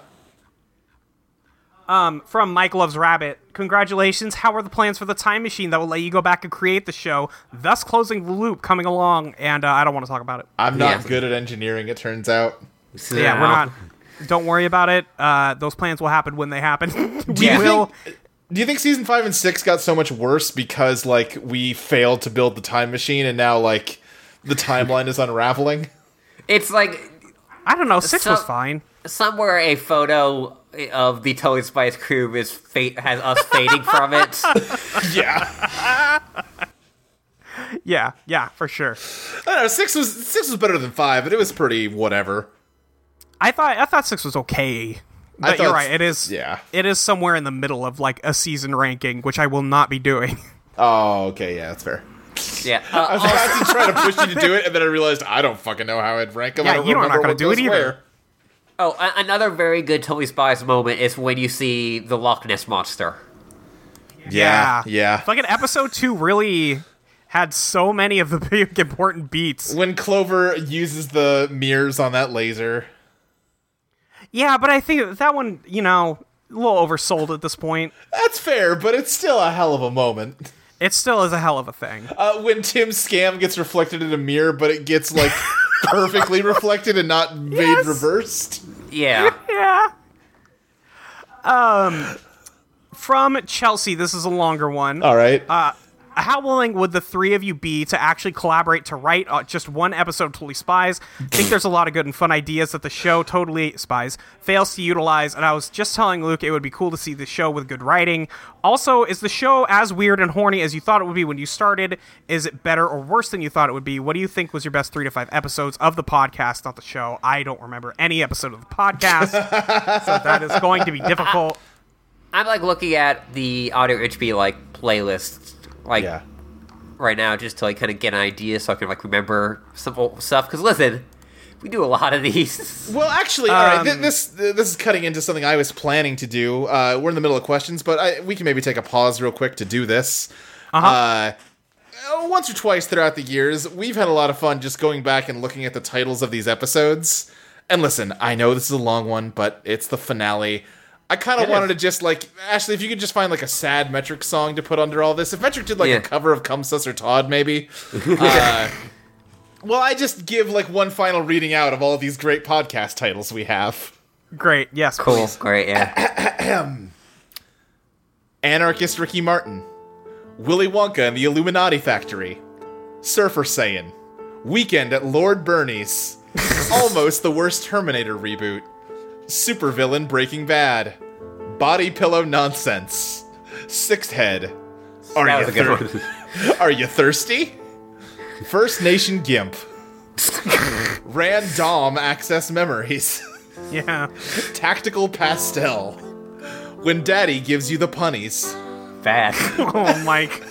S2: From Mike Loves Rabbit, congratulations. How are the plans for the time machine that will let you go back and create the show, thus closing the loop coming along? And uh, I don't want to talk about it.
S3: i'm not
S1: Yeah.
S3: good at engineering it turns out
S2: Yeah,
S1: No.
S2: we're not. Don't worry about it. Uh, those plans will happen when they happen. we
S1: you
S2: will.
S3: do you think season five and six got so much worse because like we failed to build the time machine and now like the timeline is unraveling
S1: It's like
S2: I don't know. Six
S1: So-
S2: was fine.
S1: somewhere a photo of the Totally Spice crew is fate has us fading from it.
S3: yeah
S2: Yeah, yeah, for sure.
S3: I don't know. Six was six was better than five, but it was pretty whatever.
S2: I thought I thought six was okay. But
S3: thought-
S2: you're right. It is.
S3: yeah.
S2: It is somewhere in the middle of like a season ranking, which I will not be doing.
S3: Oh, okay, yeah, that's fair.
S1: Yeah. Uh,
S3: I was
S1: also-
S3: about to try to push you to do it, and then I realized I don't fucking know how I'd rank them.
S2: Yeah,
S3: I don't
S2: you don't- I'm not
S3: remember
S2: gonna
S3: what
S2: do it
S3: goes
S2: either.
S3: where.
S1: oh, a- another very good Totally Spies moment is when you see the Loch Ness monster.
S3: Yeah, yeah.
S2: Fucking episode two really had so many of the big important beats.
S3: When Clover uses the mirrors on that laser,
S2: Yeah, but I think that one, you know, a little oversold at this point.
S3: that's fair, but it's still a hell of a moment.
S2: It still is a hell of a thing.
S3: Uh, when Tim's scam gets reflected in a mirror, but it gets like perfectly reflected and not made
S2: Yes.
S3: reversed.
S1: Yeah.
S2: yeah. Um, from Chelsea, this is a longer one.
S3: All right.
S2: Uh, How willing would the three of you be to actually collaborate to write uh, just one episode of Totally Spies? I think there's a lot of good and fun ideas that the show Totally Spies fails to utilize, and I was just telling Luke it would be cool to see the show with good writing. Also, is the show as weird and horny as you thought it would be when you started? Is it better or worse than you thought it would be? What do you think was your best three to five episodes of the podcast, not the show? I don't remember any episode of the podcast, so that is going to be difficult.
S1: I'm like looking at the Audio HB like playlist like
S3: yeah.
S1: right now just to like kind of get an idea so I can like remember some old stuff. Because listen, we do a lot of these.
S3: Well, actually, all right.
S2: um,
S3: Th- this th- this is cutting into something I was planning to do. Uh, we're in the middle of questions, but I, we can maybe take a pause real quick to do this. Uh-huh. once or twice throughout the years, we've had a lot of fun just going back and looking at the titles of these episodes. And listen, I know this is a long one, but it's the finale. I kind of wanted to just like Ashley, if you could just find like a sad Metric song to put under all this. If Metric did like
S1: Yeah.
S3: a cover of Come Sus or Todd, maybe. Uh, well, I just give like one final reading out of all these great podcast titles we have.
S2: Great, yes,
S1: Cool.
S2: please.
S1: Great. Yeah.
S3: Anarchist Ricky Martin, Willy Wonka and the Illuminati Factory, Surfer Saiyan, Weekend at Lord Bernie's, Almost the Worst Terminator Reboot, Supervillain Breaking Bad, Body Pillow Nonsense, Sixth Head, Are,
S1: That
S3: you,
S1: was a good
S3: thir-
S1: one.
S3: are you Thirsty? First Nation Gimp, Random Access Memories.
S2: Yeah.
S3: Tactical Pastel. When Daddy gives you the punnies.
S1: Fast.
S2: Oh, Mike.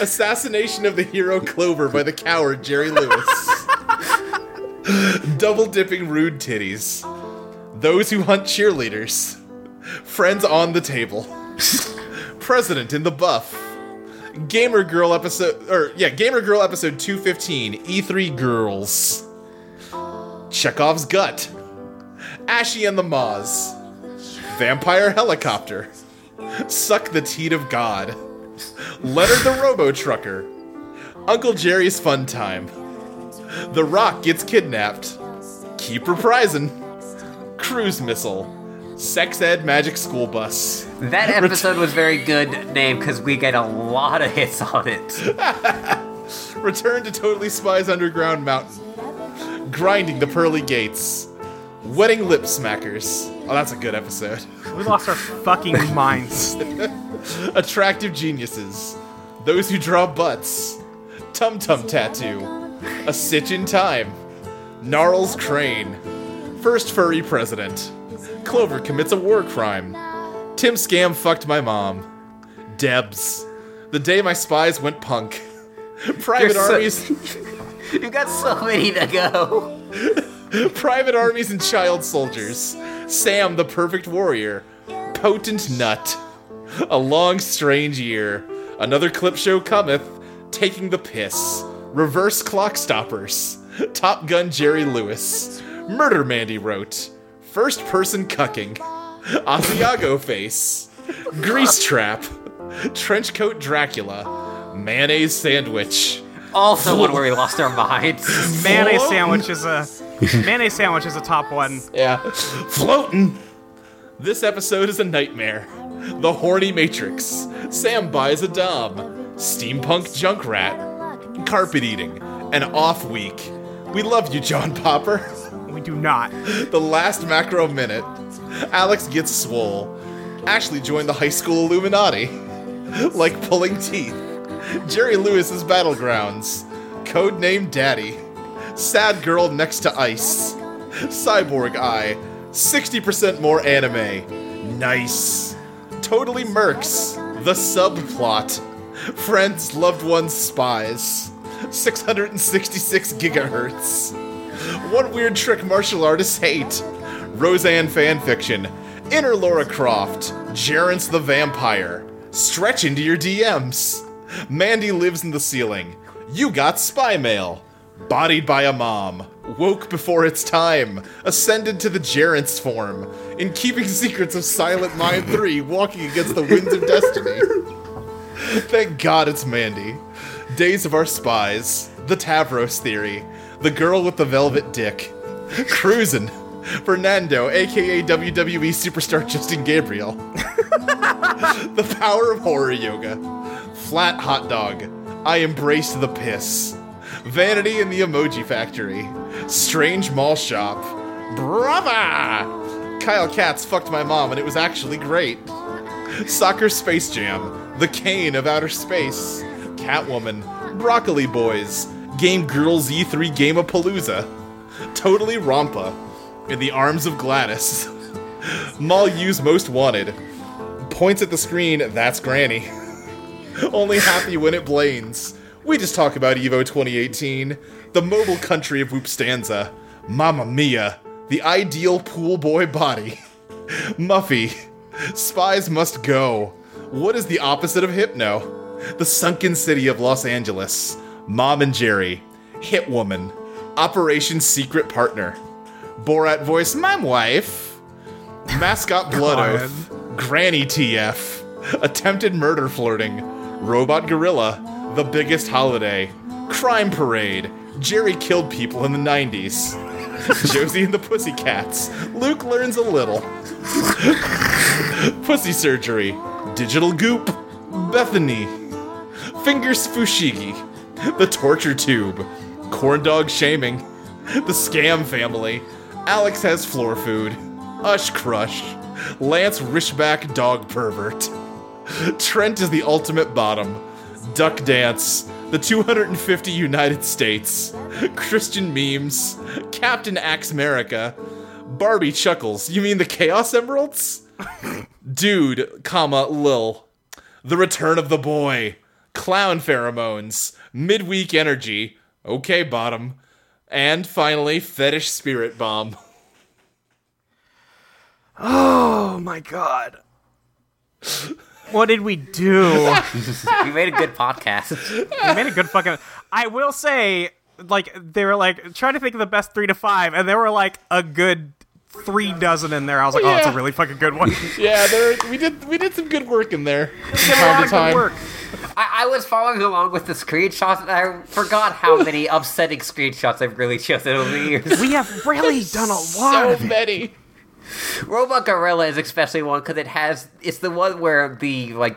S3: Assassination of the Hero Clover by the coward Jerry Lewis. Double dipping rude titties. Those who hunt cheerleaders. Friends on the table. President in the buff. Gamer Girl episode or yeah, Gamer Girl episode 215, E3 Girls. Chekhov's gut. Ashy and the Maws. Vampire helicopter. Suck the teat of God. Leonard the Robo Trucker, Uncle Jerry's Fun Time, The Rock Gets Kidnapped, Keep Reprising, Cruise Missile, Sex Ed Magic School Bus.
S1: That episode was very good named because we get a lot of hits on it.
S3: Return to Totally Spies Underground Mountain. Grinding the Pearly Gates. Wedding Lip Smackers. Oh, that's a good episode.
S2: We lost our fucking minds.
S3: Attractive Geniuses. Those Who Draw Butts. Tum Tum Tattoo. A Stitch in Time. Gnarls Crane. First Furry President. Clover Commits a War Crime. Tim Scam Fucked My Mom. Debs. The Day My Spies Went Punk. Private
S1: You're so-
S3: Armies.
S1: You got so many to go.
S3: Private Armies and Child Soldiers, Sam the Perfect Warrior, Potent Nut, A Long Strange Year, Another Clip Show Cometh, Taking the Piss, Reverse Clock Stoppers, Top Gun Jerry Lewis, Murder Mandy Wrote, First Person Cucking, Asiago Face, Grease Trap, Trenchcoat Dracula, Mayonnaise Sandwich,
S1: Also, one where we lost our minds.
S2: Mayonnaise
S3: Floatin'.
S2: sandwich is a mayonnaise sandwich is a top one.
S3: Yeah. Floating. This episode is a nightmare. The Horny Matrix. Sam buys a dom. Steampunk junk rat. Carpet eating. An off week. We love you, John Popper.
S2: We do not.
S3: The last macro minute. Alex gets swole. Ashley joined the high school Illuminati. like pulling teeth. Jerry Lewis's Battlegrounds. Codename Daddy. Sad Girl Next to Ice. Cyborg Eye. 60% more anime. Nice. Totally Mercs. The subplot. Friends, loved ones, spies. 666 gigahertz. What weird trick martial artists hate? Roseanne fanfiction. Inner Laura Croft. Gerance the vampire. Stretch into your DMs. Mandy lives in the ceiling. You got spy mail. Bodied by a mom. Woke before its time. Ascended to the Gerance form. In keeping secrets of Silent Mind 3, walking against the winds of destiny. Thank God it's Mandy. Days of Our Spies, The Tavros Theory, The Girl with the Velvet Dick, Cruisin', Fernando, aka WWE E Superstar Justin Gabriel, The Power of Horror Yoga, Flat Hot Dog, I Embraced the Piss, Vanity in the Emoji Factory, Strange Mall Shop, Brava! Kyle Katz fucked my mom and it was actually great. Soccer Space Jam, The Cane of Outer Space, Catwoman, Broccoli Boys, Game Girls E3 Game of Palooza, Totally Rompa, In the Arms of Gladys, Mall U's Most Wanted, points at the screen, that's Granny. Only happy when it blains. We just talk about Evo 2018, the mobile country of Whoopstanza, Mamma Mia, the ideal pool boy body. Muffy. Spies must go. What is the opposite of hypno? The sunken city of Los Angeles. Mom and Jerry. Hit Woman. Operation Secret Partner. Borat voice, my wife. Mascot Blood
S2: God.
S3: Oath. Granny TF. Attempted murder flirting. Robot Gorilla. The biggest holiday. Crime Parade. Jerry killed people in the 90s. Josie and the Pussycats. Luke learns a little. Pussy surgery. Digital goop. Bethany. Fingers Fushigi. The torture tube. Corn dog shaming. The scam family. Alex has floor food. Ush crush. Lance Rishback dog pervert. Trent is the ultimate bottom. Duck Dance, the 250 United States, Christian memes, Captain Axe America, Barbie chuckles. You mean the Chaos Emeralds? Dude, comma Lil, the return of the boy, clown pheromones, midweek energy. Okay, bottom, and finally fetish spirit bomb.
S2: Oh my god. What did we do?
S1: You made a good podcast.
S2: We made a good fucking. I will say, like they were like trying to think of the best three to five, and there were like a good three dozen in there. I was like, oh, that's a
S3: Yeah.
S2: really fucking good one.
S3: Yeah, there we did we did some good work in there.
S2: a lot of good work.
S1: I, I was following along with the screenshots, and I forgot how many upsetting screenshots I've really chosen over the years.
S2: We have really done a lot.
S3: So
S2: of it.
S3: many.
S1: Robot Gorilla is especially one because it has it's the one where the like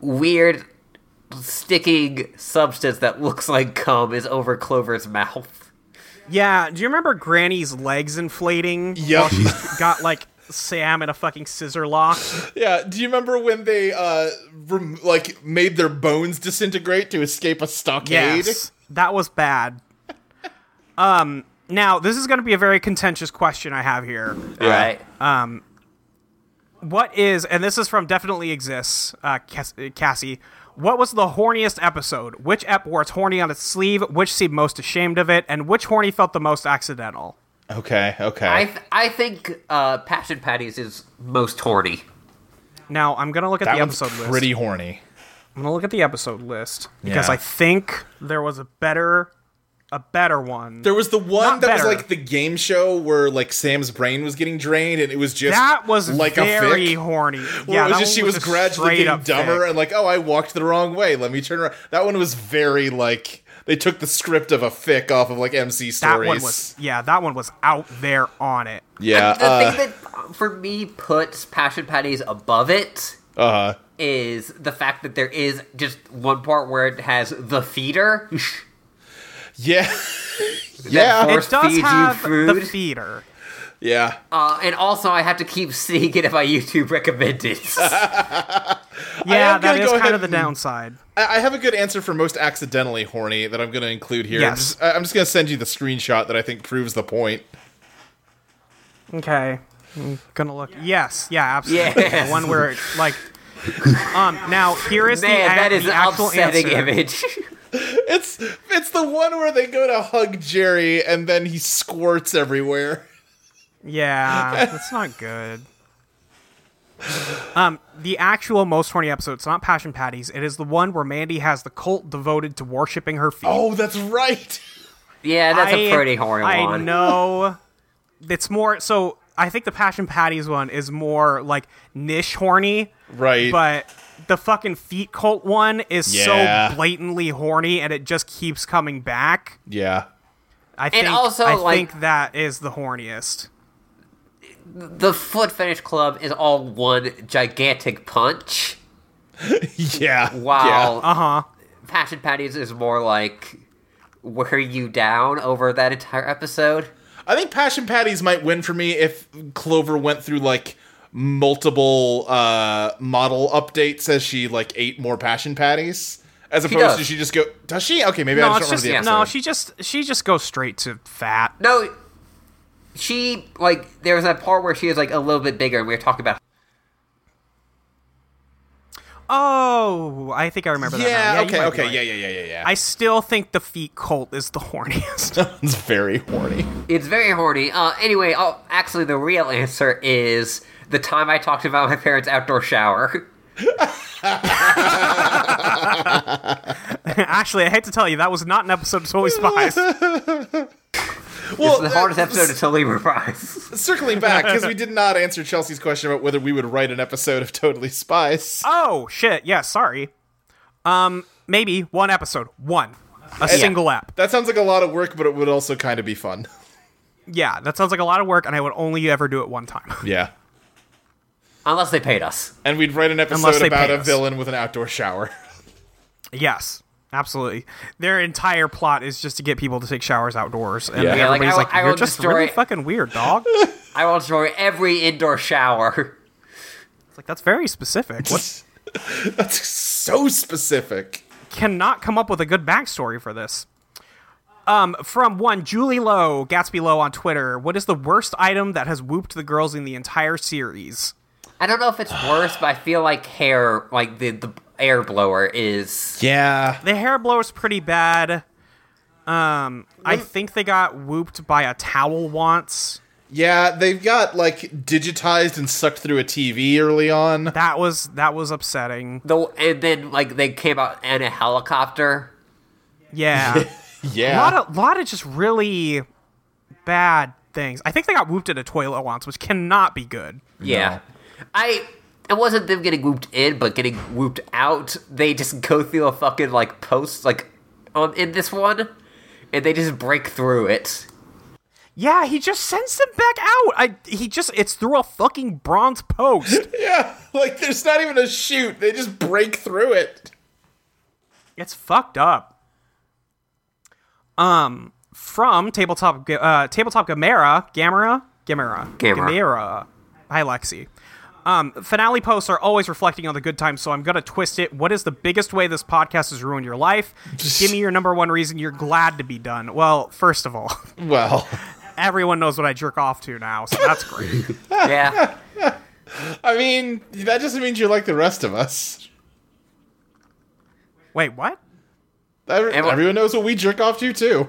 S1: weird sticking substance that looks like cum is over Clover's mouth.
S2: Yeah, do you remember Granny's legs inflating?
S3: Yep.
S2: while she got like Sam in a fucking scissor lock.
S3: Yeah. Do you remember when they uh rem- like made their bones disintegrate to escape a stockade?
S2: Yes, that was bad. Um, now this is going to be a very contentious question I have here.
S3: Yeah.
S1: Right?
S2: What is, and this is from definitely exists, uh, Cass- uh, Cassie. What was the horniest episode? Which ep wore its horny on its sleeve? Which seemed most ashamed of it? And which horny felt the most accidental?
S3: Okay. Okay.
S1: I th- I think uh, Passion Patties is most horny.
S2: Now I'm gonna look at
S3: that
S2: the
S3: one's
S2: episode list.
S3: pretty horny.
S2: I'm gonna look at the episode list because
S3: Yeah.
S2: I think there was a better, a better one.
S3: There was the one
S2: Not
S3: that
S2: better.
S3: was like the game show where like Sam's brain was getting drained, and it was just
S2: that was
S3: like a
S2: very
S3: fic.
S2: horny.
S3: Where
S2: yeah,
S3: it
S2: that
S3: was just
S2: one
S3: she was
S2: a
S3: gradually
S2: straight
S3: getting
S2: up
S3: dumber
S2: fic.
S3: and like, oh, I walked the wrong way. Let me turn around. That one was very like they took the script of a fic off of like MC
S2: that
S3: stories.
S2: one was yeah, that one was out there on it.
S3: yeah.
S1: the
S3: uh,
S1: thing that for me puts Passion Patties above it
S3: uh-huh.
S1: is the fact that there is just one part where it has the feeder.
S3: yeah, yeah,
S1: force-
S2: It does
S1: feeds you
S2: have the
S1: food.
S2: feeder.
S3: yeah.
S1: Uh, and also, I have to keep seeing it in my YouTube recommended.
S2: Yeah,
S3: am
S2: that
S3: gonna
S2: is
S3: go
S2: kind
S3: ahead
S2: of the
S3: and-
S2: downside.
S3: I I have a good answer for most accidentally horny that I'm going to include here.
S2: Yes.
S3: I'm just, I- I'm just going to send you the screenshot that I think proves the point.
S2: Okay. I'm gonna look. Yes, yeah, absolutely.
S1: Yes.
S2: The one where it, like um now here is the,
S1: Man, that
S2: the
S1: is an
S2: actual
S1: upsetting
S2: answer.
S1: image.
S3: It's it's the one where they go to hug Jerry and then he squirts everywhere.
S2: Yeah, that's not good. Um, the actual most horny episode, it's not Passion Patties, it is the one where Mandy has the cult devoted to worshipping her feet.
S3: Oh, that's right.
S1: yeah, that's
S2: a
S1: a pretty horny
S2: I
S1: one.
S2: know. It's more so I think the Passion Patties one is more like niche horny,
S3: Right.
S2: but the fucking feet cult one is
S3: Yeah.
S2: so blatantly horny and it just keeps coming back.
S3: yeah.
S2: I think
S1: also,
S2: I
S1: like-
S2: think that is the horniest.
S1: the Foot Finish Club is all one gigantic punch,
S3: Yeah.
S1: while
S2: Uh-huh.
S1: Passion Patties is more like wear you down over that entire episode.
S3: Yeah. I think Passion Patties might win for me if Clover went through like multiple uh model updates as she like ate more Passion Patties. As opposed
S1: does.
S3: to she just go Does she? Okay, maybe
S2: No,
S3: I
S2: it's
S3: just don't
S2: just
S3: remember the
S2: no.
S3: episode.
S2: She just she just goes straight to fat.
S1: No, she like there was that part where she was like a little bit bigger, and we were talking about
S2: Oh, I think I remember that. now.
S3: yeah,
S2: you
S3: okay,
S2: might be
S3: okay,
S2: right.
S3: yeah, yeah, yeah, yeah, yeah.
S2: I still think the feet cult is the horniest.
S3: it's very horny.
S1: It's very horny. Uh, anyway, i actually, the real answer is the time I talked about my parents' outdoor shower.
S2: Actually, I hate to tell you, that was not an episode of Totally Spies.
S3: Well,
S1: It's the hardest
S3: uh,
S1: episode of Totally Reprise.
S3: circling back because we did not answer Chelsea's question about whether we would write an episode of Totally Spies.
S2: oh shit! Yeah, sorry. Um, maybe one episode, one, a single app.
S3: That sounds like a lot of work, but it would also kind of be fun.
S2: Yeah, that sounds like a lot of work, and I would only ever do it one time.
S3: Yeah,
S1: Unless they paid us.
S3: and we'd write an
S2: Unless
S3: episode
S2: they
S3: about
S2: pay
S3: a
S2: us.
S3: villain with an outdoor shower.
S2: yes, absolutely. Their entire plot is just to get people to take showers outdoors, and
S3: Yeah. Yeah,
S1: like,
S2: everybody's
S1: I
S2: like,
S1: will- I
S2: "You're
S1: will
S2: just
S1: destroy-
S2: really fucking weird, dog."
S1: I will enjoy every indoor shower.
S2: It's like that's very specific. What
S3: That's so specific.
S2: cannot come up with a good backstory for this. Um, from one Julie Lowe, Gatsby Lowe on Twitter. What is the worst item that has whooped the girls in the entire series?
S1: I don't know if it's worse, but I feel like hair, like the, the air blower is.
S3: Yeah,
S2: The hair blow is pretty bad. Um, I think they got whooped by a towel once.
S3: yeah. They've got like digitized and sucked through a TV early on.
S2: That was that was upsetting.
S1: The, and then, like, they came out in a helicopter.
S2: Yeah, a
S3: Yeah,
S2: lot of lot of just really bad things. I think they got whooped at a toilet once, which cannot be good.
S1: Yeah. I. It wasn't them getting whooped in, but getting whooped out. They just go through a fucking, like, post, like, um, in this one, and they just break through it.
S2: Yeah, he just sends them back out. I he just it's through a fucking bronze post.
S3: Yeah, like there's not even a shoot. They just break through it.
S2: it's fucked up. Um, from tabletop Ga- uh tabletop Gamera, Gamera, Gamera,
S1: Gamera.
S2: Gamera. Hi Lexi. Um, finale posts are always reflecting on the good times, so I'm gonna twist it. What is the biggest way this podcast has ruined your life? Give me your number one reason you're glad to be done. Well, first of all,
S3: Well,
S2: everyone knows what I jerk off to now, so that's great.
S1: Yeah.
S3: I mean, that just means you're like the rest of us.
S2: Wait, what?
S3: Every-
S1: Everyone-
S3: Everyone knows what we jerk off to too.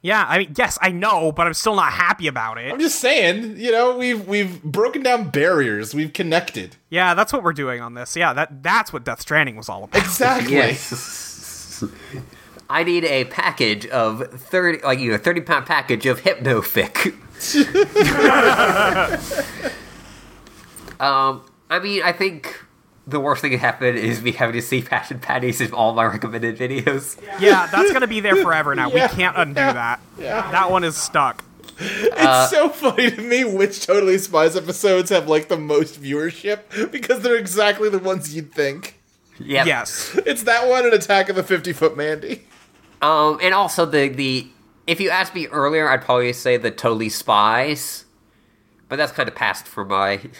S2: Yeah, I mean, yes, I know, but I'm still not happy about it.
S3: I'm just saying, you know, we've we've broken down barriers. We've connected.
S2: Yeah, that's what we're doing on this. Yeah, that that's what Death Stranding was all about.
S3: Exactly.
S1: Yes. I need a package of thirty, like you know, thirty pound package of hypnofic. um, I mean, I think the worst thing that happened is me having to see Passion Patties in all my recommended videos.
S2: Yeah, that's gonna be there forever now.
S3: Yeah,
S2: we can't undo
S3: yeah,
S2: that. That one is stuck.
S3: It's
S2: Uh,
S3: so funny to me which Totally Spies episodes have like the most viewership because they're exactly the ones you'd think.
S1: Yep.
S2: Yes.
S3: It's that one and Attack of the 50 Foot Mandy.
S1: Um, and also the the if you asked me earlier, I'd probably say the Totally Spies, but that's kind of passed for my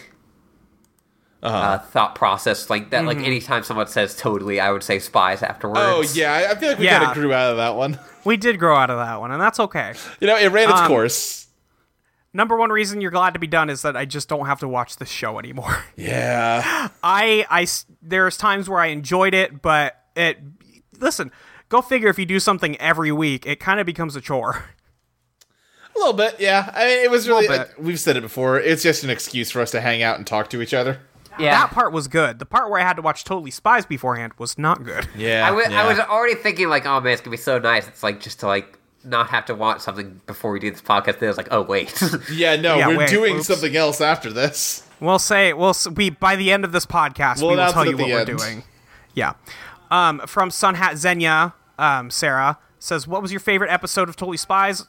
S3: Uh-huh.
S1: uh, thought process. Like that, like
S2: Mm-hmm.
S1: anytime someone says Totally, I would say Spies afterwards.
S3: Oh yeah, I- I feel like we
S2: Yeah.
S3: kind of grew out of that one.
S2: We did grow out of that one, and that's okay.
S3: You know, it
S2: Um,
S3: ran its course.
S2: Number one reason you're glad to be done is that I just don't have to watch this show anymore.
S3: Yeah.
S2: I, I s- there's times where I enjoyed it, but it, listen, go figure if you do something every week, it kind of becomes a chore.
S3: A little bit, yeah. I mean, it was really.
S2: Little bit.
S3: uh, we've said it before. It's just an excuse for us to hang out and talk to each other.
S1: yeah.
S2: That part was good. The part where I had to watch Totally Spies beforehand was not good.
S3: Yeah.
S1: I wa- I was already thinking like, oh man, it's gonna be so nice. It's like just to like not have to watch something before we do this podcast. Then I was like, oh wait,
S3: Yeah, no,
S2: Yeah,
S3: we're
S2: wait,
S3: doing
S2: oops.
S3: something else after this.
S2: We'll say we'll s- we by the end of this podcast
S3: We'll
S2: we'll
S3: announce
S2: tell
S3: it
S2: you
S3: at
S2: what
S3: the
S2: we're doing.
S3: end.
S2: Yeah. Um, from Sun Hat Zenya, um, Sarah says, "What was your favorite episode of Totally Spies?"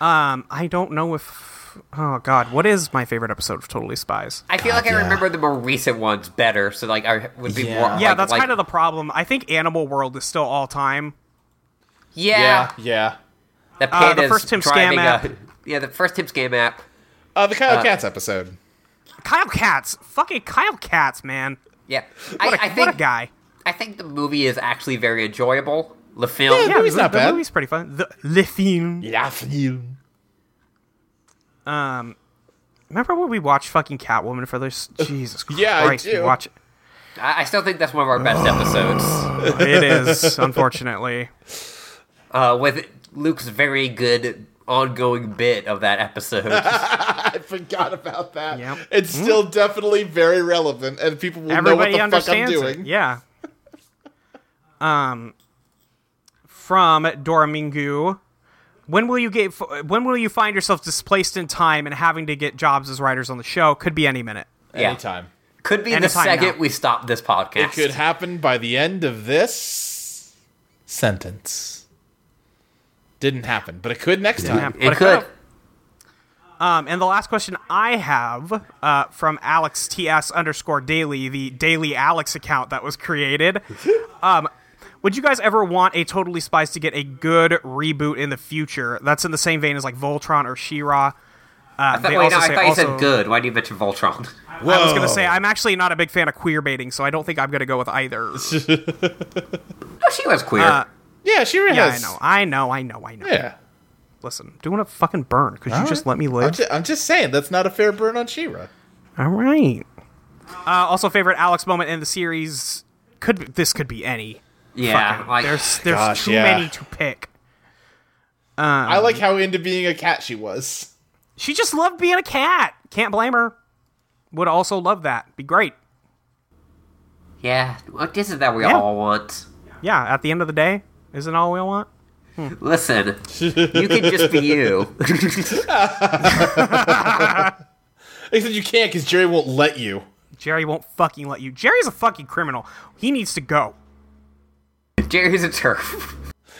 S2: Um, I don't know if. Oh God, what is my favorite episode of Totally Spies?
S1: I feel like I
S3: yeah.
S1: remember the more recent ones better. So like, I would be
S3: Yeah.
S1: more.
S2: Yeah,
S1: like-
S2: that's
S1: like-
S2: kind of the problem. I think Animal World is still all time.
S1: yeah.
S3: yeah.
S1: The,
S2: Uh, the
S1: pandas
S2: first Tim Scam
S1: driving
S2: app.
S1: a- yeah, the first Tim Scam app.
S3: Uh, the Kyle Katz episode.
S2: Kyle Katz, fucking Kyle Katz, man.
S1: Yeah,
S2: What
S1: I,
S2: a-
S1: I
S2: what a
S1: think
S2: guy.
S1: I think the movie is actually very enjoyable. The film,
S2: Yeah,
S3: movie's
S2: the,
S3: not
S2: the
S3: bad.
S2: movie's pretty fun. The Le Film.
S3: Yeah, for you.
S2: Remember when we watched fucking Catwoman for this? Jesus Christ.
S3: Yeah, I
S2: we
S3: do.
S2: Watch it.
S1: I, I still think that's one of our best episodes.
S2: It is, unfortunately.
S1: Uh, with Luke's very good ongoing bit of that episode.
S3: I forgot about that.
S2: Yep.
S3: It's still definitely very relevant, and people will
S2: Everybody
S3: know what the fuck I'm
S2: understands
S3: doing.
S2: it. Yeah. um, from Domingu, when will you get? When will you find yourself displaced in time and having to get jobs as writers on the show? Could be any minute.
S1: Yeah.
S3: Anytime.
S1: Could be the
S2: Anytime
S1: second
S2: now.
S1: we stop this podcast.
S3: It could happen by the end of this sentence. Didn't happen, but it could next time.
S2: happen.
S1: It
S2: But it
S1: could.
S2: could've. Um, and the last question I have uh, from Alex TS underscore Daily, the Daily Alex account that was created. um, would you guys ever want a Totally Spies to get a good reboot in the future? That's in the same vein as like Voltron or She-Ra. Uh,
S1: But
S2: they
S1: wait,
S2: also
S1: no, I
S2: say
S1: thought you said
S2: also-
S1: good. Why do you mention Voltron?
S2: I was gonna
S3: Whoa.
S2: say I'm actually not a big fan of queer baiting, so I don't think I'm gonna go with either.
S1: No, she was queer.
S2: Uh,
S3: Yeah, she really
S2: yeah, I
S3: has.
S2: know, I know, I know, I know.
S3: Yeah.
S2: Listen, I'm doing a fucking burn. Could you
S3: All
S2: just
S3: right.
S2: let me
S3: I'm,
S2: live?
S3: ju- I'm just saying, that's not a fair burn on Shira.
S2: All right. Uh, also, favorite Alex moment in the series could be, this could be any.
S1: yeah,
S2: Fucking-
S1: Ah, like
S2: there's there's
S3: gosh,
S2: too
S3: yeah.
S2: many to pick. Uh-huh.
S3: I like how into being a cat she was.
S2: She just loved being a cat. Can't blame her. Would also love that. Be great.
S1: yeah. What is it that we
S2: Yeah.
S1: all want?
S2: Yeah. At the end of the day, isn't all we want.
S1: Listen, you can just be you.
S3: Except you can't because Jerry won't let you.
S2: Jerry won't fucking let you. Jerry's a fucking criminal. He needs to go.
S1: Jerry's a turf.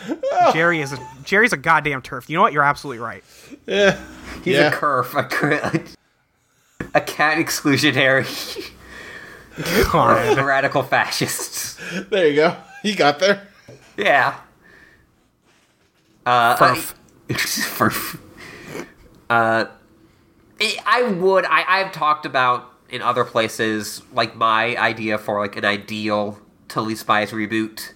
S3: Oh.
S2: Jerry is a, Jerry's a goddamn turf. You know what? You're absolutely right.
S3: Yeah.
S1: He's
S3: yeah.
S1: a curve, a, cur- a cat exclusionary,
S2: God.
S1: a radical fascist.
S3: There you go. You got there.
S1: Yeah. Uh,
S2: Furf.
S1: I, furf. Uh, I- I would. I, I've talked about in other places, like my idea for like an ideal Tully Spies reboot.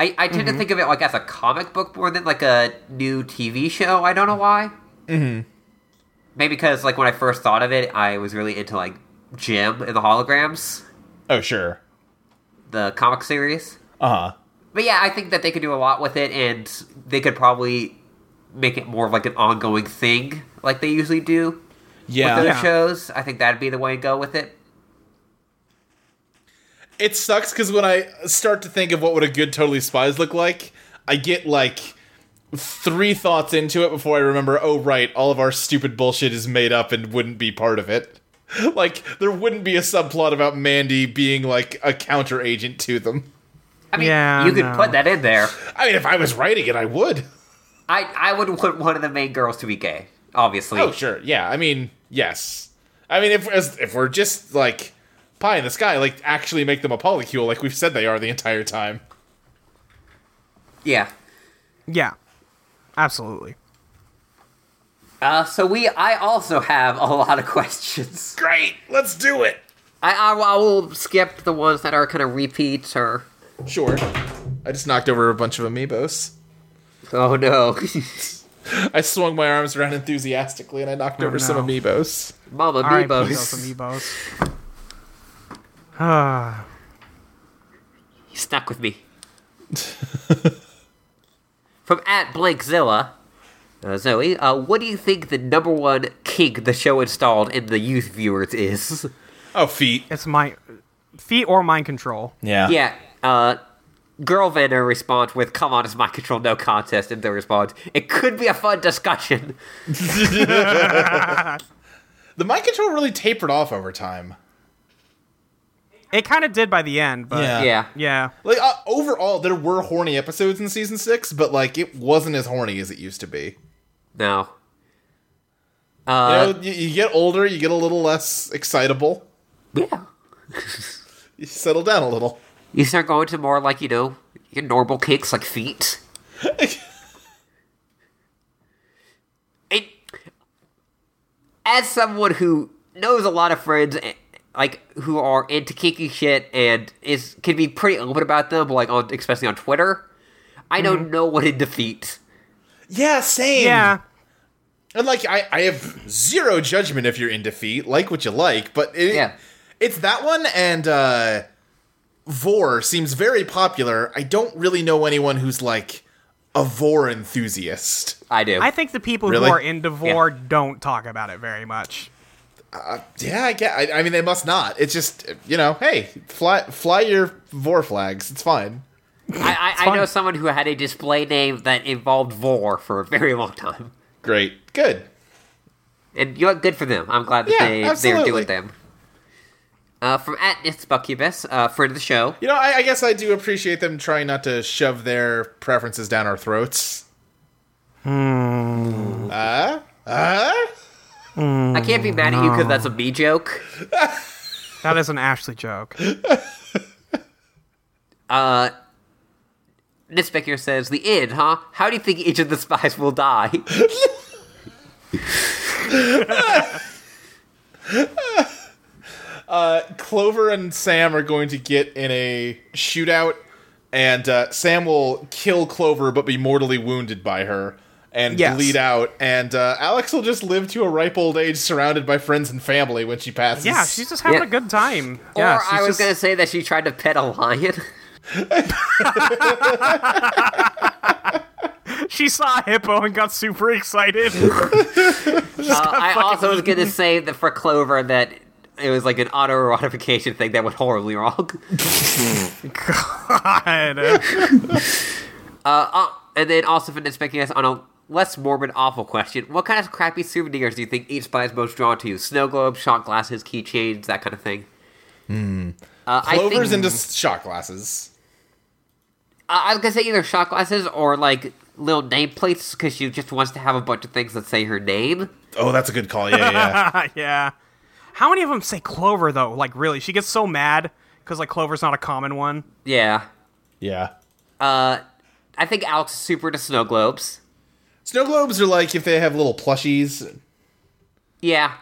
S1: I, I tend to think of it like as a comic book more than like a new TV show. I don't know why. Mm-hmm. Maybe because like when I first thought of it, I was really into like Jim and the Holograms,
S3: Oh sure.
S1: the comic series.
S3: Uh huh.
S1: But yeah, I think that they could do a lot with it, and they could probably make it more of like an ongoing thing, like they usually do with
S3: Yeah.
S1: other
S2: Yeah.
S1: shows. I think that'd be the way to go with it.
S3: It sucks because when I start to think of what would a good Totally Spies look like, I get like three thoughts into it before I remember. Oh right, all of our stupid bullshit is made up and wouldn't be part of it. Like there wouldn't be a subplot about Mandy being like a counter agent to them.
S1: I mean,
S2: Yeah,
S1: you could
S2: no.
S1: put that in there.
S3: I mean, if I was writing it, I would.
S1: I I would want one of the main girls to be gay, obviously.
S3: Oh sure, yeah. I mean, yes. I mean, if as, if we're just like pie in the sky, like actually make them a polycule, like we've said they are the entire time.
S1: Yeah.
S2: yeah, absolutely.
S1: Uh, so we, I also have a lot of questions.
S3: Great, let's do it.
S1: I, I, I will skip the ones that are kind of repeats or.
S3: Sure. I just knocked over a bunch of amiibos.
S1: Oh no,
S3: I swung my arms around enthusiastically and I knocked over some
S2: Oh, no.
S3: amiibos.
S1: Mama
S2: All right,
S1: Mebos.
S2: Amiibos, Amiibos. Ah,
S1: He stuck with me. From at Blankzilla, uh, Zoe, uh, what do you think the number one kink the show installed in the youth viewers is?
S3: Oh, feet.
S2: it's my feet or mind control.
S3: Yeah.
S1: yeah, uh, Girl Vander responds with, come on, it's my control, no contest, and they respond, it could be a fun discussion.
S3: The mind control really tapered off over time.
S2: It kind of did by the end, but yeah.
S3: Yeah.
S1: yeah.
S3: Like, uh, overall, there were horny episodes in season six, but, like, it wasn't as horny as it used to be.
S1: no.
S3: You, know, you, you get older, you get a little less excitable,
S1: Yeah.
S3: you settle down a little.
S1: You start going to more like, you know, your normal kinks like feet. it, as someone who knows a lot of friends eh, like who are into kinky shit and is can be pretty open about them, like on especially on Twitter, I don't know what to defeat.
S3: Yeah, same.
S2: yeah.
S3: And like I, I have zero judgment if you're in defeat. Like what you like, but it,
S1: Yeah.
S3: it's that one and uh Vor seems very popular. I don't really know anyone who's like a Vor enthusiast.
S1: I do.
S2: I think the people
S3: Really?
S2: who are into Vor don't talk about it very much.
S3: Yeah, I get. I, I mean, they must not. It's just you know, hey, fly fly your Vor flags. It's fine.
S1: I, I, I know
S2: fine.
S1: someone who had a display name that involved Vor for a very long time.
S3: Great, good.
S1: And you know, what? good for them. I'm glad that
S3: Yeah,
S1: they, they're
S3: absolutely.
S1: doing them. Uh, from at Nitsbucubus, uh, friend of the show.
S3: You know, I, I guess I do appreciate them trying not to shove their preferences down our throats. Hmm. Uh, uh?
S1: I can't be mad at you because that's a me joke.
S2: That is an Ashley joke.
S1: Nitzbecker says, The end, huh? How do you think each of the spies will die?
S3: Clover and Sam are going to get in a shootout, and uh, Sam will kill Clover but be mortally wounded by her and
S2: Yes.
S3: bleed out. And uh, Alex will just live to a ripe old age surrounded by friends and family when she passes.
S2: Yeah, she's just having
S1: Yeah.
S2: a good time.
S1: or
S2: yeah, she's
S1: I was
S2: just-
S1: going to say that she tried to pet a lion.
S2: She saw a hippo and got super excited.
S1: Uh, I also was going to say that for Clover that it was like an autoerotification thing that went horribly wrong.
S2: God.
S1: and then also for Nitzbecker yes, on a less morbid, awful question, what kind of crappy souvenirs do you think each spy is most drawn to? Snow globes, shot glasses, keychains, that
S2: Hmm.
S1: kind of thing. Uh, I
S3: Clover's
S1: think
S3: into s- shot glasses.
S1: I I was gonna say either shot glasses or like little nameplates because she just wants to have a bunch of things that say her name.
S3: Oh, that's a good call. Yeah, yeah, yeah.
S2: yeah. How many of them say Clover though? Like really, she gets so mad because like Clover's not a common one.
S1: Yeah, Uh,
S3: yeah.
S1: I think Alex is super to snow globes.
S3: Snow globes are like if they have little plushies.
S1: Yeah,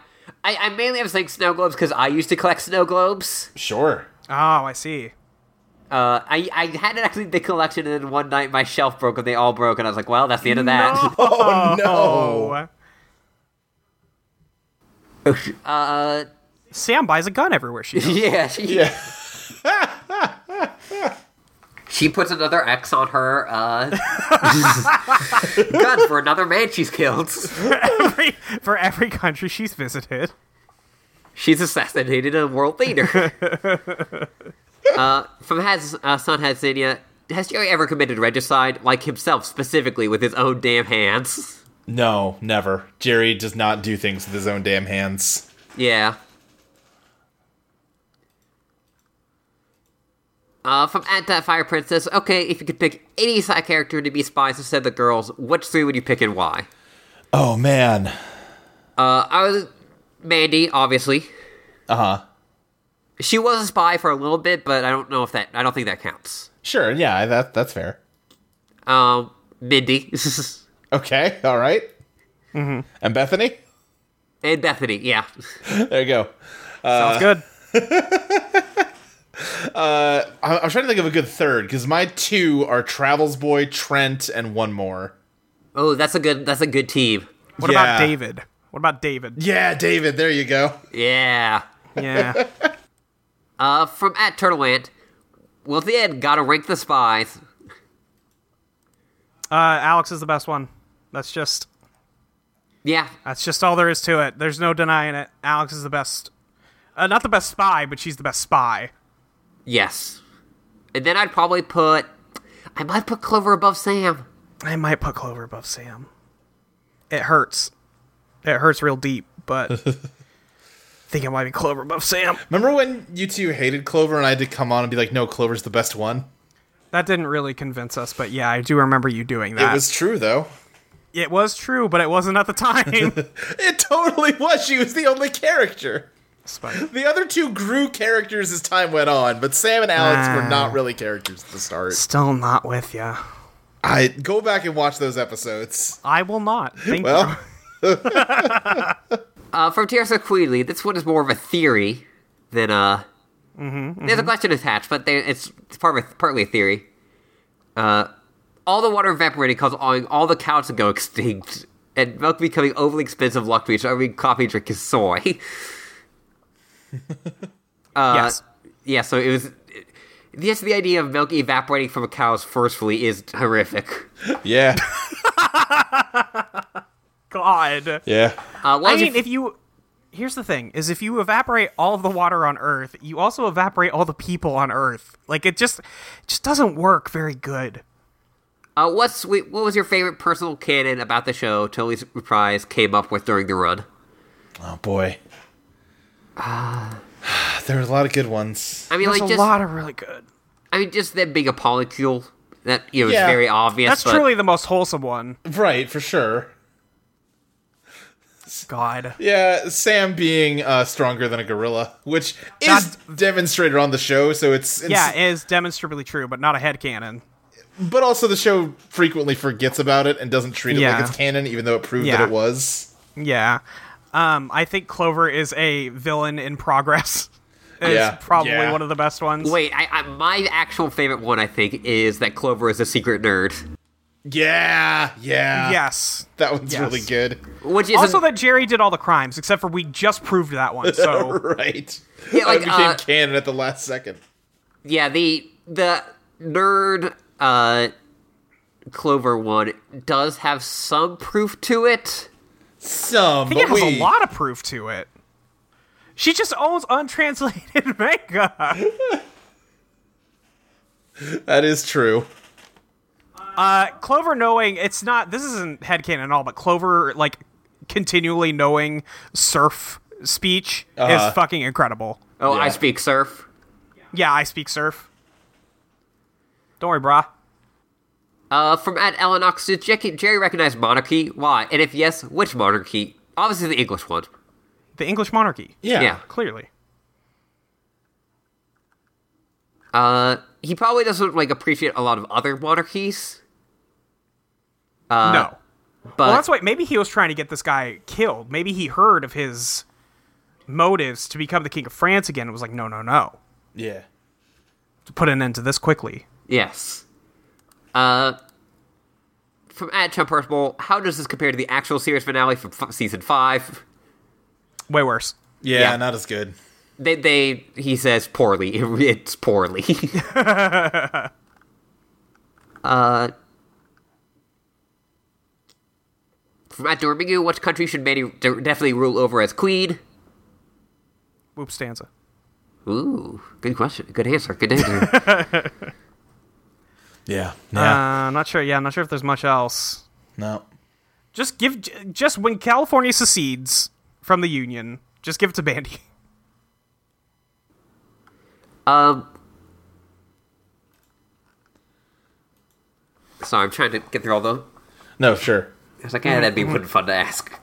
S1: I, I mainly am saying snow globes because I used to collect snow globes.
S3: Sure.
S2: Oh, I see.
S1: Uh, I I had it actually in the collection, and then one night my shelf broke, and they all broke, and I was like, "Well, that's the end of that."
S3: Oh no.
S2: Oh,
S1: uh,
S2: Sam buys a gun everywhere she. goes.
S1: yeah, she
S3: Yeah.
S1: she puts another X on her uh, gun for another man she's killed.
S2: Every- for every country she's visited.
S1: She's assassinated in a world theater. uh, from has uh, son Hazinia, has Jerry ever committed regicide, like himself specifically, with his own damn hands?
S3: No, never. Jerry does not do things with his own damn hands.
S1: Yeah. Uh, from at that fire princess. Okay, if you could pick any side character to be spies instead of the girls, which three would you pick and why?
S3: Oh man.
S1: Uh, I was Mandy, obviously.
S3: Uh huh.
S1: She was a spy for a little bit, but I don't know if that. I don't think that counts.
S3: Sure. Yeah. That that's fair.
S1: Um, Mindy.
S3: Okay. All right. And Bethany.
S1: And Bethany, yeah.
S3: There you go.
S2: Sounds good.
S3: I- I'm trying to think of a good third because my two are Travels Boy, Trent, and one more.
S1: Oh, that's a good that's a good team.
S2: What
S3: yeah.
S2: about David? What about David?
S3: Yeah, David. There you go.
S1: Yeah.
S2: Yeah.
S1: Uh from at Turtle Ant. Well at the end, gotta rank the spies.
S2: Uh, Alex is the best one. That's just
S1: Yeah.
S2: that's just all there is to it. There's no denying it. Alex is the best. Uh, not the best spy, but she's the best spy.
S1: Yes. And then I'd probably put I might put Clover above Sam.
S2: I might put Clover above Sam. It hurts. It hurts real deep, but I think it might be Clover above Sam.
S3: Remember when you two hated Clover and I had to come on and be like, "No, Clover's the best one."
S2: That didn't really convince us, but yeah, I do remember you doing
S3: It
S2: that.
S3: was true though.
S2: it was true, but it wasn't at the time.
S3: It totally was. She was the only character.
S2: Spike.
S3: The other two grew characters as time went on, but Sam and Alex were not really characters at the start.
S2: Still not with ya.
S3: I go back and watch those episodes.
S2: I will not. Thank you.
S3: Well,
S1: Uh from Tears of Queely, this one is more of a theory than uh There's a question attached, but there, it's it's part of a, partly a theory. Uh, all the water evaporating, causing all the cows to go extinct, and milk becoming overly expensive luxury. So every coffee drink is soy.
S2: Uh,
S3: uh,
S2: yes.
S1: yeah, so it was. It, just the idea of milk evaporating from a cow's forcefully is horrific.
S3: yeah,
S2: God.
S3: yeah.
S1: Uh, what
S2: I
S1: was your
S2: mean, if you here's the thing is if you evaporate all of the water on Earth, you also evaporate all the people on Earth. Like it just it just doesn't work very good.
S1: Uh, what's wait, what was your favorite personal canon about the show? Totally surprise came up with during the run.
S3: Oh boy. there were a lot of good ones.
S1: I mean,
S2: There's
S1: like
S2: a
S1: just
S2: lot of really good.
S1: I mean, just them being a polycule that you know is
S3: Yeah.
S1: very obvious.
S2: That's
S1: but,
S2: truly the most wholesome one.
S3: Right, for sure.
S2: God.
S3: Yeah, Sam being uh, stronger than a gorilla, which is demonstrated on the show, so it's, it's
S2: Yeah, it is demonstrably true, but not a headcanon.
S3: but also the show frequently forgets about it and doesn't treat it
S2: Yeah.
S3: like it's canon, even though it proved
S2: Yeah.
S3: that it was.
S2: Yeah. Um, I think Clover is a villain in progress. Is
S3: Yeah.
S2: probably
S3: Yeah.
S2: one of the best ones.
S1: Wait, I, I, my actual favorite one, I think, is that Clover is a secret nerd,
S3: Yeah, yeah,
S2: Yes.
S3: That one's
S2: Yes.
S3: really good,
S1: which is
S2: Also that Jerry did all the crimes, except for we just proved that one. So
S3: right?
S1: Yeah, like,
S3: that became
S1: uh,
S3: canon at the last second.
S1: yeah the the nerd uh, Clover one does have some proof to it.
S3: Some,
S2: I think
S3: but
S2: it has
S3: we-
S2: a lot of proof to it. She just owns untranslated manga.
S3: That is true.
S2: Uh, Clover knowing it's not this isn't headcanon at all, but Clover like continually knowing surf speech
S3: Uh-huh.
S2: is fucking incredible.
S1: Oh, I
S3: Yeah.
S1: speak surf.
S2: Yeah, I speak surf. Don't worry, brah.
S1: Uh, from at Elenox, did Jack- Jerry recognize monarchy? Why? And if yes, which monarchy? Obviously the English one.
S2: The English monarchy.
S3: Yeah.
S1: Yeah.
S2: Clearly.
S1: Uh, he probably doesn't like appreciate a lot of other monarchies,
S3: Uh,
S2: no.
S1: but
S2: Well, that's why maybe he was trying to get this guy killed. Maybe he heard of his motives to become the king of France again and was like, no, no, no.
S3: Yeah.
S2: To put an end to this quickly.
S1: yes. Uh, from at Chum Percival, how does this compare to the actual series finale from f- season five?
S2: Way worse.
S3: yeah.
S1: Yeah.
S3: not as good.
S1: They, they he says poorly. It's poorly. uh, from at Dormingu, what country should Manny definitely rule over as queen?
S2: Whoop stanza.
S1: Ooh, good question. Good answer. Good answer.
S3: Yeah. Yeah.
S2: Uh, not sure. Yeah, not sure if there's much else.
S3: no.
S2: Just give. j- Just when California secedes from the Union, just give it to Bandy.
S1: um. Sorry, I'm trying to get through all the
S3: No, sure.
S1: I was like, eh, that'd be one fun to ask.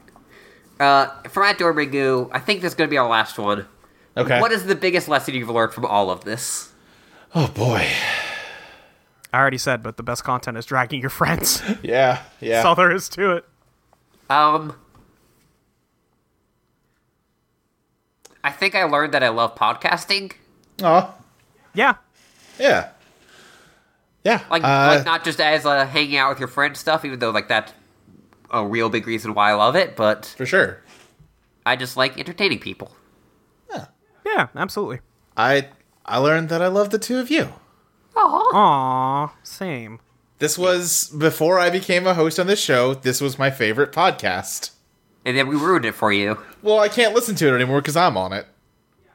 S1: Uh, from at Dormigu, I think this is going to be our last one.
S3: Okay.
S1: What is the biggest lesson you've learned from all of this?
S3: Oh boy.
S2: I already said, but the best content is dragging your friends. That's
S3: Yeah. Yeah.
S2: all there is to it.
S1: Um, I think I learned that I love podcasting.
S3: Aw.
S2: Yeah.
S3: Yeah. Yeah.
S1: Like,
S3: uh,
S1: like not just as uh, hanging out with your friends stuff, even though like that's a real big reason why I love it. But
S3: for sure.
S1: I just like entertaining people.
S2: Yeah. Absolutely.
S3: I I learned that I love the two of you.
S1: Aww.
S2: Aw, same.
S3: This was before I became a host on this show. This was my favorite podcast.
S1: And then we ruined it for you.
S3: Well, I can't listen to it anymore because I'm on it.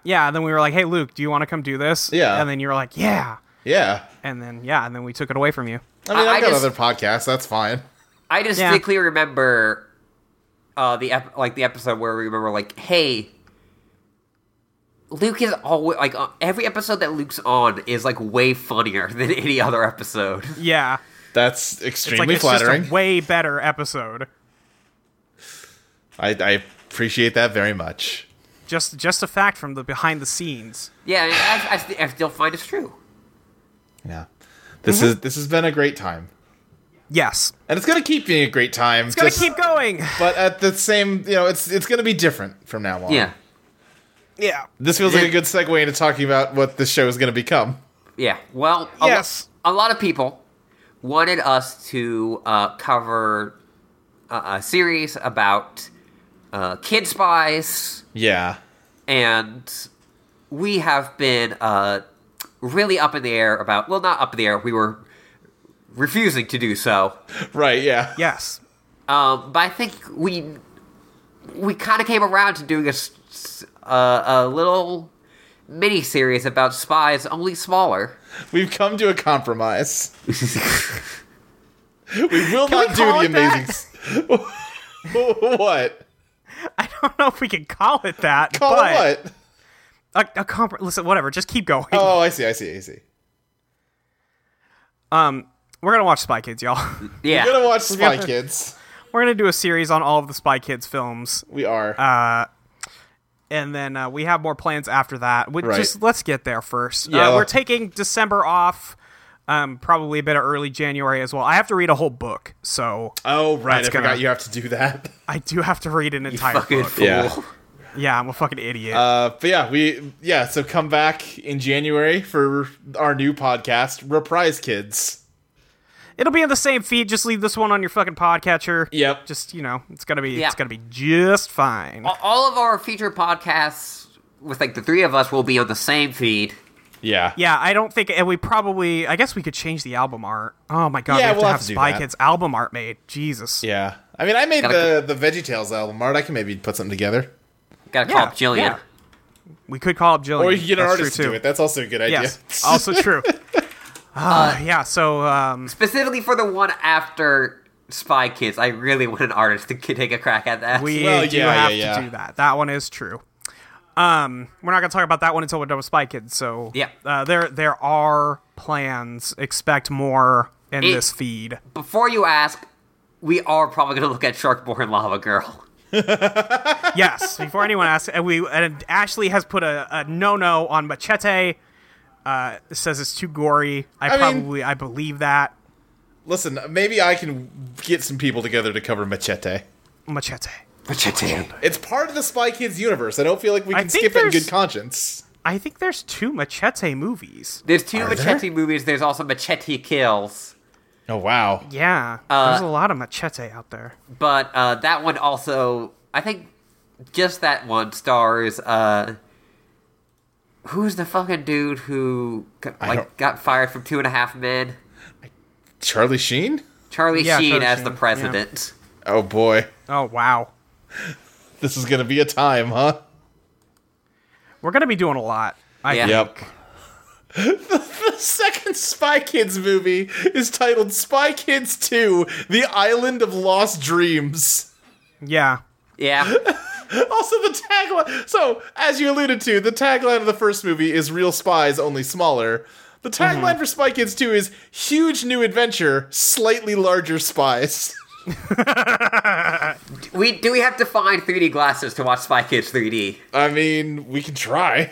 S2: Yeah. Then we were like, "Hey, Luke, do you want to come do this?"
S3: Yeah.
S2: And then you were like, "Yeah."
S3: Yeah.
S2: And then yeah, and then we took it away from you.
S3: I mean,
S1: I-
S3: I,
S1: I
S3: have got
S1: just-
S3: other podcasts. That's fine.
S1: I distinctly remember uh, the ep- like the episode where we remember like, hey, Luke is always like uh, every episode that Luke's on is like way funnier than any other episode.
S2: Yeah.
S3: That's
S2: It's like
S3: extremely
S2: it's
S3: flattering.
S2: just a way better episode.
S3: I, I appreciate that very much.
S2: Just just a fact from the behind the scenes.
S1: yeah, I, I, I, st- I still find it's true.
S3: Yeah. This
S1: Mm-hmm.
S3: is this has been a great time.
S2: Yes.
S3: And it's gonna keep being a great time.
S2: It's gonna
S3: just-
S2: keep going.
S3: but at the same you know, it's it's gonna be different from now on.
S1: Yeah,
S2: Yeah.
S3: This feels like a good segue into talking about what the show is gonna become.
S1: yeah. Well, a, lo-
S2: Yes.
S1: a lot of people wanted us to uh, cover uh, a, a series about uh, kid spies.
S3: Yeah.
S1: and we have been uh, really up in the air about well not up in the air we were refusing to do so
S3: Right, yeah.
S2: Yes.
S1: um, but i think we we kind of came around to doing a, s- s- uh, a little mini series about spies only smaller
S3: We've come to a compromise. we will not
S2: we
S3: do
S2: call
S3: the
S2: it
S3: amazing s- What?
S2: I don't know if we can call it that.
S3: Call
S2: but
S3: it what?
S2: A, a compr- listen, whatever. Just keep going.
S3: Oh, I see, I see, I see.
S2: Um, we're gonna watch Spy Kids, y'all.
S1: yeah
S3: We're gonna watch Spy
S2: gonna-
S3: Kids.
S2: we're gonna do a series on all of the Spy Kids films,
S3: We are.
S2: Uh, and then uh, we have more plans after that. We,
S3: Right.
S2: Just let's get there first.
S3: Yeah.
S2: Uh, we're taking December off. Um, probably a bit of early January as well. I have to read a whole book, so
S3: oh, right. I
S2: that's
S3: forgot
S2: gonna-
S3: you have to do that.
S2: I do have to read an entire
S1: fucking
S2: book.
S1: fool
S3: Yeah.
S2: Yeah, I'm a fucking idiot.
S3: Uh, but yeah, we yeah. So come back in January for our new podcast, Reprise Kids.
S2: It'll be in the same feed. Just leave this one on your fucking podcatcher.
S3: Yep.
S2: Just you know, it's gonna be
S1: Yeah.
S2: it's gonna be just fine.
S1: A- all of our future podcasts with like the three of us will be on the same feed
S3: Yeah.
S2: Yeah, I don't think, and we probably, I guess we could change the album art. Oh my god,
S3: Yeah,
S2: we have
S3: we'll
S2: to
S3: have
S2: have
S3: to do
S2: Spy
S3: that.
S2: Kids album art made. Jesus.
S3: Yeah. I mean, I made
S1: Gotta-
S3: the the VeggieTales album art. I can maybe put something together,
S1: gotta
S2: Yeah,
S1: call up jillian
S2: yeah. We could call up Jillian.
S3: or you can get an
S2: That's
S3: artist to
S2: true,
S3: do
S2: too.
S3: it. That's also a good idea. Uh,
S2: Yes, also true. Ah, yeah, so um,
S1: specifically for the one after Spy Kids, I really want an artist to k- take a crack at that.
S2: we
S3: Well,
S2: do
S3: yeah,
S2: have
S3: yeah,
S2: to
S3: yeah.
S2: do that. That one is true. Um, we're not gonna talk about that one until we're done with Spy Kids. So
S1: Yeah.
S2: uh, there there are plans. Expect more in
S1: It-
S2: this feed.
S1: Before you ask, we are probably going to look at Sharkborn Lava Girl.
S2: Yes, before anyone asks, and we and Ashley has put a, a no no on Machete. Uh, says it's too gory. I,
S3: I mean-
S2: probably I believe that
S3: Listen, maybe I can get some people together to cover Machete.
S2: Machete.
S1: Machete.
S3: It's part of the Spy Kids universe. I don't feel like we
S2: I
S3: can
S2: think
S3: skip it in
S2: there's-
S3: good conscience.
S2: I think there's two Machete movies.
S1: There's two
S3: there?
S1: Machete movies. There's also Machete Kills,
S3: Oh wow.
S2: Yeah, there's a lot of Machete out there.
S1: but uh, that one also, I think, just that one stars. Uh, who's the fucking dude who got,
S3: I
S1: like
S3: don't-
S1: got fired from Two and a Half Men?
S3: Charlie Sheen?
S1: Charlie
S2: Yeah,
S1: Sheen
S2: Charlie
S1: as the
S2: Sheen, yeah.
S1: president.
S3: Oh boy.
S2: Oh wow,
S3: This is gonna be a time, huh?
S2: we're gonna be doing a lot. I
S1: Yeah.
S2: think.
S3: Yep. the second Spy Kids movie is titled Spy Kids 2 The Island of Lost Dreams.
S2: yeah.
S1: Yeah,
S3: Also, the tagline. So, as you alluded to, the tagline of the first movie is Real Spies, only smaller. The tagline for Spy Kids 2 is Huge New Adventure, Slightly Larger Spies.
S1: we do. We have to find 3D glasses to watch Spy Kids 3D.
S3: I mean, we can try.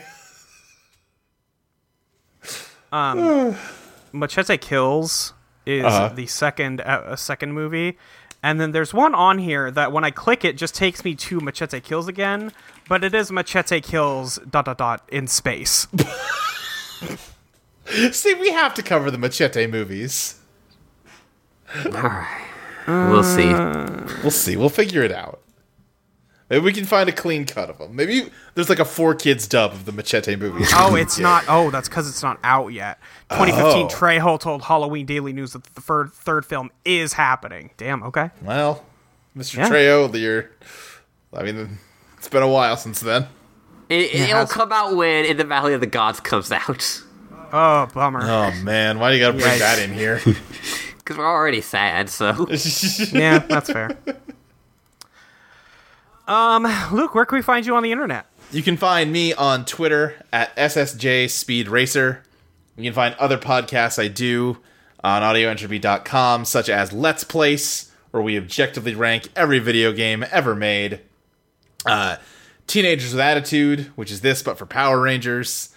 S2: Machete Kills is the second uh, uh, second movie, and then there's one on here that when I click it just takes me to Machete Kills again, but it is Machete Kills dot dot dot in space.
S3: See, we have to cover the Machete movies.
S1: All right, we'll see.
S2: Uh,
S3: We'll see. We'll figure it out. Maybe we can find a clean cut of them. Maybe there's like a four kids dub of the Machete movies.
S2: Oh, it's not. Oh, that's because it's not out yet.
S3: Oh.
S2: 2015. Trejo told Halloween Daily News that the third third film is happening. Damn. Okay.
S3: Well, Mr.
S2: Yeah.
S3: Trejo, you're. I mean, it's been a while since then.
S1: It, it, will
S2: has-
S1: come out when In the Valley of the Gods comes out.
S2: Oh, bummer.
S3: Oh man, why do you gotta bring
S2: Yikes.
S3: that in here?
S1: Because we're already sad, so.
S2: Yeah, that's fair. Um, Luke, where can we find you on the internet?
S3: you can find me on Twitter at SSJ Speed Racer. You can find other podcasts I do on audioentropy.com, such as Let's Place, where we objectively rank every video game ever made. Uh, Teenagers with Attitude, which is this but for Power Rangers.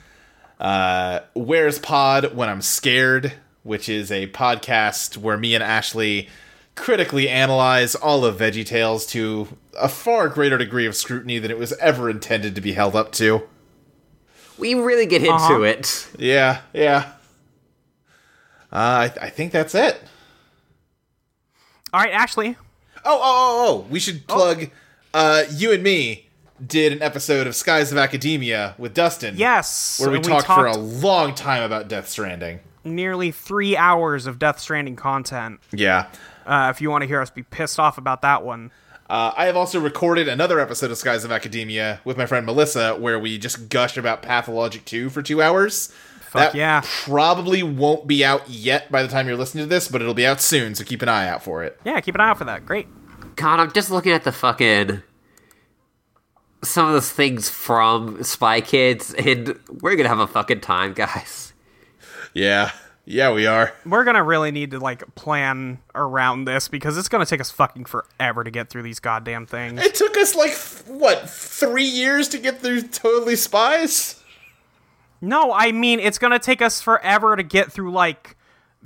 S3: uh, Where's Pod When I'm Scared, which is a podcast where me and Ashley critically analyze all of Veggie Tales to a far greater degree of scrutiny than it was ever intended to be held up to.
S1: We really get into
S2: Uh-huh.
S1: it.
S3: Yeah, yeah. Uh, I, I think that's it.
S2: All right, Ashley.
S3: Oh, oh, oh, oh! We should plug. Uh, you and me did an episode of Skies of Academia with Dustin.
S2: Yes.
S3: where we,
S2: and
S3: talked, for a long time about Death Stranding.
S2: nearly three hours of Death Stranding content.
S3: Yeah,
S2: Uh, if you want to hear us be pissed off about that one,
S3: Uh, I have also recorded another episode of Skies of Academia with my friend Melissa, where we just gush about Pathologic 2 for two hours. Fuck
S2: yeah.
S3: Probably won't be out yet by the time you're listening to this, but it'll be out soon, so keep an eye out for it.
S2: yeah, keep an eye out for that. Great.
S1: God, I'm just looking at the fucking. Some of those things from Spy Kids, and we're gonna have a fucking time, guys.
S3: Yeah. Yeah, we are.
S2: We're gonna really need to like plan around this because it's gonna take us fucking forever to get through these goddamn things.
S3: It took us like, th- what, three years to get through Totally Spies?
S2: No, I mean it's gonna take us forever to get through like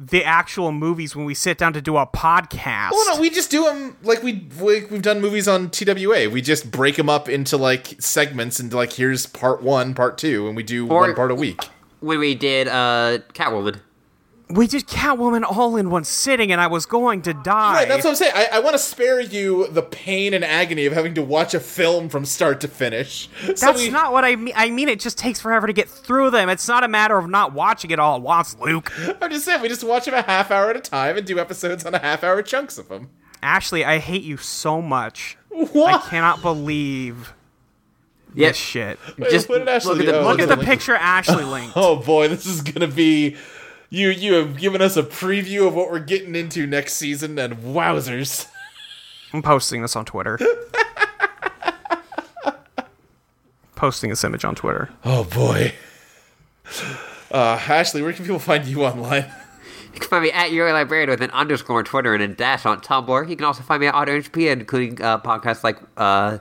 S2: the actual movies when we sit down to do a podcast.
S3: Well, no, we just do them like we like we've done movies on TWA. We just break them up into like segments, and like here's part one, part two, and we do
S1: Or-
S3: one part a week.
S1: When we did uh, Catwoman.
S2: we did Catwoman all in one sitting, and I was going to die.
S3: Right, that's what I'm saying. I, I want to spare you the pain and agony of having to watch a film from start to finish. So
S2: That's
S3: we-
S2: not what I mean. I mean, it just takes forever to get through them. It's not a matter of not watching it all at once, Luke.
S3: I'm just saying we just watch them a half hour at a time and do episodes on a half hour chunks of them.
S2: Ashley, I hate you so much. I
S3: What?
S2: cannot believe
S1: Yeah,
S2: this shit.
S3: Wait,
S1: just
S3: what did Ashley
S1: look at
S3: do?
S1: the-
S3: Oh,
S2: Look at
S3: the
S2: the
S3: link.
S2: picture Ashley linked.
S3: Oh boy, this is gonna be. You you have given us a preview of what we're getting into next season, and wowzers!
S2: I'm posting this on Twitter. posting this image on Twitter.
S3: Oh boy. Uh, Ashley, where can people find you online?
S1: You can find me at your librarian with an underscore on Twitter and a dash on Tumblr. You can also find me at AutoHP, including uh, podcasts like uh,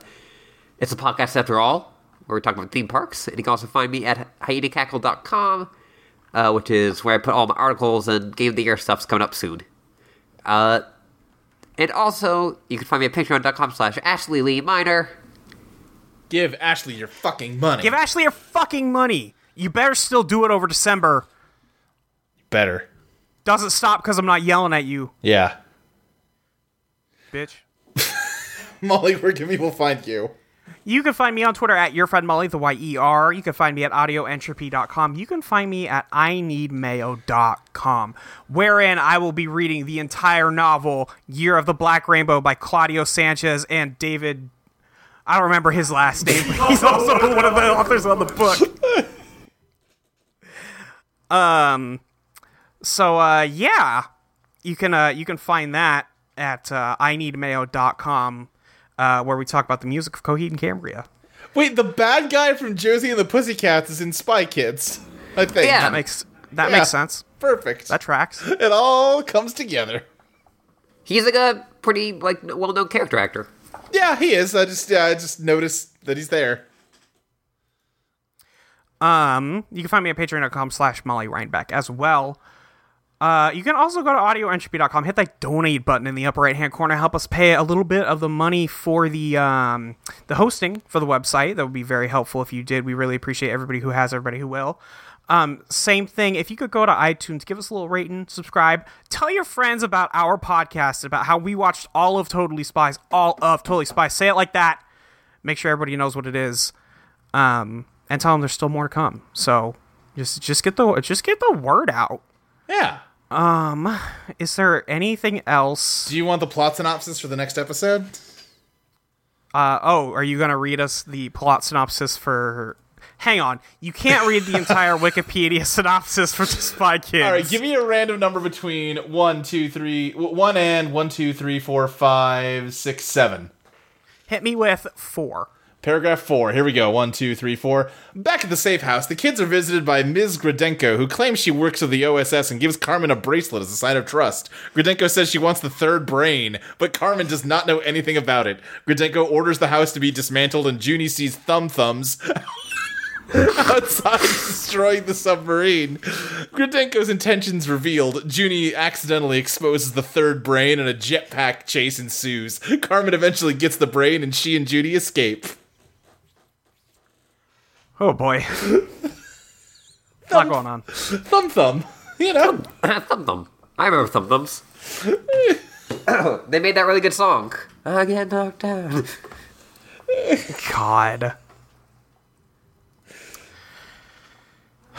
S1: It's a Podcast After All, where we talk about theme parks. And you can also find me at haiticackle.com, uh, which is where I put all my articles and Game of the Year stuff's coming up soon. Uh, and also, you can find me at patreon.com slash Ashley Lee Minor.
S3: Give Ashley your fucking money.
S2: Give Ashley your fucking money. You better still do it over December.
S3: Better.
S2: Doesn't stop because I'm not yelling at you,
S3: Yeah.
S2: bitch.
S3: Molly, where can people find you?
S2: You can find me on Twitter at your friend Molly, the Y E R. You can find me at audioentropy.com. You can find me at I need mayo.com, wherein I will be reading the entire novel Year of the Black Rainbow by Claudio Sanchez and David. I don't remember his last name, but he's also one of the authors on the book. Um, so uh, yeah, you can uh, you can find that at uh, I need mayo.com uh, where we talk about the music of Coheed and Cambria.
S3: Wait, the bad guy from Josie and the Pussycats is in Spy Kids. I think.
S1: Yeah.
S2: That makes that
S3: Yeah.
S2: makes sense.
S3: Perfect.
S2: That tracks.
S3: it all comes together.
S1: He's like a pretty like well-known character actor.
S3: Yeah, he is. I just yeah, I just noticed that he's there.
S2: Um, you can find me at patreon.com slash Molly Reinbeck as well. Uh, you can also go to audioentropy.com, hit that donate button in the upper right hand corner, help us pay a little bit of the money for the um, the hosting for the website. That would be very helpful if you did. We really appreciate everybody who has, everybody who will. Um, same thing, if you could go to iTunes, give us a little rating, subscribe, tell your friends about our podcast, about how we watched all of Totally Spies, all of Totally Spies. Say it like that. Make sure everybody knows what it is um, and tell them there's still more to come. So just just get the just get the word out.
S3: Yeah.
S2: Is there anything else?
S3: Do you want the plot synopsis for the next episode?
S2: Uh, oh, are you gonna read us the plot synopsis for? Hang on, you can't read the entire Wikipedia synopsis for the Spy Kids.
S3: All right, give me a random number between one, two, three, w- one and one, two, three, four, five, six, seven.
S2: Hit me with four.
S3: Paragraph four. Here we go. One, two, three, four. Back at the safe house, the kids are visited by Ms. Gradenko, who claims she works with the OSS and gives Carmen a bracelet as a sign of trust. Gradenko says she wants the third brain, but Carmen does not know anything about it. Gradenko orders the house to be dismantled, and Junie sees thumb thumbs outside destroying the submarine. Gradenko's intentions revealed. Junie accidentally exposes the third brain, and a jetpack chase ensues. Carmen eventually gets the brain, and she and Junie escape.
S2: Oh boy, a lot going on.
S3: Thumb thumb. You know.
S1: Thumb Thumb. I remember Thumb Thumbs. they made that really good song. I get knocked down.
S2: God.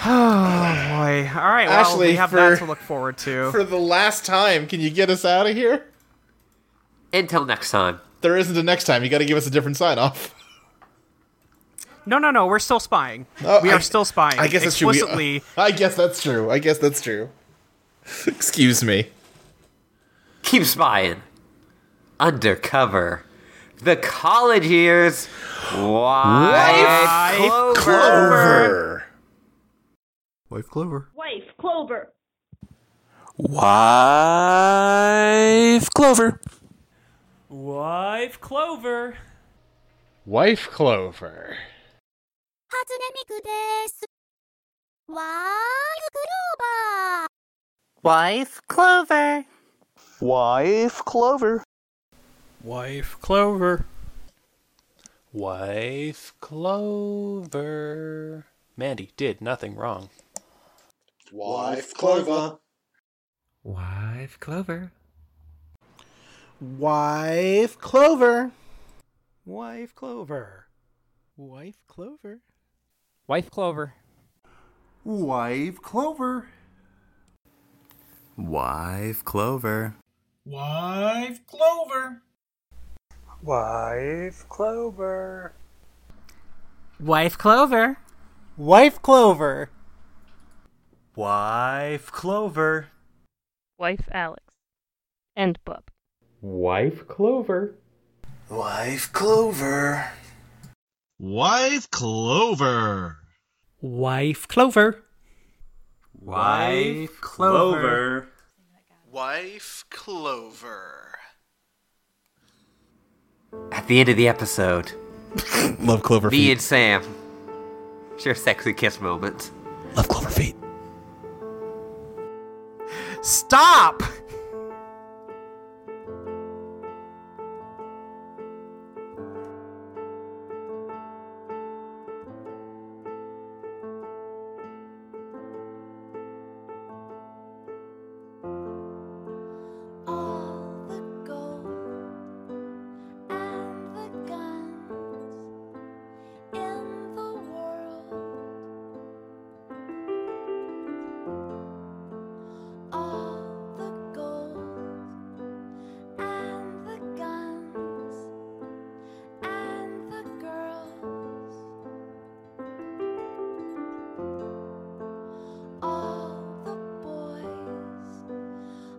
S2: Oh boy! All right, well
S3: Ashley,
S2: we have
S3: for-
S2: that to look forward to.
S3: For the last time, can you get us out of here?
S1: Until next time.
S3: There isn't a next time. You got to give us a different sign off.
S2: No, no, no. We're still spying.
S3: Oh,
S2: we
S3: I-
S2: are still spying.
S3: I guess that's true. We-
S2: explicitly.
S3: I guess that's true. I guess that's true. Excuse me.
S1: Keep spying. Undercover. The college years. Why?
S2: Life
S3: Clover.
S4: Wife Clover.
S5: Wife, Clover.
S6: Wife Clover.
S7: Wife Clover.
S8: Wife Clover.
S9: 初音ミクです。わーい、クローバー。
S10: Wife Clover.
S6: Wife Clover.
S7: Wife Clover.
S6: Wife Clover. Mandy did nothing wrong.
S4: Wife Clover.
S1: Wife Clover.
S6: Wife Clover.
S7: Wife Clover. Wife Clover.
S11: Wife Clover.
S4: Wife Clover. Wife Clover.
S6: Wife Clover.
S7: Wife Clover.
S11: Wife Clover.
S7: Wife Clover.
S4: Wife Clover.
S5: Wife, Alex. And Bub.
S8: Wife Clover.
S4: Wife Clover.
S8: Wife Clover.
S7: Wife Clover.
S11: Wife Clover.
S12: Wife Clover.
S1: At the end of the episode,
S3: love Clover.
S1: Me and Sam share sexy kiss moments.
S3: Love Clover feet.
S2: Stop!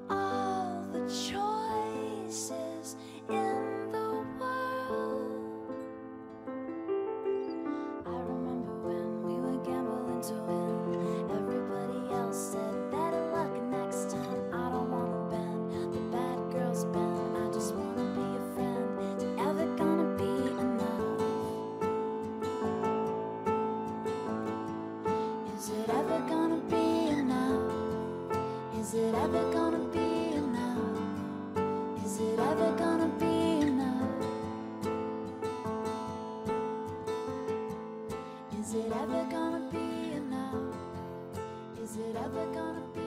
S13: All the choices in the world. I remember when we were gambling to win. Everybody else said better luck next time. I don't wanna bend the bad girl's bend. I just wanna be a friend. It's never gonna be enough. Is it ever gonna be enough? Is it ever gonna be enough? Is it ever gonna be enough? Is it ever gonna be enough? Is it ever gonna be